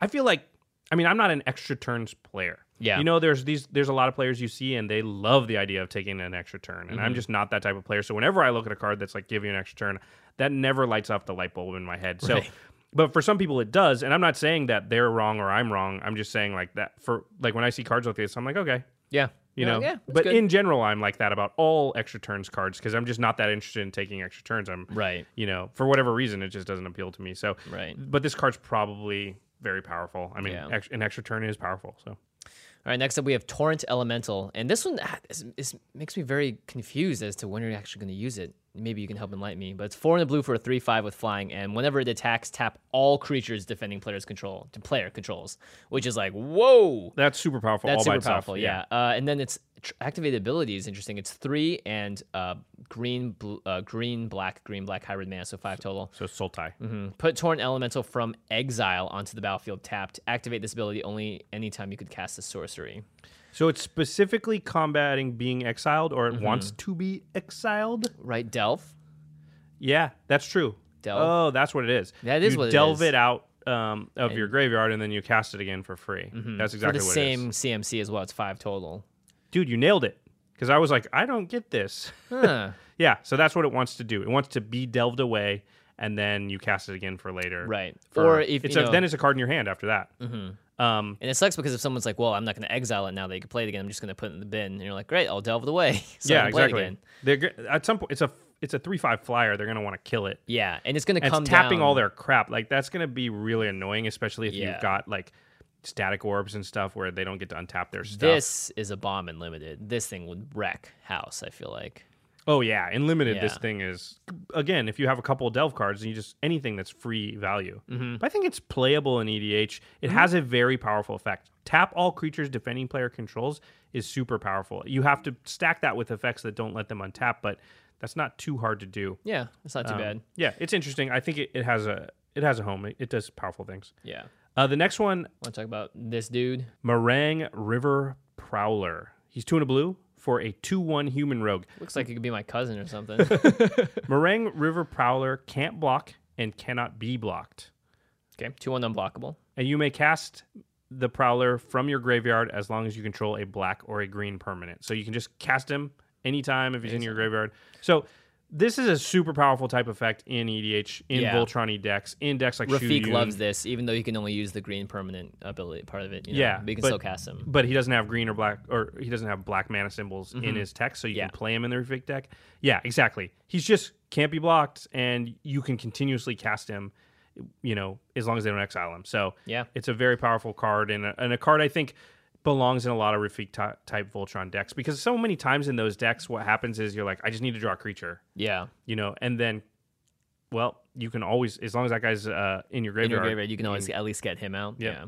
Speaker 2: I feel like I mean I'm not an extra turns player.
Speaker 1: Yeah.
Speaker 2: You know, there's these there's a lot of players you see and they love the idea of taking an extra turn. And
Speaker 1: Mm-hmm.
Speaker 2: I'm just not that type of player. So whenever I look at a card that's like give you an extra turn, that never lights up the light bulb in my head. So
Speaker 1: Right.
Speaker 2: but for some people it does, and I'm not saying that they're wrong or I'm wrong. I'm just saying like that for like when I see cards like this, I'm like, okay.
Speaker 1: Yeah, You're
Speaker 2: You know,
Speaker 1: like, Oh, yeah, it's
Speaker 2: but
Speaker 1: good.
Speaker 2: in general, I'm like that about all extra turns cards because I'm just not that interested in taking extra turns. I'm
Speaker 1: right,
Speaker 2: you know, for whatever reason, it just doesn't appeal to me. So,
Speaker 1: Right.
Speaker 2: But this card's probably very powerful. I mean,
Speaker 1: Yeah.
Speaker 2: ex- an extra turn is powerful. So,
Speaker 1: All right, next up we have Torrent Elemental, and this one ah, is, is, makes me very confused as to when you're actually going to use it. Maybe you can help enlighten me. But it's four and a blue for a three-five with flying, and whenever it attacks, tap all creatures defending player's control to player controls, which is like whoa,
Speaker 2: that's super powerful.
Speaker 1: that's
Speaker 2: all by
Speaker 1: super
Speaker 2: itself.
Speaker 1: powerful. Yeah, Uh, and then its tr- activated ability is interesting. It's three and uh, green, bl- uh, green, black, green, black hybrid mana, so five total.
Speaker 2: So soul tie.
Speaker 1: Mhm. Put Torrent Elemental from exile onto the battlefield tapped. Activate this ability only anytime you could cast a sorcery.
Speaker 2: So it's specifically combating being exiled, or it
Speaker 1: Mm-hmm.
Speaker 2: wants to be exiled.
Speaker 1: Right, Delph.
Speaker 2: Yeah, that's true.
Speaker 1: Delve.
Speaker 2: Oh, that's what it is.
Speaker 1: That is
Speaker 2: you
Speaker 1: what it
Speaker 2: delve
Speaker 1: is.
Speaker 2: it out um, of your graveyard, and then you cast it again for free. That's exactly
Speaker 1: Mm-hmm. for the
Speaker 2: what it
Speaker 1: same
Speaker 2: is.
Speaker 1: CMC as well. It's five total.
Speaker 2: Dude, you nailed it. Because I was like, I don't get this.
Speaker 1: Huh.
Speaker 2: Yeah, so that's what it wants to do. It wants to be delved away, and then you cast it again for later.
Speaker 1: Right.
Speaker 2: For,
Speaker 1: Or if,
Speaker 2: it's
Speaker 1: you
Speaker 2: a,
Speaker 1: know-
Speaker 2: then it's a card in your hand after that. Mm-hmm. Um,
Speaker 1: and it sucks because if someone's like, "Well, I'm not going to exile it now that you can play it again. I'm just going to put it in the bin," and you're like, "Great, I'll delve it away." so I
Speaker 2: yeah,
Speaker 1: can play it
Speaker 2: exactly.
Speaker 1: again.
Speaker 2: They're g- at some point it's a it's a three five flyer. They're gonna want to kill it.
Speaker 1: Yeah, and it's going to
Speaker 2: And
Speaker 1: come
Speaker 2: it's tapping
Speaker 1: down.
Speaker 2: all their crap. Like that's gonna be really annoying, especially if
Speaker 1: Yeah.
Speaker 2: you've got like static orbs and stuff where they don't get to untap their stuff.
Speaker 1: This is a bomb and limited. This thing would wreck house. I feel like.
Speaker 2: Oh yeah, in limited this
Speaker 1: Yeah.
Speaker 2: thing is again if you have a couple of delve cards and you just anything that's free value. But I think it's playable in EDH. It has a very powerful effect. Tap all creatures defending player controls is super powerful. You have to stack that with effects that don't let them untap, but that's not too hard to do.
Speaker 1: Yeah, it's
Speaker 2: Um,
Speaker 1: not too bad.
Speaker 2: Yeah, it's interesting. I think it, it has a it has a home. It, it does powerful things.
Speaker 1: Yeah.
Speaker 2: Uh, the next one,
Speaker 1: Want to talk about this dude?
Speaker 2: Meringue River Prowler. He's two and a blue for a two one human rogue.
Speaker 1: Looks like he could be my cousin or something.
Speaker 2: Meringue River Prowler can't block and cannot be blocked.
Speaker 1: okay, two one unblockable.
Speaker 2: And you may cast the Prowler from your graveyard as long as you control a black or a green permanent. So you can just cast him anytime if he's in your graveyard. So this is a super powerful type effect in EDH, in
Speaker 1: Yeah.
Speaker 2: Voltron decks, in decks like
Speaker 1: Rafik
Speaker 2: Shuyun.
Speaker 1: loves this, even though he can only use the green permanent ability part of it. you know,
Speaker 2: Yeah,
Speaker 1: but you can
Speaker 2: but-
Speaker 1: still cast him.
Speaker 2: But he doesn't have green or black, or he doesn't have black mana symbols in his text, so you
Speaker 1: Mm-hmm. Yeah.
Speaker 2: can play him in the Rafik deck. Yeah, exactly. He's just can't be blocked, and you can continuously cast him, you know, as long as they don't exile him. So
Speaker 1: Yeah.
Speaker 2: it's a very powerful card, and a, and a card I think belongs in a lot of Rafik ty- type Voltron decks because so many times in those decks, what happens is you're like, I just need to draw a creature,
Speaker 1: Yeah,
Speaker 2: you know, and then, well, you can always, as long as that guy's uh,
Speaker 1: in
Speaker 2: in your
Speaker 1: your
Speaker 2: graveyard,
Speaker 1: graveyard, you can always at least get him out.
Speaker 2: Yeah.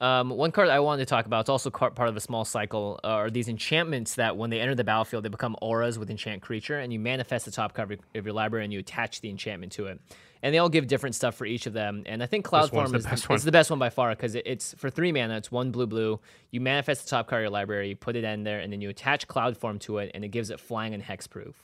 Speaker 1: Yeah. Um, one card I wanted to talk about, it's also car- part of a small cycle, uh, are these enchantments that when they enter the battlefield, they become auras with enchant creature, and you manifest the top card of your library and you attach the enchantment to it. And they all give different stuff for each of them. And I think Cloud
Speaker 2: one's
Speaker 1: Form
Speaker 2: the
Speaker 1: is
Speaker 2: best
Speaker 1: it's
Speaker 2: one.
Speaker 1: the best one by far because it, it's for three mana. It's one blue blue. You manifest the top card of your library, you put it in there, and then you attach Cloud Form to it, and it gives it flying and hexproof.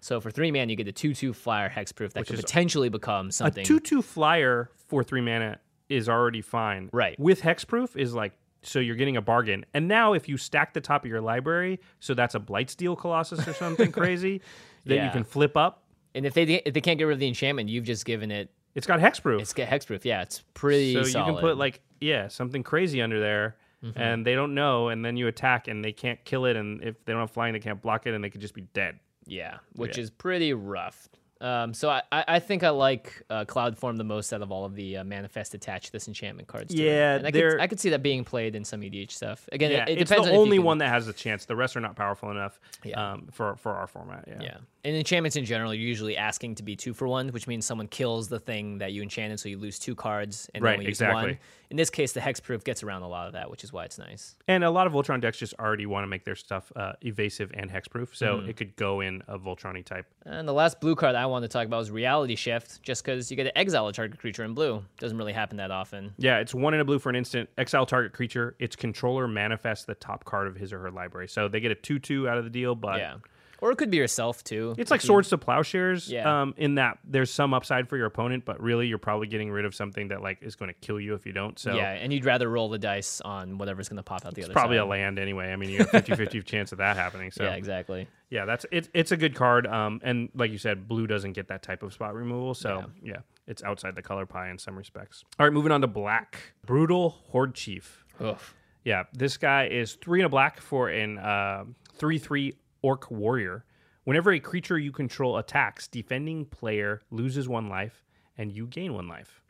Speaker 1: So for three mana, you get a two-two flyer hexproof that could potentially become
Speaker 2: a
Speaker 1: something.
Speaker 2: two-two flyer for three mana is already fine.
Speaker 1: Right.
Speaker 2: With hexproof is like so you're getting a bargain. And now if you stack the top of your library, so that's a Blightsteel Colossus or something crazy that
Speaker 1: Yeah.
Speaker 2: you can flip up.
Speaker 1: And if they if they can't get rid of the enchantment, you've just given it
Speaker 2: It's got hexproof.
Speaker 1: it's get hexproof. Yeah, it's pretty.
Speaker 2: so
Speaker 1: solid. Mm-hmm.
Speaker 2: you can put like yeah something crazy under there. And they don't know, and then you attack, and they can't kill it. And if they don't have flying, they can't block it, and they could just be dead.
Speaker 1: yeah, which is pretty rough. Um, so I, I I think I like uh, Cloud Form the most out of all of the uh, manifest attached this enchantment cards. to it.
Speaker 2: Yeah,
Speaker 1: and I
Speaker 2: they're-
Speaker 1: could, I could see that being played in some EDH stuff. Again,
Speaker 2: Yeah,
Speaker 1: it, it
Speaker 2: it's
Speaker 1: depends.
Speaker 2: the
Speaker 1: on if you
Speaker 2: only
Speaker 1: can-
Speaker 2: one that has a chance. The rest are not powerful enough
Speaker 1: Yeah.
Speaker 2: um, for for our format.
Speaker 1: Yeah, and enchantments in general, you're usually asking to be two for one, which means someone kills the thing that you enchanted, so you lose two cards and
Speaker 2: Right,
Speaker 1: only use one.
Speaker 2: exactly.
Speaker 1: In this case, the hexproof gets around a lot of that, which is why it's nice.
Speaker 2: And a lot of Voltron decks just already want to make their stuff uh, evasive and hexproof, so
Speaker 1: Mm-hmm.
Speaker 2: it could go in a Voltron type.
Speaker 1: And the last blue card I wanted to talk about was Reality Shift, just because you get to exile a target creature in blue. Doesn't really happen that often.
Speaker 2: Yeah, it's one in a blue for an instant. Exile target creature. Its controller manifests the top card of his or her library, so they get a two-two out of the deal. But
Speaker 1: Yeah. Or it could be yourself, too.
Speaker 2: it's like Swords to Plowshares.
Speaker 1: Yeah.
Speaker 2: Um, in that there's some upside for your opponent, but really you're probably getting rid of something that like is going to kill you if you don't. So
Speaker 1: Yeah, and you'd rather roll the dice on whatever's going to pop out the
Speaker 2: it's
Speaker 1: other
Speaker 2: probably
Speaker 1: side.
Speaker 2: a land anyway. I mean, you have 50-50 chance of that happening. So
Speaker 1: Yeah, exactly.
Speaker 2: Yeah, that's it's it's a good card. Um, and like you said, blue doesn't get that type of spot removal, so yeah. it's outside the color pie in some respects. All right, moving on to black, brutal horde chief.
Speaker 1: Oof.
Speaker 2: Yeah, this guy is three and a black for an uh, three three orc warrior. Whenever a creature you control attacks, defending player loses one life, and you gain one life.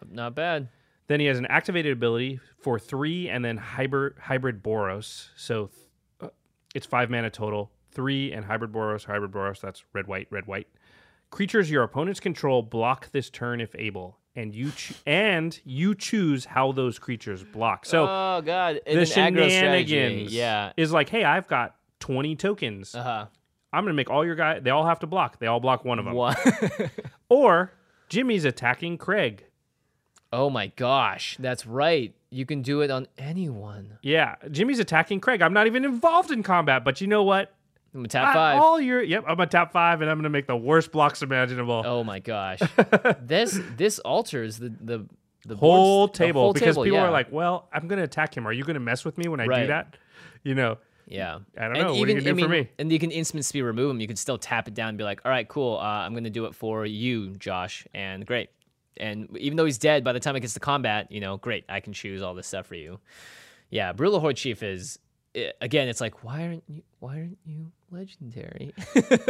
Speaker 1: Uh, Not bad.
Speaker 2: Then he has an activated ability for three, and then hybrid hybrid Boros. So th- uh, it's five mana total. Three and hybrid Boros, hybrid Boros. That's red, white, red, white. Creatures your opponents control block this turn if able, and you cho- and you choose how those creatures block. So
Speaker 1: oh, God. And
Speaker 2: the
Speaker 1: an aggro strategy.
Speaker 2: shenanigans
Speaker 1: Yeah.
Speaker 2: is like, hey, I've got twenty tokens.
Speaker 1: Uh-huh.
Speaker 2: I'm gonna make all your guys. They all have to block. They all block one of them.
Speaker 1: What?
Speaker 2: Or Jimmy's attacking Craig.
Speaker 1: oh, my gosh. That's right. You can do it on anyone.
Speaker 2: Yeah, Jimmy's attacking Craig. I'm not even involved in combat, but you know what?
Speaker 1: I'm a top
Speaker 2: I-
Speaker 1: five.
Speaker 2: all your yep, I'm a top five, and I'm gonna make the worst blocks imaginable.
Speaker 1: Oh my gosh. this this alters the the the
Speaker 2: whole
Speaker 1: board's- the
Speaker 2: table
Speaker 1: whole
Speaker 2: because
Speaker 1: table,
Speaker 2: people
Speaker 1: yeah.
Speaker 2: are like, "Well, I'm gonna attack him. Are you gonna mess with me when I
Speaker 1: Right.
Speaker 2: do that?" You know,
Speaker 1: yeah.
Speaker 2: I don't know. What are you gonna
Speaker 1: I
Speaker 2: do for
Speaker 1: mean,
Speaker 2: me?
Speaker 1: And you can instant speed remove them. You can still tap it down and be like, all right, cool. Uh, I'm gonna do it for you, Josh, and great. And even though he's dead, by the time it gets to combat, you know, great, I can choose all this stuff for you. Yeah, Brula Horde Chief is i again. It's like, why aren't you? Why aren't you legendary?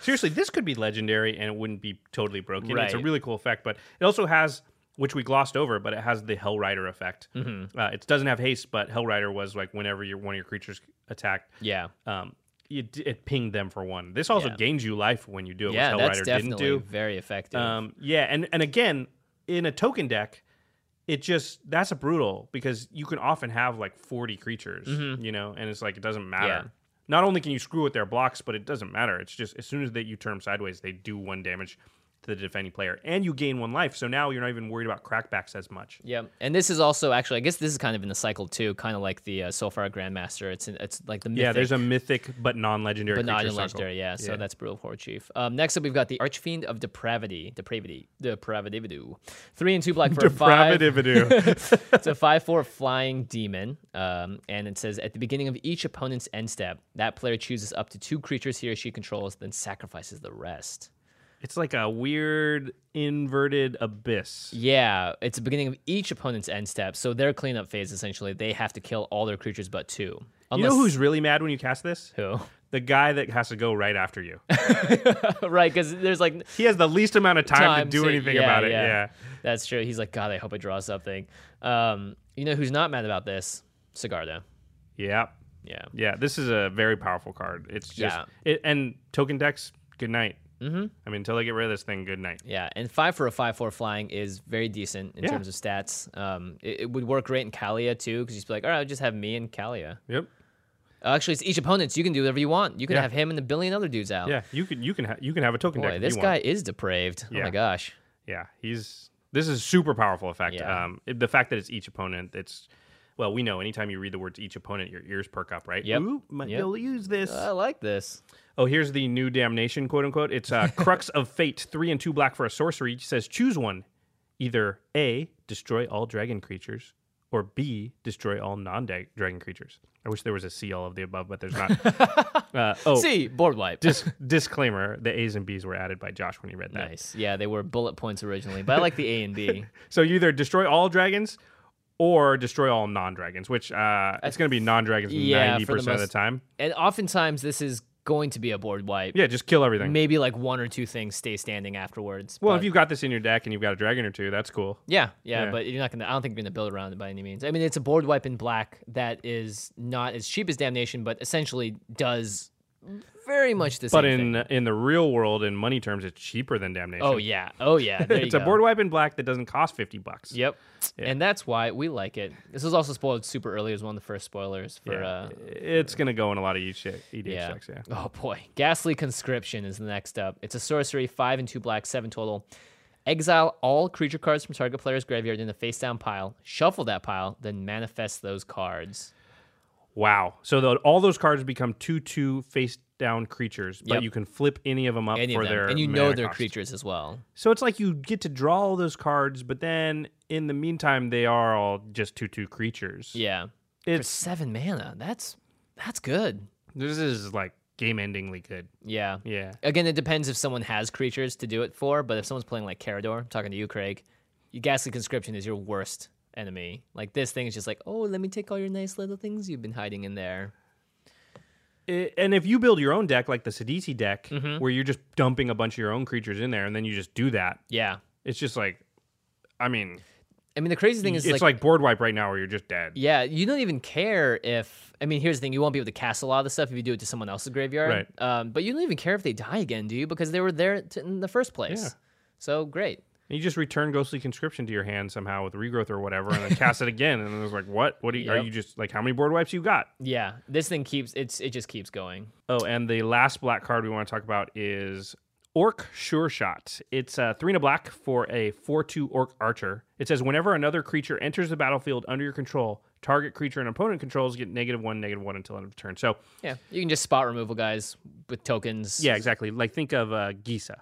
Speaker 2: seriously, this could be legendary, and it wouldn't be totally broken. It's a
Speaker 1: Right.
Speaker 2: really cool effect, but it also has. Which we glossed over, but it has the Hell Rider effect.
Speaker 1: Mm-hmm.
Speaker 2: Uh, it doesn't have haste, but Hell Rider was like whenever your one of your creatures attacked,
Speaker 1: yeah,
Speaker 2: um, it, it pinged them for one. This also
Speaker 1: Yeah.
Speaker 2: gains you life when you do it,
Speaker 1: yeah,
Speaker 2: which
Speaker 1: that's
Speaker 2: Hellrider didn't
Speaker 1: definitely
Speaker 2: do.
Speaker 1: very effective.
Speaker 2: Um, yeah, and and again, in a token deck, it just that's a brutal because you can often have like forty creatures, you know, and it's like it doesn't matter.
Speaker 1: Yeah.
Speaker 2: Not only can you screw with their blocks, but it doesn't matter. It's just as soon as that you turn 'em sideways, they do one damage to the defending player, and you gain one life. So now you're not even worried about crackbacks as much.
Speaker 1: Yeah, and this is also actually, I guess this is kind of in the cycle too, kind of like the uh, Soulfire Grandmaster. It's in, it's like the mythic,
Speaker 2: Yeah, there's a mythic but non-legendary,
Speaker 1: but not
Speaker 2: creature
Speaker 1: in
Speaker 2: cycle.
Speaker 1: legendary. Yeah, so that's brutal Horde Chief. Um, next up, we've got the Archfiend of Depravity, Depravity, Depravity, three and two black for a five.
Speaker 2: Depravity.
Speaker 1: it's a 5 4 flying demon. Um, and it says at the beginning of each opponent's end step, that player chooses up to two creatures he or she controls, then sacrifices the rest.
Speaker 2: it's like a weird inverted abyss.
Speaker 1: Yeah, it's the beginning of each opponent's end step. So their cleanup phase, essentially, they have to kill all their creatures but two.
Speaker 2: you know who's really mad when you cast this?
Speaker 1: who's
Speaker 2: The guy that has to go right after you.
Speaker 1: who? right, because there's like
Speaker 2: he has the least amount of time, to do
Speaker 1: to-
Speaker 2: anything
Speaker 1: yeah,
Speaker 2: about it. Yeah.
Speaker 1: That's true. He's like, God, I hope I draw something. Um, you know who's not mad about this? Sigardo.
Speaker 2: Yeah.
Speaker 1: Yeah.
Speaker 2: Yeah. This is a very powerful card. It's just
Speaker 1: Yeah.
Speaker 2: it, and token decks, good night. Mm-hmm. I mean, until they get rid of this thing, good night.
Speaker 1: Yeah, and five for a five four flying is very decent in
Speaker 2: Yeah.
Speaker 1: terms of stats. Um, it, it would work great in Kalia too, because you'd be like, all right, I'll just have me and Kalia.
Speaker 2: Yep.
Speaker 1: Uh, actually, it's each opponent, so you can do whatever you want. You can
Speaker 2: Yeah.
Speaker 1: have him and a billion other dudes out.
Speaker 2: Yeah. You can you can ha- you can have a token
Speaker 1: Oh.
Speaker 2: deck.
Speaker 1: Boy,
Speaker 2: if
Speaker 1: this
Speaker 2: you
Speaker 1: guy
Speaker 2: Want.
Speaker 1: is depraved. Oh
Speaker 2: Yeah.
Speaker 1: my gosh.
Speaker 2: Yeah. He's this is a super powerful effect.
Speaker 1: Yeah.
Speaker 2: Um, it- the fact that it's each opponent, it's well, we know anytime you read the words each opponent, your ears perk up, right?
Speaker 1: Yep.
Speaker 2: Ooh, might
Speaker 1: Yep.
Speaker 2: be able to use this.
Speaker 1: I like this.
Speaker 2: Oh, here's the new damnation, quote unquote. It's uh, Crux of Fate, three and two black for a sorcery. It says choose one. Either A, destroy all dragon creatures, or B, destroy all non dragon creatures. I wish there was a C, all of the above, but there's not. uh, oh,
Speaker 1: See, board wipe.
Speaker 2: dis- disclaimer the A's and B's were added by Josh when he read that.
Speaker 1: nice. Yeah, they were bullet points originally, but I like the A and B.
Speaker 2: So you either destroy all dragons or destroy all non dragons, which uh, it's going to be non dragons
Speaker 1: Yeah,
Speaker 2: 90%
Speaker 1: for the
Speaker 2: of the
Speaker 1: most-
Speaker 2: time.
Speaker 1: And oftentimes, this is going to be a board wipe.
Speaker 2: Yeah, just kill everything.
Speaker 1: Maybe like one or two things stay standing afterwards.
Speaker 2: well,
Speaker 1: but-
Speaker 2: if you've got this in your deck and you've got a dragon or two, that's cool.
Speaker 1: Yeah, yeah,
Speaker 2: Yeah.
Speaker 1: but you're not gonna. I don't think you're gonna build around it by any means. I mean, it's a board wipe in black that is not as cheap as Damnation, but essentially does very much the
Speaker 2: But
Speaker 1: same
Speaker 2: in uh,
Speaker 1: thing.
Speaker 2: in the real world, in money terms, it's cheaper than Damnation.
Speaker 1: Oh yeah, oh yeah, there
Speaker 2: it's
Speaker 1: you
Speaker 2: a
Speaker 1: go.
Speaker 2: board wipe in black that doesn't cost fifty bucks.
Speaker 1: Yep, and that's why we like it. This was also spoiled super early. It was one of the first spoilers for.
Speaker 2: Yeah.
Speaker 1: Uh,
Speaker 2: it's gonna go in a lot of E EDH, EDH
Speaker 1: yeah.
Speaker 2: decks. Yeah,
Speaker 1: Oh boy, Ghastly Conscription is the next up. It's a sorcery, five and two black, seven total. Exile all creature cards from target player's graveyard in a face down pile. Shuffle that pile, then manifest those cards.
Speaker 2: wow. So the, all those cards become two two face down creatures, but
Speaker 1: Yep.
Speaker 2: you can flip any of them up
Speaker 1: Any
Speaker 2: for
Speaker 1: of them,
Speaker 2: their
Speaker 1: and you know
Speaker 2: mana
Speaker 1: they're
Speaker 2: cost.
Speaker 1: creatures as well.
Speaker 2: So it's like you get to draw all those cards, but then in the meantime, they are all just two two creatures.
Speaker 1: Yeah. For
Speaker 2: it's
Speaker 1: seven mana, that's that's good.
Speaker 2: this is like game endingly good.
Speaker 1: Yeah.
Speaker 2: Yeah.
Speaker 1: Again, it depends if someone has creatures to do it for, but if someone's playing like Carador, I'm talking to you, Craig, your ghastly conscription is your worst enemy. Like this thing is just like, oh, let me take all your nice little things you've been hiding in there.
Speaker 2: I- and if you build your own deck like the Sidisi deck,
Speaker 1: Mm-hmm.
Speaker 2: where you're just dumping a bunch of your own creatures in there, and then you just do that,
Speaker 1: Yeah.
Speaker 2: it's just like, I mean,
Speaker 1: I mean the crazy thing
Speaker 2: it's
Speaker 1: is
Speaker 2: like, board wipe right now, where you're just dead.
Speaker 1: Yeah, you don't even care if. I mean, here's the thing: you won't be able to cast a lot of the stuff if you do it to someone else's graveyard.
Speaker 2: Right.
Speaker 1: Um, but you don't even care if they die again, do you? Because they were there t- in the first place.
Speaker 2: Yeah.
Speaker 1: So great.
Speaker 2: And you just return Ghostly Conscription to your hand somehow with regrowth or whatever, and then cast it again, and then it's like, what? What are you, are
Speaker 1: Yep.
Speaker 2: you just like? How many board wipes you got?
Speaker 1: Yeah, this thing keeps it's it just keeps going.
Speaker 2: Oh, and the last black card we want to talk about is Orc Sure Shot. It's uh, three and a black for a 4 2 Orc Archer. It says whenever another creature enters the battlefield under your control, target creature and opponent controls get negative one, negative one until end of turn. So,
Speaker 1: Yeah, you can just spot removal guys with tokens.
Speaker 2: yeah, exactly. Like, think of uh, Gisa.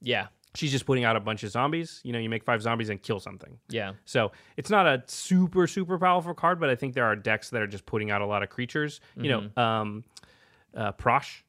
Speaker 1: yeah,
Speaker 2: She's just putting out a bunch of zombies. You know, you make five zombies and kill something.
Speaker 1: yeah.
Speaker 2: So it's not a super super powerful card, but I think there are decks that are just putting out a lot of creatures. You know, um, uh, Prosh.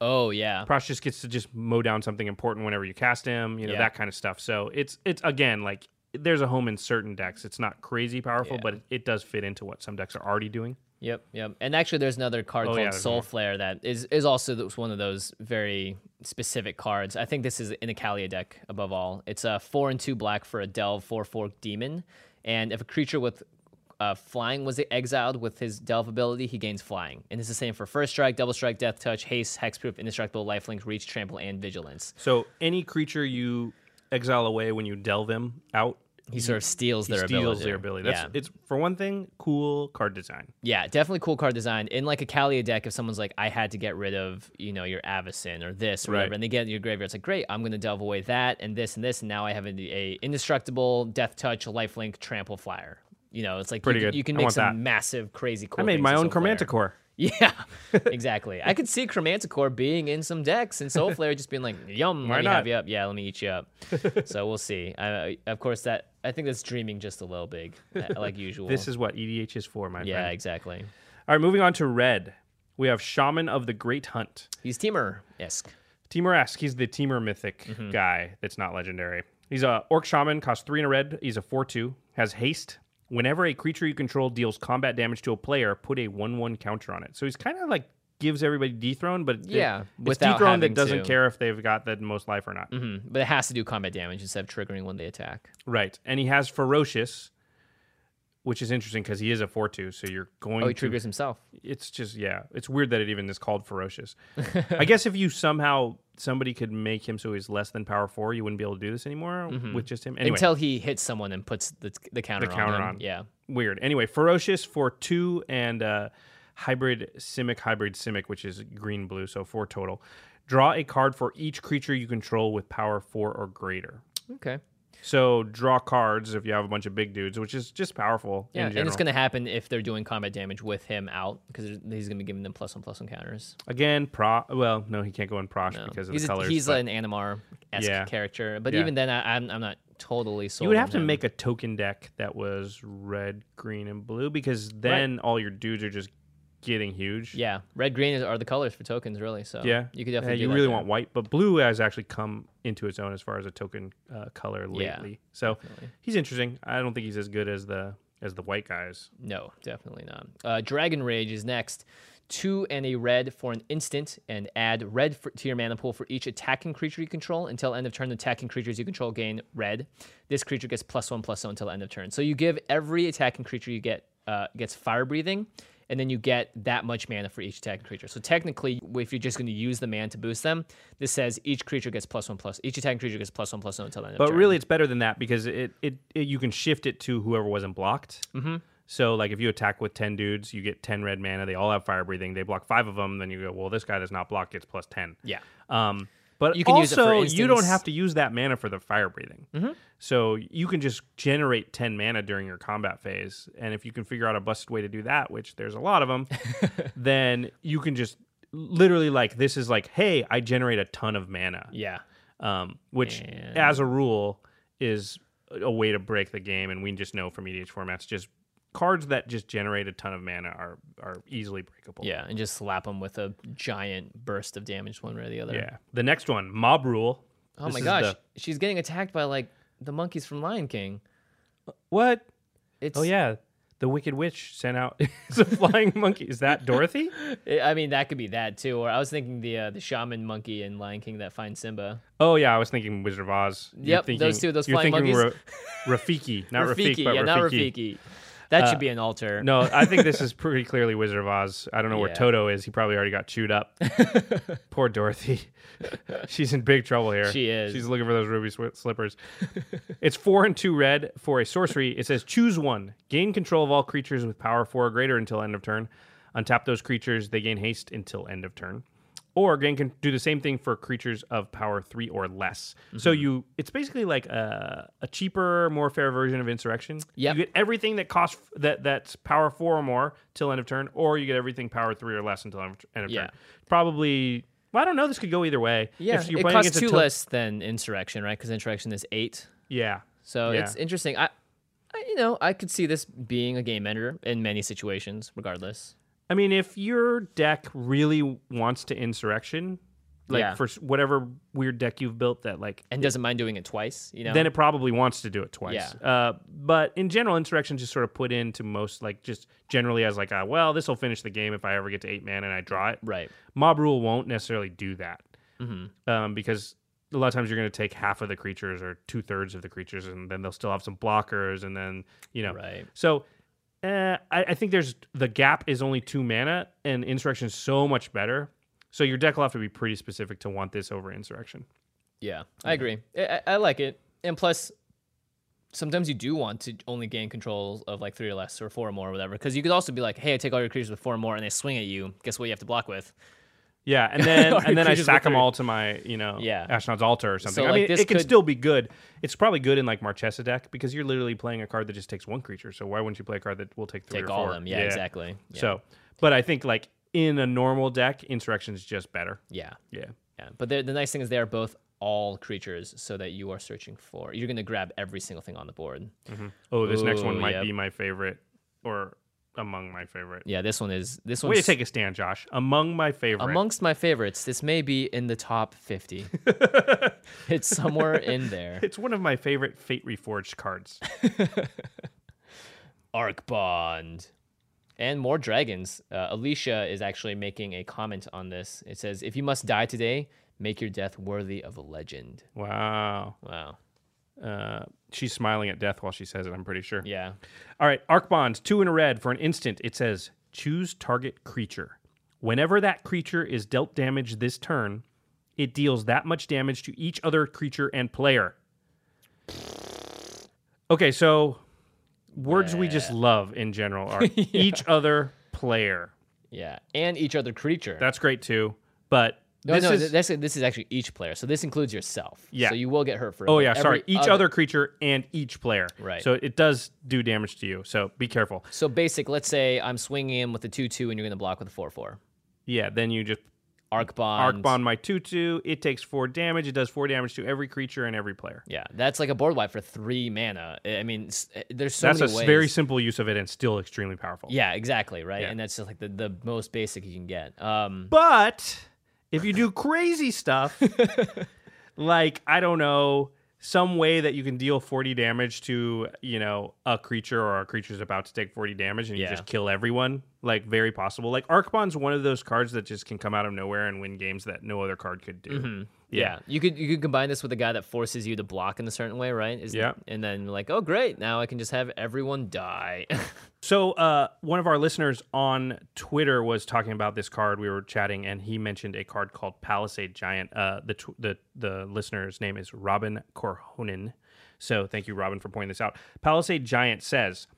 Speaker 1: Oh yeah,
Speaker 2: Prosh just gets to just mow down something important whenever you cast him. You know
Speaker 1: Yeah.
Speaker 2: that kind of stuff. So it's it's again like there's a home in certain decks. It's not crazy powerful, but it, it does fit into what some decks are already doing.
Speaker 1: yep, yep. And actually, there's another card
Speaker 2: Oh,
Speaker 1: called
Speaker 2: yeah, there's
Speaker 1: Soul
Speaker 2: more.
Speaker 1: Flare that is is also th- one of those very specific cards. I think this is in a Kalia deck above all. It's a four and two black for a delve four fork demon, and if a creature with uh, flying was exiled with his delve ability, he gains flying. And it's the same for first strike, double strike, death touch, haste, hexproof, indestructible, lifelink, reach, trample, and vigilance.
Speaker 2: So any creature you exile away when you delve him out,
Speaker 1: He sort of steals
Speaker 2: he
Speaker 1: their
Speaker 2: steals
Speaker 1: ability.
Speaker 2: their ability. That's
Speaker 1: yeah.
Speaker 2: it's for one thing, cool card design.
Speaker 1: Yeah, definitely cool card design. In like a Kalia deck, if someone's like, I had to get rid of, you know, your Avacyn or this or
Speaker 2: Right.
Speaker 1: whatever, and they get in your graveyard, it's like, great, I'm going to delve away that and this and this, and now I have a, a indestructible Death Touch, Lifelink, Trample Flyer. You know, it's like
Speaker 2: Pretty
Speaker 1: you, can-
Speaker 2: good.
Speaker 1: you can
Speaker 2: I
Speaker 1: make
Speaker 2: want
Speaker 1: some
Speaker 2: that.
Speaker 1: massive, crazy cool
Speaker 2: I made
Speaker 1: things
Speaker 2: my
Speaker 1: with
Speaker 2: own
Speaker 1: Soul Flare.
Speaker 2: Chromanticore.
Speaker 1: Yeah, exactly. I could see Chromanticore being in some decks and Soul Flare just being like, yum,
Speaker 2: Why
Speaker 1: let me have
Speaker 2: not?
Speaker 1: you up. Yeah, let me eat you up. so we'll see. I, of course, that I think that's dreaming just a little big, uh, like usual.
Speaker 2: This is what EDH is for, my
Speaker 1: yeah,
Speaker 2: friend.
Speaker 1: exactly.
Speaker 2: All right, moving on to red. We have Shaman of the Great Hunt.
Speaker 1: He's teamer esque.
Speaker 2: Teamer esque. He's the Teamer mythic
Speaker 1: Mm-hmm.
Speaker 2: guy that's not legendary. He's a Orc Shaman, costs three and a red. He's a 4 2, has haste. Whenever a creature you control deals combat damage to a player, put a 1 1 counter on it. So he's kind of like gives everybody dethrone, but it-
Speaker 1: Yeah,
Speaker 2: it's
Speaker 1: without having
Speaker 2: dethrone that doesn't
Speaker 1: to.
Speaker 2: care if they've got the most life or not.
Speaker 1: Mm, but it has to do combat damage instead of triggering when they attack. Oh,
Speaker 2: Right. And he has Ferocious, which is interesting because he is a 4 2, so you're going
Speaker 1: Oh, he
Speaker 2: to
Speaker 1: triggers himself.
Speaker 2: it's just yeah it's weird that it even is called ferocious i guess if you somehow somebody could make him so he's less than power four you wouldn't be able to do this anymore with just him anyway
Speaker 1: Mm-hmm. Until he hits someone and puts the, the counter
Speaker 2: the
Speaker 1: on.
Speaker 2: counter
Speaker 1: them.
Speaker 2: on
Speaker 1: Yeah.
Speaker 2: weird anyway ferocious for two and uh hybrid simic hybrid simic which is green blue so four total draw a card for each creature you control with power four or greater
Speaker 1: Okay.
Speaker 2: so draw cards if you have a bunch of big dudes which is just powerful
Speaker 1: Yeah,
Speaker 2: in
Speaker 1: and it's
Speaker 2: general.
Speaker 1: going to happen if they're doing combat damage with him out because he's going to be giving them plus one plus one counters.
Speaker 2: again pro well no he can't go in prosh
Speaker 1: No.
Speaker 2: because of
Speaker 1: he's
Speaker 2: the
Speaker 1: a-
Speaker 2: colors
Speaker 1: he's
Speaker 2: but-
Speaker 1: an Animar esque
Speaker 2: Yeah.
Speaker 1: character, but
Speaker 2: Yeah.
Speaker 1: even then, I, I'm I'm not totally sold.
Speaker 2: You would
Speaker 1: on
Speaker 2: have to
Speaker 1: him.
Speaker 2: make a token deck that was red, green, and blue because then all your dudes are just getting huge.
Speaker 1: Yeah, red green is, are the colors for tokens, really. So
Speaker 2: Yeah.
Speaker 1: you could definitely.
Speaker 2: Uh,
Speaker 1: do
Speaker 2: you
Speaker 1: that
Speaker 2: really
Speaker 1: there.
Speaker 2: want white, but blue has actually come into its own as far as a token uh, color
Speaker 1: Yeah,
Speaker 2: lately. so he's interesting. I don't think he's as good as the as the white guys.
Speaker 1: No, definitely not. Uh, Dragon Rage is next. Two and a red for an instant, and add red for, to your mana pool for each attacking creature you control until end of turn. Attacking creatures you control gain red. This creature gets plus one plus one until end of turn. So you give every attacking creature you get uh, gets fire breathing, and then you get that much mana for each attacking creature. So technically, if you're just going to use the mana to boost them, this says each creature gets plus one plus each attacking creature gets plus one plus one until end of
Speaker 2: But
Speaker 1: turn.
Speaker 2: really, it's better than that because it, it, it you can shift it to whoever wasn't blocked. Mm-hmm. So like if you attack with ten dudes, you get ten red mana. They all have fire breathing. They block five of them. Then you go, well, this guy that's not blocked gets plus ten.
Speaker 1: yeah.
Speaker 2: Um, but
Speaker 1: You
Speaker 2: you
Speaker 1: can
Speaker 2: can
Speaker 1: use it for
Speaker 2: also, you don't
Speaker 1: instance- Mm-hmm.
Speaker 2: have to use that mana for the fire breathing. So you can just generate 10 mana during your combat phase. And if you can figure out a busted way to do that, which there's a lot of them, then you can just literally like, this is like, hey, I generate a ton of mana.
Speaker 1: Yeah.
Speaker 2: Um, which, as a rule, is a way to break the game. And we just know from EDH formats, just cards that just generate a ton of mana are, are easily breakable.
Speaker 1: Yeah, and just slap them with a giant burst of damage, one way or the other.
Speaker 2: Yeah. The next one, Mob Rule.
Speaker 1: Oh
Speaker 2: This
Speaker 1: my
Speaker 2: is
Speaker 1: gosh,
Speaker 2: the-
Speaker 1: she's getting attacked by like the monkeys from Lion King.
Speaker 2: What?
Speaker 1: It's.
Speaker 2: Oh yeah, the Wicked Witch sent out the flying monkey. Is that Dorothy?
Speaker 1: I mean, that could be that too. Or I was thinking the uh, the shaman monkey in Lion King that finds Simba.
Speaker 2: Oh yeah, I was thinking Wizard of Oz. You're
Speaker 1: Yep, those two, those flying monkeys.
Speaker 2: Ra- Rafiki, not Rafiki, but
Speaker 1: yeah,
Speaker 2: Rafiki. Uh,
Speaker 1: not Rafiki. That should be an altar.
Speaker 2: No, I think this is pretty clearly Wizard of Oz. I don't know where
Speaker 1: Yeah.
Speaker 2: Toto is. He probably already got chewed up. Poor Dorothy. She's in big trouble here.
Speaker 1: She is.
Speaker 2: She's looking for those ruby swi- slippers. it's four and two red for a sorcery. It says choose one. Gain control of all creatures with power four or greater until end of turn. Untap those creatures. They gain haste until end of turn. Or gain can do the same thing for creatures of power three or less. So
Speaker 1: Mm-hmm.
Speaker 2: you, it's basically like a, a cheaper, more fair version of insurrection.
Speaker 1: Yep.
Speaker 2: You get everything that costs that that's power four or more till end of turn, or you get everything power three or less until end of- end of
Speaker 1: Yeah.
Speaker 2: turn. Probably. Well, I don't know. This could go either way.
Speaker 1: yeah,
Speaker 2: If you're
Speaker 1: it
Speaker 2: playing
Speaker 1: costs
Speaker 2: against a
Speaker 1: two
Speaker 2: to-
Speaker 1: less than insurrection, right? Because insurrection is eight.
Speaker 2: Yeah.
Speaker 1: So
Speaker 2: Yeah.
Speaker 1: it's interesting. I, I, you know, I could see this being a game ender in many situations, regardless.
Speaker 2: I mean, if your deck really wants to insurrection, like
Speaker 1: Yeah.
Speaker 2: for s- whatever weird deck you've built that like
Speaker 1: And doesn't mind doing it twice, you know.
Speaker 2: then it probably wants to do it twice. Uh, but in general, insurrection's just sort of put into most like just generally as like, uh, well, this will finish the game if I ever get to eight man and I draw it.
Speaker 1: right.
Speaker 2: Mob rule won't necessarily do that um, because a lot of times you're going to take half of the creatures or two thirds of the creatures, and then they'll still have some blockers, and then you know.
Speaker 1: Right.
Speaker 2: So eh, I, I think there's the gap is only two mana, and insurrection's so much better. So your deck will have to be pretty specific to want this over insurrection.
Speaker 1: Yeah, I agree. I, I- I like it, and plus, sometimes you do want to only gain control of like three or less or four or more or whatever, because you could also be like, "Hey, I take all your creatures with four or more, and they swing at you. Guess what? You have to block with."
Speaker 2: Yeah, and then
Speaker 1: Or
Speaker 2: and then I
Speaker 1: creatures
Speaker 2: stack
Speaker 1: with
Speaker 2: them
Speaker 1: three.
Speaker 2: all to my you know
Speaker 1: Yeah.
Speaker 2: astronaut's altar or something. I
Speaker 1: like,
Speaker 2: mean,
Speaker 1: this
Speaker 2: it can
Speaker 1: could-
Speaker 2: still be good. It's probably good in like Marchesa deck because you're literally playing a card that just takes one creature. So why wouldn't you play a card that will take three
Speaker 1: Take
Speaker 2: or
Speaker 1: all
Speaker 2: four?
Speaker 1: of them. Yeah, exactly. Yeah.
Speaker 2: So, but I think like in a normal deck, insurrection's just better.
Speaker 1: yeah,
Speaker 2: Yeah,
Speaker 1: yeah. But the the nice thing is they are both all creatures, so that you are searching for. You're going to grab every single thing on the board.
Speaker 2: Oh, this next
Speaker 1: Ooh,
Speaker 2: one might
Speaker 1: yep.
Speaker 2: be my favorite, or among my favorite.
Speaker 1: Yeah, this one is this
Speaker 2: Way
Speaker 1: one.
Speaker 2: to take a stand, Josh. Among my favorite.
Speaker 1: Amongst my favorites, this may be in the top 50. it's somewhere in there.
Speaker 2: it's one of my favorite Fate Reforged cards.
Speaker 1: Arc Bond. And more dragons. Uh, Alicia is actually making a comment on this. It says, If you must die today, make your death worthy of a legend.
Speaker 2: wow.
Speaker 1: Wow.
Speaker 2: Uh, she's smiling at death while she says it. I'm pretty sure.
Speaker 1: Yeah.
Speaker 2: All right, Arc Bonds, two in a red for an instant. It says choose target creature. Whenever that creature is dealt damage this turn, it deals that much damage to each other creature and player. Okay, so words we just love in general are each other player.
Speaker 1: Yeah. And each other creature.
Speaker 2: That's great too, but
Speaker 1: no,
Speaker 2: this
Speaker 1: no,
Speaker 2: is
Speaker 1: th- that's, this is actually each player. So this includes yourself.
Speaker 2: Yeah.
Speaker 1: So you will get hurt for it,
Speaker 2: Oh
Speaker 1: but
Speaker 2: yeah,
Speaker 1: every
Speaker 2: sorry. Each other, creature and each player.
Speaker 1: Right.
Speaker 2: So it does do damage to you. So be careful.
Speaker 1: So basic, let's say I'm swinging in with a 2 2 and you're going to block with a 4 4.
Speaker 2: Yeah, then you just
Speaker 1: Arc Bond.
Speaker 2: Arc Bond my tutu. It takes four damage. It does four damage to every creature and every player.
Speaker 1: Yeah. That's like a board wipe for three mana. I I mean, s- eh, there's so
Speaker 2: That's a
Speaker 1: many
Speaker 2: s-
Speaker 1: ways.
Speaker 2: very simple use of it and still extremely powerful.
Speaker 1: Yeah, exactly, right? And that's just like the, the most basic you can get. Um
Speaker 2: But if you do crazy stuff, like I don't know, some way that you can deal forty damage to you know a creature or a creature's about to take forty damage and
Speaker 1: Yeah.
Speaker 2: you just kill everyone, like very possible. Like Arc Bond's one of those cards that just can come out of nowhere and win games that no other card could do.
Speaker 1: yeah. you could you could combine this with a guy that forces you to block in a certain way, right? Is-
Speaker 2: Yeah.
Speaker 1: and then you're like, oh great, now I can just have everyone die.
Speaker 2: So, uh, one of our listeners on Twitter was talking about this card. We were chatting, and he mentioned a card called Palisade Giant. Uh, the, tw- the the listener's name is Robin Corhonen. So, thank you, Robin, for pointing this out. Palisade Giant says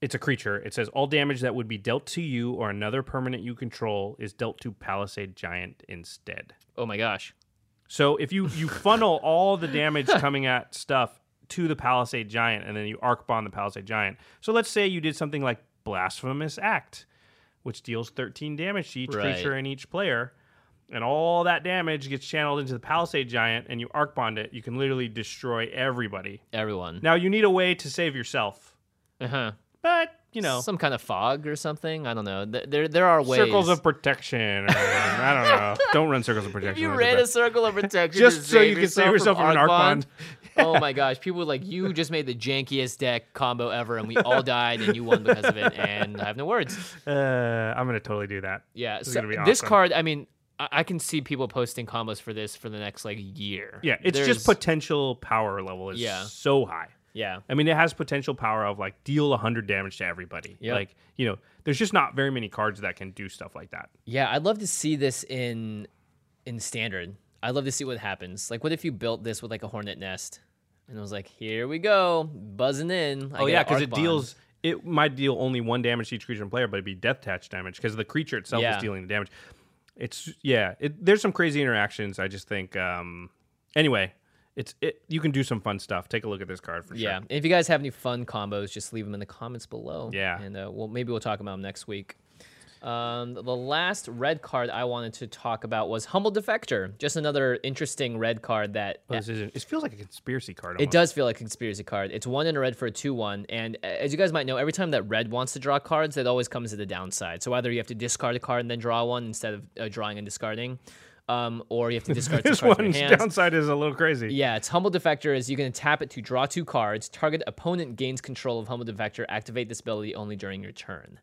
Speaker 2: it's a creature. It says all damage that would be dealt to you or another permanent you control is dealt to Palisade Giant instead.
Speaker 1: oh my gosh,
Speaker 2: So if you you funnel all the damage coming at stuff to the Palisade Giant, and then you arc bomb the Palisade Giant. So let's say you did something like Blasphemous Act, which deals 13 damage to each
Speaker 1: Right.
Speaker 2: creature and each player, and all that damage gets channeled into the Palisade Giant, and you arc bond it. You can literally destroy everybody.
Speaker 1: everyone.
Speaker 2: Now you need a way to save yourself,
Speaker 1: Uh huh.
Speaker 2: but you know.
Speaker 1: Some kind of fog or something. I don't know. Th- There there are ways.
Speaker 2: Circles of protection. Or, I don't know. Don't run circles of protection.
Speaker 1: If you
Speaker 2: those are
Speaker 1: ran
Speaker 2: bad.
Speaker 1: a circle of protection
Speaker 2: Just
Speaker 1: to
Speaker 2: so you could save yourself
Speaker 1: from
Speaker 2: from an
Speaker 1: Arc
Speaker 2: Arc
Speaker 1: Bond. oh my gosh, people were like, you just made the jankiest deck combo ever, and we all died, and you won because of it, and I have no words.
Speaker 2: Uh, I'm gonna totally do that.
Speaker 1: Yeah,
Speaker 2: This is
Speaker 1: so
Speaker 2: gonna be
Speaker 1: this
Speaker 2: awesome.
Speaker 1: card, I mean, I, I can see people posting combos for this for the next like year.
Speaker 2: Yeah, it's
Speaker 1: There's-
Speaker 2: just potential power level is
Speaker 1: Yeah.
Speaker 2: so high.
Speaker 1: Yeah,
Speaker 2: I mean, it has potential power of like deal 100 damage to everybody.
Speaker 1: Yep.
Speaker 2: Like, you know, there's just not very many cards that can do stuff like that.
Speaker 1: yeah. I'd love to see this in in standard. I'd love to see what happens. Like, what if you built this with like a hornet nest, and it was like, here we go, buzzing in. I
Speaker 2: oh,
Speaker 1: get
Speaker 2: yeah,
Speaker 1: an
Speaker 2: because
Speaker 1: arc
Speaker 2: it
Speaker 1: bond.
Speaker 2: deals, it might deal only one damage to each creature and player, but it'd be death touch damage because the creature itself
Speaker 1: Yeah.
Speaker 2: is dealing the damage. It's, yeah, it, there's some crazy interactions. I just think, um, anyway, it's, it, you can do some fun stuff. Take a look at this card for
Speaker 1: Yeah.
Speaker 2: sure.
Speaker 1: If you guys have any fun combos, just leave them in the comments below.
Speaker 2: Yeah.
Speaker 1: And uh, well, maybe we'll talk about them next week. Um, the last red card I wanted to talk about was Humble Defector. Just another interesting red card that
Speaker 2: Oh, this isn't, it feels like a conspiracy card.
Speaker 1: It
Speaker 2: almost.
Speaker 1: does feel like a conspiracy card. It's one in a red for a two one, and a- as you guys might know, every time that red wants to draw cards, that always comes to the downside. So either you have to discard a card and then draw one instead of uh, drawing and discarding, um, or you have to discard
Speaker 2: This
Speaker 1: two cards from your
Speaker 2: one's
Speaker 1: hands.
Speaker 2: downside is a little crazy.
Speaker 1: Yeah, it's Humble Defector is you can tap it to draw two cards. Target opponent gains control of Humble Defector. Activate this ability only during your turn.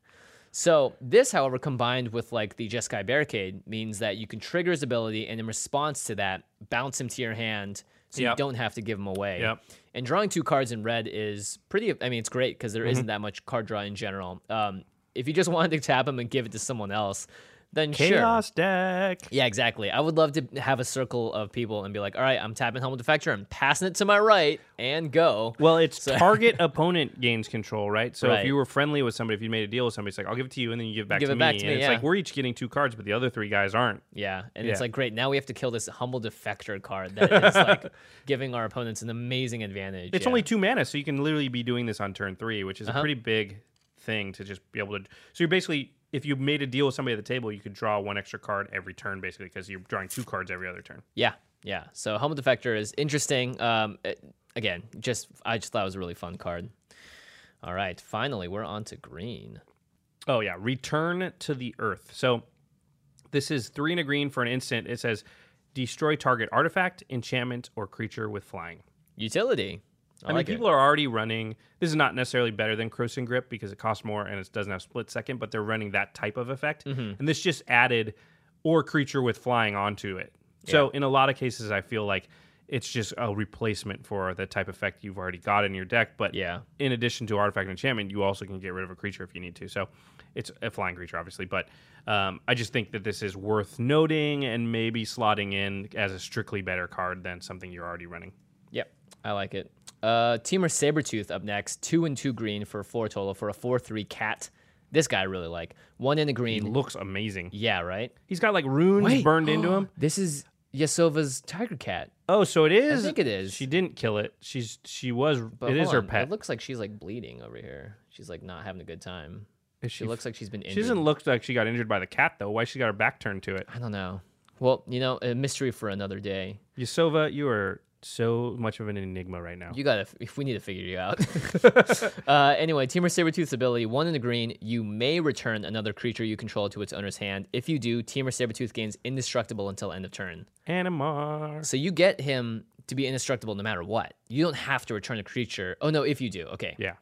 Speaker 1: So this, however, combined with like the Jeskai Barricade, means that you can trigger his ability and in response to that, bounce him to your hand so you
Speaker 2: Yep.
Speaker 1: don't have to give them away.
Speaker 2: Yep.
Speaker 1: And drawing two cards in red is pretty. I mean, it's great because there not
Speaker 2: Mm-hmm.
Speaker 1: that much card draw in general. Um, if you just wanted to tap them and give it to someone else, then sure.
Speaker 2: Chaos deck.
Speaker 1: Yeah, exactly. I would love to have a circle of people and be like, all right, I'm tapping Helmet Defector, I'm passing it to my right, and go.
Speaker 2: Well, it's target opponent gains control, right? So
Speaker 1: Right.
Speaker 2: if you were friendly with somebody, if you made a deal with somebody, it's like I'll give it to you, and then you give it back,
Speaker 1: Give
Speaker 2: to,
Speaker 1: it
Speaker 2: me.
Speaker 1: back to
Speaker 2: And
Speaker 1: me,
Speaker 2: it's
Speaker 1: yeah.
Speaker 2: like we're each getting two cards, but the other three guys aren't.
Speaker 1: Yeah, and it's
Speaker 2: Yeah.
Speaker 1: like great. Now we have to kill this humble defector card that is like giving our opponents an amazing advantage.
Speaker 2: It's
Speaker 1: yeah.
Speaker 2: only two mana, so you can literally be doing this on turn three, which is a pretty big thing to just be able to. So you're basically, if you made a deal with somebody at the table, you could draw one extra card every turn, basically, because you're drawing two cards every other turn.
Speaker 1: yeah, yeah. So humble defector is interesting. Um, it- again, just I just thought it was a really fun card. All right, finally we're on to green.
Speaker 2: Oh yeah, return to the earth. So this is three and a green for an instant. It says destroy target artifact, enchantment, or creature with flying.
Speaker 1: Utility. I,
Speaker 2: I, mean,
Speaker 1: like
Speaker 2: people are already running. This is not necessarily better than Croson Grip because it costs more and it doesn't have split second, but they're running that type of effect.
Speaker 1: Mm-hmm.
Speaker 2: And this just added or creature with flying onto it. So in a lot of cases, I feel like it's just a replacement for the type effect you've already got in your deck. But
Speaker 1: Yeah.
Speaker 2: in addition to artifact and enchantment, you also can get rid of a creature if you need to. So it's a flying creature, obviously. But um, I just think that this is worth noting and maybe slotting in as a strictly better card than something you're already running.
Speaker 1: Yep, I like it. Uh, Teamer Sabretooth up next. Two and two green for four total for a four three cat. This guy I really like. One in the
Speaker 2: It
Speaker 1: green.
Speaker 2: looks amazing.
Speaker 1: Yeah, right.
Speaker 2: He's got like runes
Speaker 1: Wait.
Speaker 2: burned into him.
Speaker 1: This is Yasova's tiger cat.
Speaker 2: Oh, so it is.
Speaker 1: think it is.
Speaker 2: She didn't kill it. She's she was.
Speaker 1: But
Speaker 2: it is
Speaker 1: hold
Speaker 2: her
Speaker 1: on,
Speaker 2: pet.
Speaker 1: It looks like she's like bleeding over here. She's like not having a good time.
Speaker 2: Is
Speaker 1: She
Speaker 2: f-
Speaker 1: looks like she's been
Speaker 2: She
Speaker 1: injured.
Speaker 2: doesn't look like she got injured by the cat though. Why she got her back turned to it?
Speaker 1: I don't know. Well, you know, a mystery for another day.
Speaker 2: Yasova, you are so much of an enigma right now.
Speaker 1: You gotta. If we need to figure you out. uh, anyway, Teamer Sabretooth's ability: one in the green. You may return another creature you control to its owner's hand. If you do, Teamer Sabretooth gains indestructible until end of turn.
Speaker 2: Animar.
Speaker 1: So you get him to be indestructible no matter what. You don't have to return a creature. Oh no, if you do, okay.
Speaker 2: Yeah.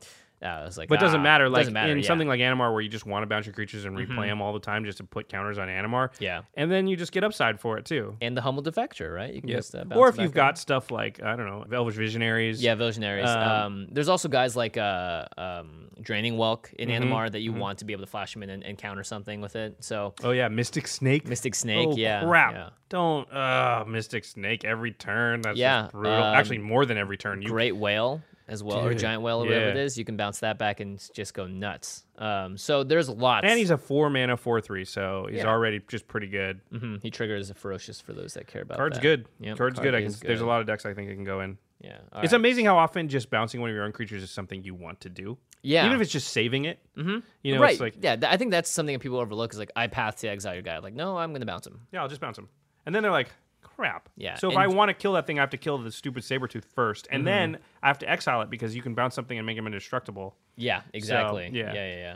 Speaker 1: Uh, I was like,
Speaker 2: But it doesn't
Speaker 1: ah,
Speaker 2: matter. Like
Speaker 1: doesn't matter,
Speaker 2: in
Speaker 1: yeah. Mm-hmm.
Speaker 2: something like Animar, where you just want to bounce your creatures and replay them all the time, just to put counters on Animar.
Speaker 1: Yeah.
Speaker 2: and then you just get upside for it too.
Speaker 1: and the humble defector, right? You can
Speaker 2: Yep.
Speaker 1: just uh, bounce
Speaker 2: Or if
Speaker 1: back
Speaker 2: you've
Speaker 1: around.
Speaker 2: got stuff like I don't know, Elvish Visionaries.
Speaker 1: Yeah, Visionaries. Um,
Speaker 2: Um,
Speaker 1: there's also guys like uh, um, Draining Welk in
Speaker 2: Mm-hmm.
Speaker 1: Animar that you want to be able to flash him in and, and counter something with it. So
Speaker 2: Oh yeah, Mystic Snake.
Speaker 1: Mystic Snake,
Speaker 2: oh,
Speaker 1: yeah,
Speaker 2: Crap.
Speaker 1: yeah.
Speaker 2: Don't uh Mystic Snake every turn. That's
Speaker 1: Yeah,
Speaker 2: just brutal.
Speaker 1: um,
Speaker 2: Actually more than every turn. You
Speaker 1: Great Whale as well, or
Speaker 2: Dude,
Speaker 1: Giant Whale, or whatever it
Speaker 2: yeah.
Speaker 1: is. You can bounce that back and s- just go nuts. Um, so there's lots.
Speaker 2: and he's a four mana four three, so he's
Speaker 1: Yeah.
Speaker 2: already just pretty good.
Speaker 1: Mhm, he triggers a ferocious for those that care about.
Speaker 2: Card's
Speaker 1: that.
Speaker 2: good.
Speaker 1: Yep,
Speaker 2: Card's
Speaker 1: card
Speaker 2: good. I can,
Speaker 1: is
Speaker 2: There's a
Speaker 1: good.
Speaker 2: lot of decks I think it can go in.
Speaker 1: Yeah,
Speaker 2: it's amazing how often just bouncing one of your own creatures is something you want to do.
Speaker 1: Yeah.
Speaker 2: Even if it's just saving it. Mm-hmm. You know,
Speaker 1: right.
Speaker 2: it's like
Speaker 1: yeah, th- I think that's something that people overlook. Is like I path to exile your guy. Like no, I'm gonna bounce him.
Speaker 2: yeah, I'll just bounce them. And then they're like, crap.
Speaker 1: Yeah,
Speaker 2: So if
Speaker 1: and- Mm-hmm.
Speaker 2: I want to kill that thing, I have to kill the stupid saber tooth first. And then I have to exile it because you can bounce something and make him indestructible.
Speaker 1: Yeah, exactly. yeah,
Speaker 2: yeah.
Speaker 1: yeah, yeah.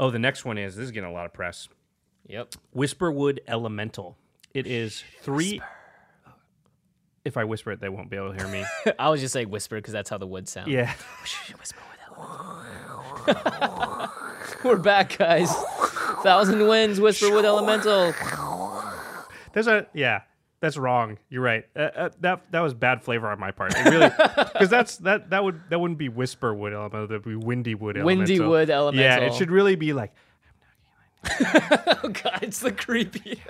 Speaker 2: Oh, the next one is this is getting a lot of press.
Speaker 1: Yep.
Speaker 2: Whisperwood Elemental. It is three. If I whisper it, they won't be able to hear me.
Speaker 1: I was just saying whisper because that's how the wood sounds.
Speaker 2: yeah.
Speaker 1: We're back, guys. Thousand Winds, Whisperwood Elemental.
Speaker 2: There's a yeah. That's wrong. You're right. Uh, uh, that that was bad flavor on my part. It really because that's that that would that wouldn't be Whisperwood Elemental. That'd be Windy Wood Elemental.
Speaker 1: Windy Wood
Speaker 2: Yeah.
Speaker 1: Elemental.
Speaker 2: It should really be like.
Speaker 1: Oh god, it's the creepy.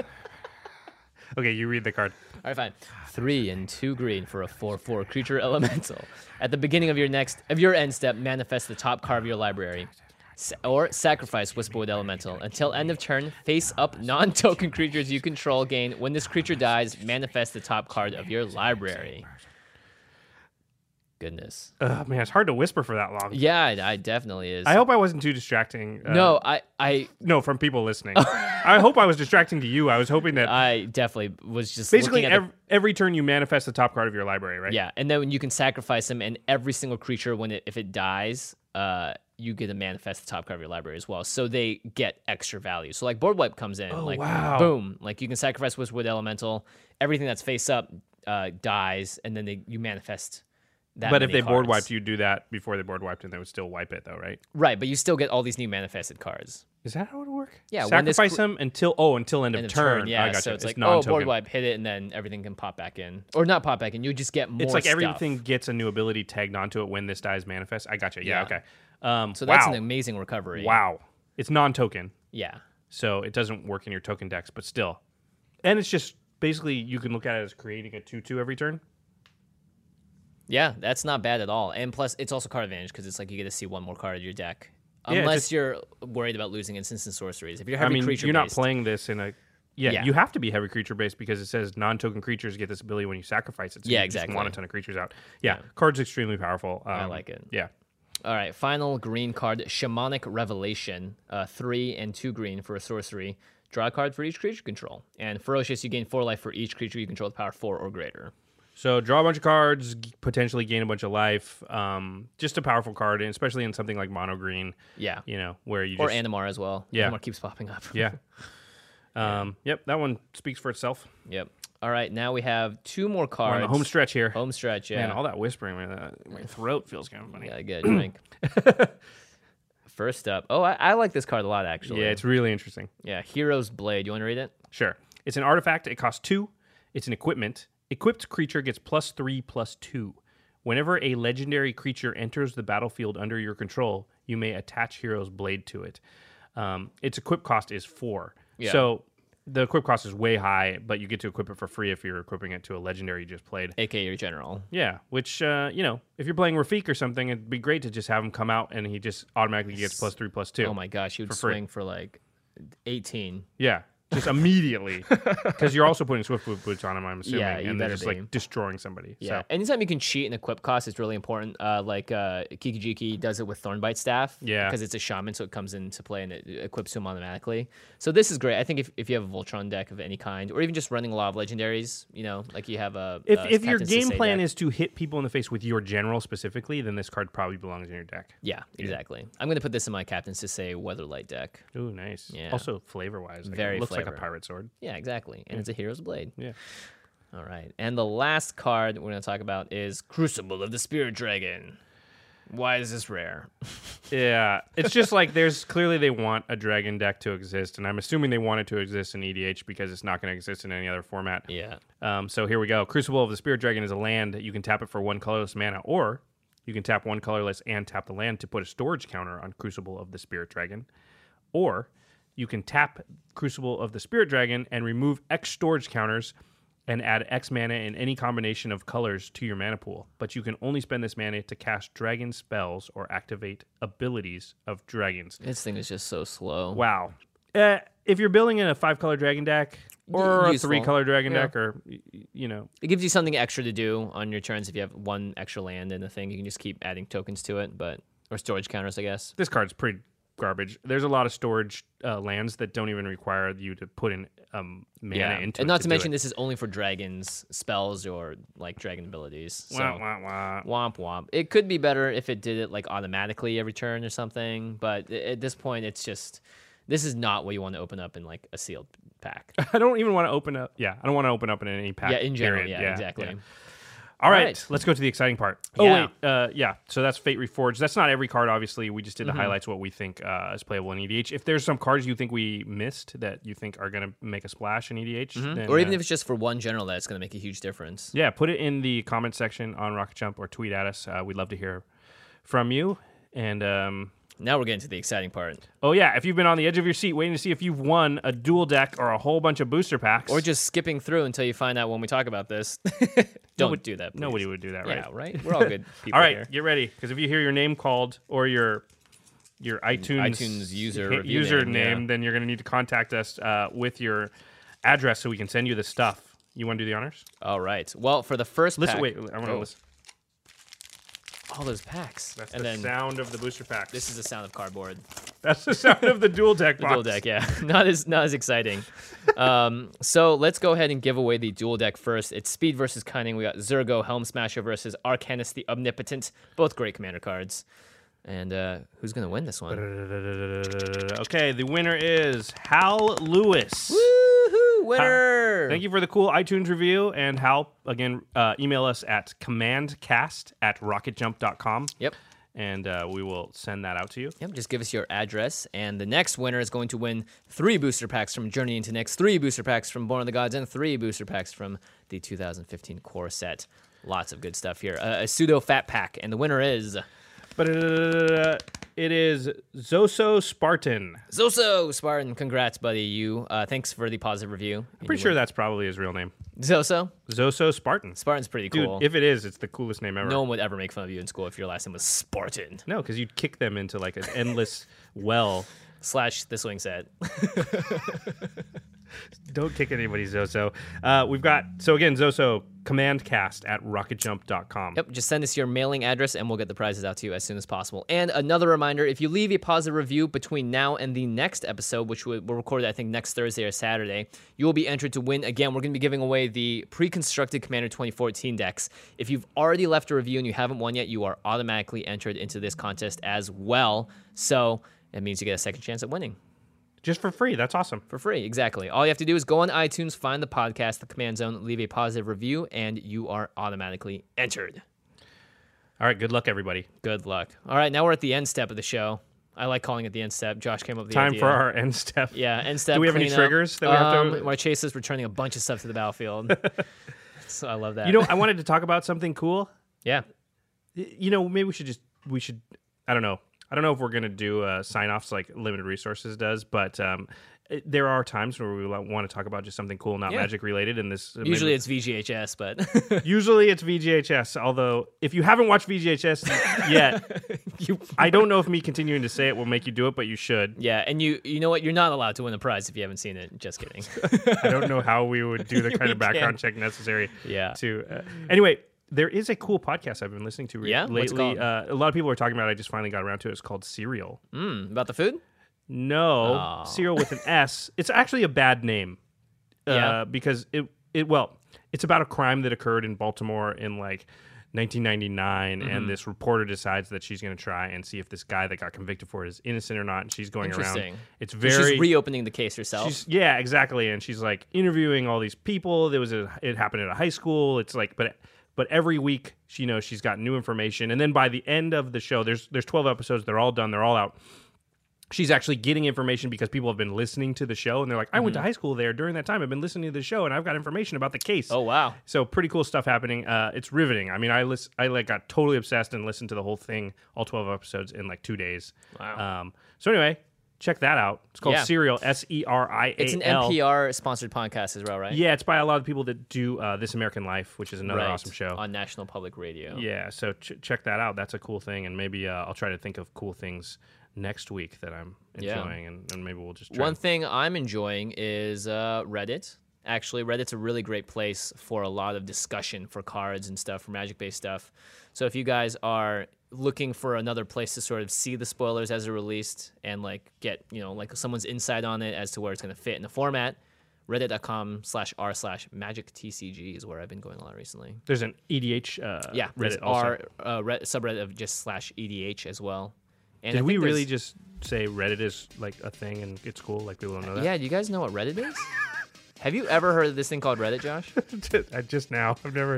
Speaker 2: Okay, you read the card.
Speaker 1: All right, fine. Three and two green for a four-four creature elemental. At the beginning of your next of your end step, manifest the top card of your library, S- or sacrifice Whisperwood Elemental until end of turn. Face up non-token creatures you control gain. When this creature dies, manifest the top card of your library. Goodness.
Speaker 2: Oh man, it's hard to whisper for that long.
Speaker 1: Yeah, I, I definitely is.
Speaker 2: I hope I wasn't too distracting. uh,
Speaker 1: no, I, I,
Speaker 2: no, from people listening. I hope I was distracting to you. I was hoping that
Speaker 1: I definitely was just
Speaker 2: basically
Speaker 1: looking at the
Speaker 2: every, every turn you manifest the top card of your library, right?
Speaker 1: Yeah, and then you can sacrifice them, and every single creature, when it, if it dies, uh, you get to manifest the top card of your library as well. So they get extra value. So like board wipe comes in, like
Speaker 2: Oh, wow.
Speaker 1: boom, like you can sacrifice Whisperwood Elemental, everything that's face up uh, dies, and then they, you manifest That
Speaker 2: but if
Speaker 1: many
Speaker 2: they board
Speaker 1: cards.
Speaker 2: wiped, you do that before they board wiped, and they would still wipe it though, right?
Speaker 1: right? But you still get all these new manifested cards.
Speaker 2: Is that how it would work?
Speaker 1: Yeah, when this
Speaker 2: sacrifice
Speaker 1: gr-
Speaker 2: them until oh until end of,
Speaker 1: End of
Speaker 2: turn.
Speaker 1: yeah.
Speaker 2: I gotcha.
Speaker 1: So it's, like oh,
Speaker 2: non-token.
Speaker 1: board wipe, hit it, and then everything can pop back in, or not pop back in. You just get more.
Speaker 2: It's like
Speaker 1: stuff.
Speaker 2: everything gets a new ability tagged onto it when this dies manifest. I gotcha. Yeah.
Speaker 1: Yeah.
Speaker 2: Okay. Um,
Speaker 1: So that's
Speaker 2: wow.
Speaker 1: an amazing recovery.
Speaker 2: wow. It's non-token,
Speaker 1: Yeah.
Speaker 2: so it doesn't work in your token decks, but still, and it's just basically you can look at it as creating a two-two every turn.
Speaker 1: Yeah, that's not bad at all. And plus, it's also card advantage because it's like you get to see one more card of your deck.
Speaker 2: Yeah,
Speaker 1: Unless
Speaker 2: just-
Speaker 1: you're worried about losing instants and sorceries. If you're
Speaker 2: I
Speaker 1: having
Speaker 2: mean,
Speaker 1: creature
Speaker 2: you're not
Speaker 1: based-
Speaker 2: playing this in a. Yeah,
Speaker 1: Yeah.
Speaker 2: you have to be heavy creature based because it says non-token creatures get this ability when you sacrifice it. So
Speaker 1: Yeah,
Speaker 2: you Just want a
Speaker 1: exactly.
Speaker 2: ton of creatures out. Yeah, card's extremely powerful. Um,
Speaker 1: like it.
Speaker 2: Yeah,
Speaker 1: All right, final green card, Shamanic Revelation, uh, three and two green for a sorcery. Draw a card for each creature you control. And Ferocious, you gain four life for each creature you control with power four or greater.
Speaker 2: So draw a bunch of cards, g- potentially gain a bunch of life. Um, just a powerful card, and especially in something like mono green,
Speaker 1: Yeah.
Speaker 2: you know, where you
Speaker 1: or
Speaker 2: just
Speaker 1: Animar as well.
Speaker 2: Yeah.
Speaker 1: Animar keeps popping up.
Speaker 2: yeah. Um, yep, that one speaks for itself.
Speaker 1: Yep. All right, now we have two more
Speaker 2: We're
Speaker 1: cards.
Speaker 2: on the home stretch here,
Speaker 1: Home stretch, yeah.
Speaker 2: man. All that whispering, man, uh, my throat feels kind of funny.
Speaker 1: Yeah, good drink. First up, oh, I, I like this card a lot actually.
Speaker 2: yeah, it's really interesting.
Speaker 1: yeah, Hero's Blade. You want to read it?
Speaker 2: Sure, it's an artifact. It costs two. It's an equipment. Equipped creature gets plus three, plus two. Whenever a legendary creature enters the battlefield under your control, you may attach Hero's Blade to it. Um, its equip cost is four.
Speaker 1: Yeah.
Speaker 2: So the equip cost is way high, but you get to equip it for free if you're equipping it to a legendary you just played.
Speaker 1: AKA your general.
Speaker 2: Yeah, which uh, you know, if you're playing Rafik or something, it'd be great to just have him come out and he just automatically gets plus three, plus two.
Speaker 1: Oh my gosh, you would
Speaker 2: free.
Speaker 1: swing for like 18.
Speaker 2: Yeah, just immediately because you're also putting swift boot boots on him. I'm assuming,
Speaker 1: Yeah, you
Speaker 2: and they're
Speaker 1: better
Speaker 2: just
Speaker 1: be.
Speaker 2: like destroying somebody.
Speaker 1: Yeah.
Speaker 2: So
Speaker 1: Anytime you can cheat and equip costs, it's really important. Uh, like uh, Kikijiki does it with Thornbite Staff.
Speaker 2: Yeah.
Speaker 1: Because it's a shaman, so it comes into play and it equips him automatically. So this is great. I think if, if you have a Voltron deck of any kind, or even just running a lot of legendaries, you know, like you have a.
Speaker 2: if
Speaker 1: uh,
Speaker 2: if your
Speaker 1: Captain
Speaker 2: game
Speaker 1: Sisei
Speaker 2: plan
Speaker 1: deck.
Speaker 2: is to hit people in the face with your general specifically, then this card probably belongs in your deck.
Speaker 1: Yeah, exactly. I'm going to put this in my Captain Sisei Weatherlight deck.
Speaker 2: Ooh, nice.
Speaker 1: Yeah.
Speaker 2: Also flavor wise, like,
Speaker 1: Very
Speaker 2: it looks like a
Speaker 1: flavor.
Speaker 2: pirate sword.
Speaker 1: Yeah, exactly. And it's a Hero's Blade.
Speaker 2: Yeah.
Speaker 1: All right. And the last card we're going to talk about is Crucible of the Spirit Dragon. Why is this rare?
Speaker 2: Yeah, it's just like there's clearly they want a dragon deck to exist, and I'm assuming they want it to exist in EDH because it's not going to exist in any other format.
Speaker 1: Yeah.
Speaker 2: Um, so here we go. Crucible of the Spirit Dragon is a land. You can tap it for one colorless mana, or you can tap one colorless and tap the land to put a storage counter on Crucible of the Spirit Dragon, or you can tap Crucible of the Spirit Dragon and remove X storage counters and add X mana in any combination of colors to your mana pool. But you can only spend this mana to cast dragon spells or activate abilities of dragons.
Speaker 1: This thing is just so slow.
Speaker 2: Wow. Uh, if you're building in a five color dragon deck or a
Speaker 1: useful.
Speaker 2: three color dragon
Speaker 1: Yeah.
Speaker 2: deck, or y- y- you know,
Speaker 1: It gives you something extra to do on your turns if you have one extra land in the thing. You can just keep adding tokens to it, but or storage counters, I guess.
Speaker 2: this card's pretty garbage. There's a lot of storage uh, lands that don't even require you to put in um, mana
Speaker 1: and
Speaker 2: into it
Speaker 1: not to
Speaker 2: do
Speaker 1: mention
Speaker 2: it.
Speaker 1: this is only for dragons spells or like dragon abilities. So
Speaker 2: Wah, wah, wah.
Speaker 1: womp womp. It could be better if it did it like automatically every turn or something, but a- at this point it's just this is not what you want to open up in like a sealed pack.
Speaker 2: I don't even want to open up. Yeah, I don't want to open up in any pack.
Speaker 1: yeah, in general,
Speaker 2: period.
Speaker 1: yeah, exactly.
Speaker 2: yeah. All right,
Speaker 1: right.
Speaker 2: let's go to the exciting part. Oh
Speaker 1: Yeah.
Speaker 2: wait, uh, yeah. So that's Fate Reforged. That's not every card, obviously. We just did
Speaker 1: Mm-hmm.
Speaker 2: the highlights, what we think uh, is playable in EDH. If there's some cards you think we missed that you think are going to make a splash in EDH, then,
Speaker 1: Mm-hmm. Or even
Speaker 2: uh,
Speaker 1: if it's just for one general that's going to make a huge difference.
Speaker 2: Yeah, put it in the comment section on Rocket Jump or tweet at us. Uh, we'd love to hear from you. And um,
Speaker 1: Now we're getting to the exciting part.
Speaker 2: oh yeah, if you've been on the edge of your seat waiting to see if you've won a dual deck or a whole bunch of booster packs,
Speaker 1: Or just skipping through until you find out when we talk about this. Don't
Speaker 2: Nobody-
Speaker 1: do that. Please.
Speaker 2: nobody would do that, right?
Speaker 1: Yeah, right. We're all good people
Speaker 2: All right,
Speaker 1: here.
Speaker 2: get ready because if you hear your name called or your your iTunes
Speaker 1: iTunes user
Speaker 2: hi-
Speaker 1: review
Speaker 2: username,
Speaker 1: name, yeah.
Speaker 2: then you're gonna need to contact us uh, with your address so we can send you the stuff. You want to do the honors?
Speaker 1: All right. Well, for the first
Speaker 2: Listen,
Speaker 1: pack,
Speaker 2: wait, I want to
Speaker 1: Oh,
Speaker 2: listen.
Speaker 1: all those packs,
Speaker 2: That's
Speaker 1: and
Speaker 2: the
Speaker 1: then
Speaker 2: sound of the booster pack.
Speaker 1: this is the sound of cardboard.
Speaker 2: That's the sound of the dual deck box.
Speaker 1: Dual deck, yeah, not as not as exciting. um, so let's go ahead and give away the dual deck first. It's Speed versus Cunning. We got Zergo Helm Smasher versus Arcanus the Omnipotent. Both great commander cards. And uh, who's gonna win this one?
Speaker 2: Okay, the winner is Hal Lewis.
Speaker 1: winner.
Speaker 2: Thank you for the cool iTunes review. And Hal, again, uh, email us at commandcast at rocketjump.com.
Speaker 1: Yep.
Speaker 2: And uh, we will send that out to you.
Speaker 1: Yep, just give us your address, and the next winner is going to win three booster packs from Journey into Next, three booster packs from Born of the Gods, and three booster packs from the 2015 core set. Lots of good stuff here. Uh, a pseudo fat pack, and the winner is
Speaker 2: But uh, it is Zoso Spartan.
Speaker 1: Zoso Spartan. Congrats, buddy. You. Uh, thanks for the positive review.
Speaker 2: I'm pretty sure that's probably his real name.
Speaker 1: Zoso
Speaker 2: Zoso Spartan.
Speaker 1: Spartan's pretty
Speaker 2: Dude,
Speaker 1: cool.
Speaker 2: if it is, it's the coolest name ever.
Speaker 1: no one would ever make fun of you in school if your last name was Spartan
Speaker 2: No, because you'd kick them into like an endless well.
Speaker 1: slash the swing set.
Speaker 2: Don't kick anybody, Zoso. Uh, we've got, so again, Zoso, commandcast at rocketjump.com.
Speaker 1: Yep, just send us your mailing address and we'll get the prizes out to you as soon as possible. And another reminder if you leave a positive review between now and the next episode, which we- we'll record, I think, next Thursday or Saturday, you will be entered to win. Again, we're going to be giving away the pre constructed Commander 2014 decks. If you've already left a review and you haven't won yet, you are automatically entered into this contest as well. So it means you get a second chance at winning.
Speaker 2: Just for free. That's awesome.
Speaker 1: For free, exactly. All you have to do is go on iTunes, find the podcast, the Command Zone, leave a positive review, and you are automatically entered.
Speaker 2: All right. Good luck, everybody.
Speaker 1: Good luck. All right, now we're at the end step of the show. I like calling it the end step. Josh came up with the
Speaker 2: Time
Speaker 1: idea.
Speaker 2: for our end step.
Speaker 1: yeah end step.
Speaker 2: Do we have any
Speaker 1: cleanup.
Speaker 2: triggers that we have
Speaker 1: um,
Speaker 2: to-
Speaker 1: My chase is returning a bunch of stuff to the battlefield. so I love that.
Speaker 2: You know, I wanted to talk about something cool.
Speaker 1: yeah,
Speaker 2: Y- You know, maybe we should just, we should, I don't know. I don't know if we're going to do uh, sign offs like Limited Resources does, but um, it- there are times where we want to talk about just something cool, not
Speaker 1: Yeah.
Speaker 2: magic related. And this maybe-
Speaker 1: usually it's VGHS, but
Speaker 2: Usually it's VGHS, although if you haven't watched VGHS yet, I don't know if me continuing to say it will make you do it, but you should.
Speaker 1: yeah, and you you know what? You're not allowed to win a prize if you haven't seen it. Just kidding.
Speaker 2: I don't know how we would do the kind of background check necessary.
Speaker 1: Yeah.
Speaker 2: To uh, anyway, there is a cool podcast I've been listening to re-
Speaker 1: Yeah? What's it
Speaker 2: lately.
Speaker 1: called?
Speaker 2: Uh, a lot of people are talking about. it. I just finally got around to it. It's called Serial.
Speaker 1: mm, about the food?
Speaker 2: No,
Speaker 1: Oh.
Speaker 2: Serial with an S. It's actually a bad name. Uh,
Speaker 1: Yeah.
Speaker 2: Because it it well, it's about a crime that occurred in Baltimore in like 1999,
Speaker 1: Mm-hmm.
Speaker 2: and this reporter decides that she's going to try and see if this guy that got convicted for it is innocent or not. And she's going
Speaker 1: Interesting.
Speaker 2: around. It's very
Speaker 1: She's reopening the case herself.
Speaker 2: She's, yeah, exactly. And she's like interviewing all these people. There was a, it happened at a high school. It's like, but but every week she knows she's got new information. And then by the end of the show, there's there's twelve episodes. They're all done. They're all out. She's actually getting information because people have been listening to the show and they're like, I went to high school there during that time. I've been listening to the show and I've got information about the case.
Speaker 1: oh wow.
Speaker 2: So pretty cool stuff happening. Uh, it's riveting. I mean, I lis- I like got totally obsessed and listened to the whole thing, all twelve episodes in like two days.
Speaker 1: Wow.
Speaker 2: Um, so anyway, check that out. It's called
Speaker 1: Yeah.
Speaker 2: Serial. S E R I A L.
Speaker 1: It's an NPR sponsored podcast as well, right?
Speaker 2: Yeah, it's by a lot of people that do uh, This American Life, which is another
Speaker 1: Right,
Speaker 2: awesome show.
Speaker 1: on National Public Radio.
Speaker 2: yeah, so ch- check that out. That's a cool thing, and maybe uh, I'll try to think of cool things next week that I'm
Speaker 1: Yeah.
Speaker 2: enjoying, and, and maybe we'll just try
Speaker 1: One
Speaker 2: and-
Speaker 1: thing I'm enjoying is uh, Reddit. Actually, Reddit's a really great place for a lot of discussion for cards and stuff, for magic based stuff. So if you guys are looking for another place to sort of see the spoilers as they're released and like get, you know, like someone's insight on it as to where it's going to fit in the format, reddit.com slash r slash magic TCG is where I've been going a lot recently.
Speaker 2: There's an EDH. Uh,
Speaker 1: Yeah, there's
Speaker 2: Reddit also.
Speaker 1: r uh, re- subreddit of just slash EDH as well. And I
Speaker 2: Did we
Speaker 1: think there's-
Speaker 2: really just say Reddit is like a thing and it's cool? Like people don't know that.
Speaker 1: Yeah, do you guys know what Reddit is? Have you ever heard of this thing called Reddit, Josh?
Speaker 2: I just now. I've never.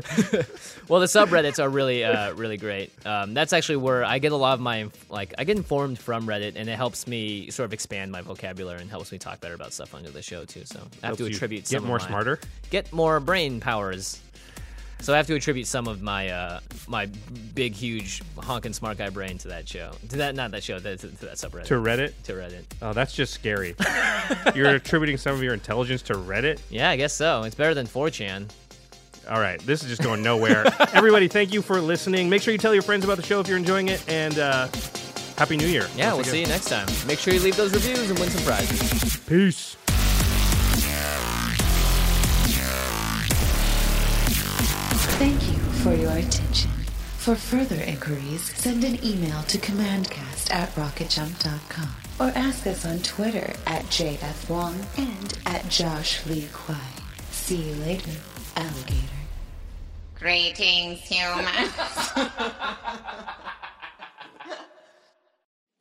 Speaker 1: Well, the subreddits are really, uh, really great. Um, that's actually where I get a lot of my like I get informed from Reddit, and it helps me sort of expand my vocabulary and helps me talk better about stuff under the show too. So I have
Speaker 2: Helps you
Speaker 1: to attribute
Speaker 2: get
Speaker 1: some of
Speaker 2: more
Speaker 1: my-
Speaker 2: smarter?
Speaker 1: get more brain powers. So I have to attribute some of my uh, my big, huge, honking smart guy brain to that show, to that not that show, to, to that subreddit,
Speaker 2: To Reddit?
Speaker 1: to Reddit.
Speaker 2: Oh, that's just scary. You're attributing some of your intelligence to Reddit?
Speaker 1: Yeah, I guess so. It's better than 4chan.
Speaker 2: All right, this is just going nowhere. Everybody, thank you for listening. Make sure you tell your friends about the show if you're enjoying it, and uh, Happy New Year.
Speaker 1: Yeah, we'll
Speaker 2: Once
Speaker 1: see you
Speaker 2: again.
Speaker 1: next time. Make sure you leave those reviews and win some prizes.
Speaker 2: Peace.
Speaker 3: Thank you for your attention. For further inquiries, send an email to commandcast at rocketjump.com or ask us on Twitter at JF Wong and at Josh Lee Kwai. See you later, alligator.
Speaker 4: Greetings, humans.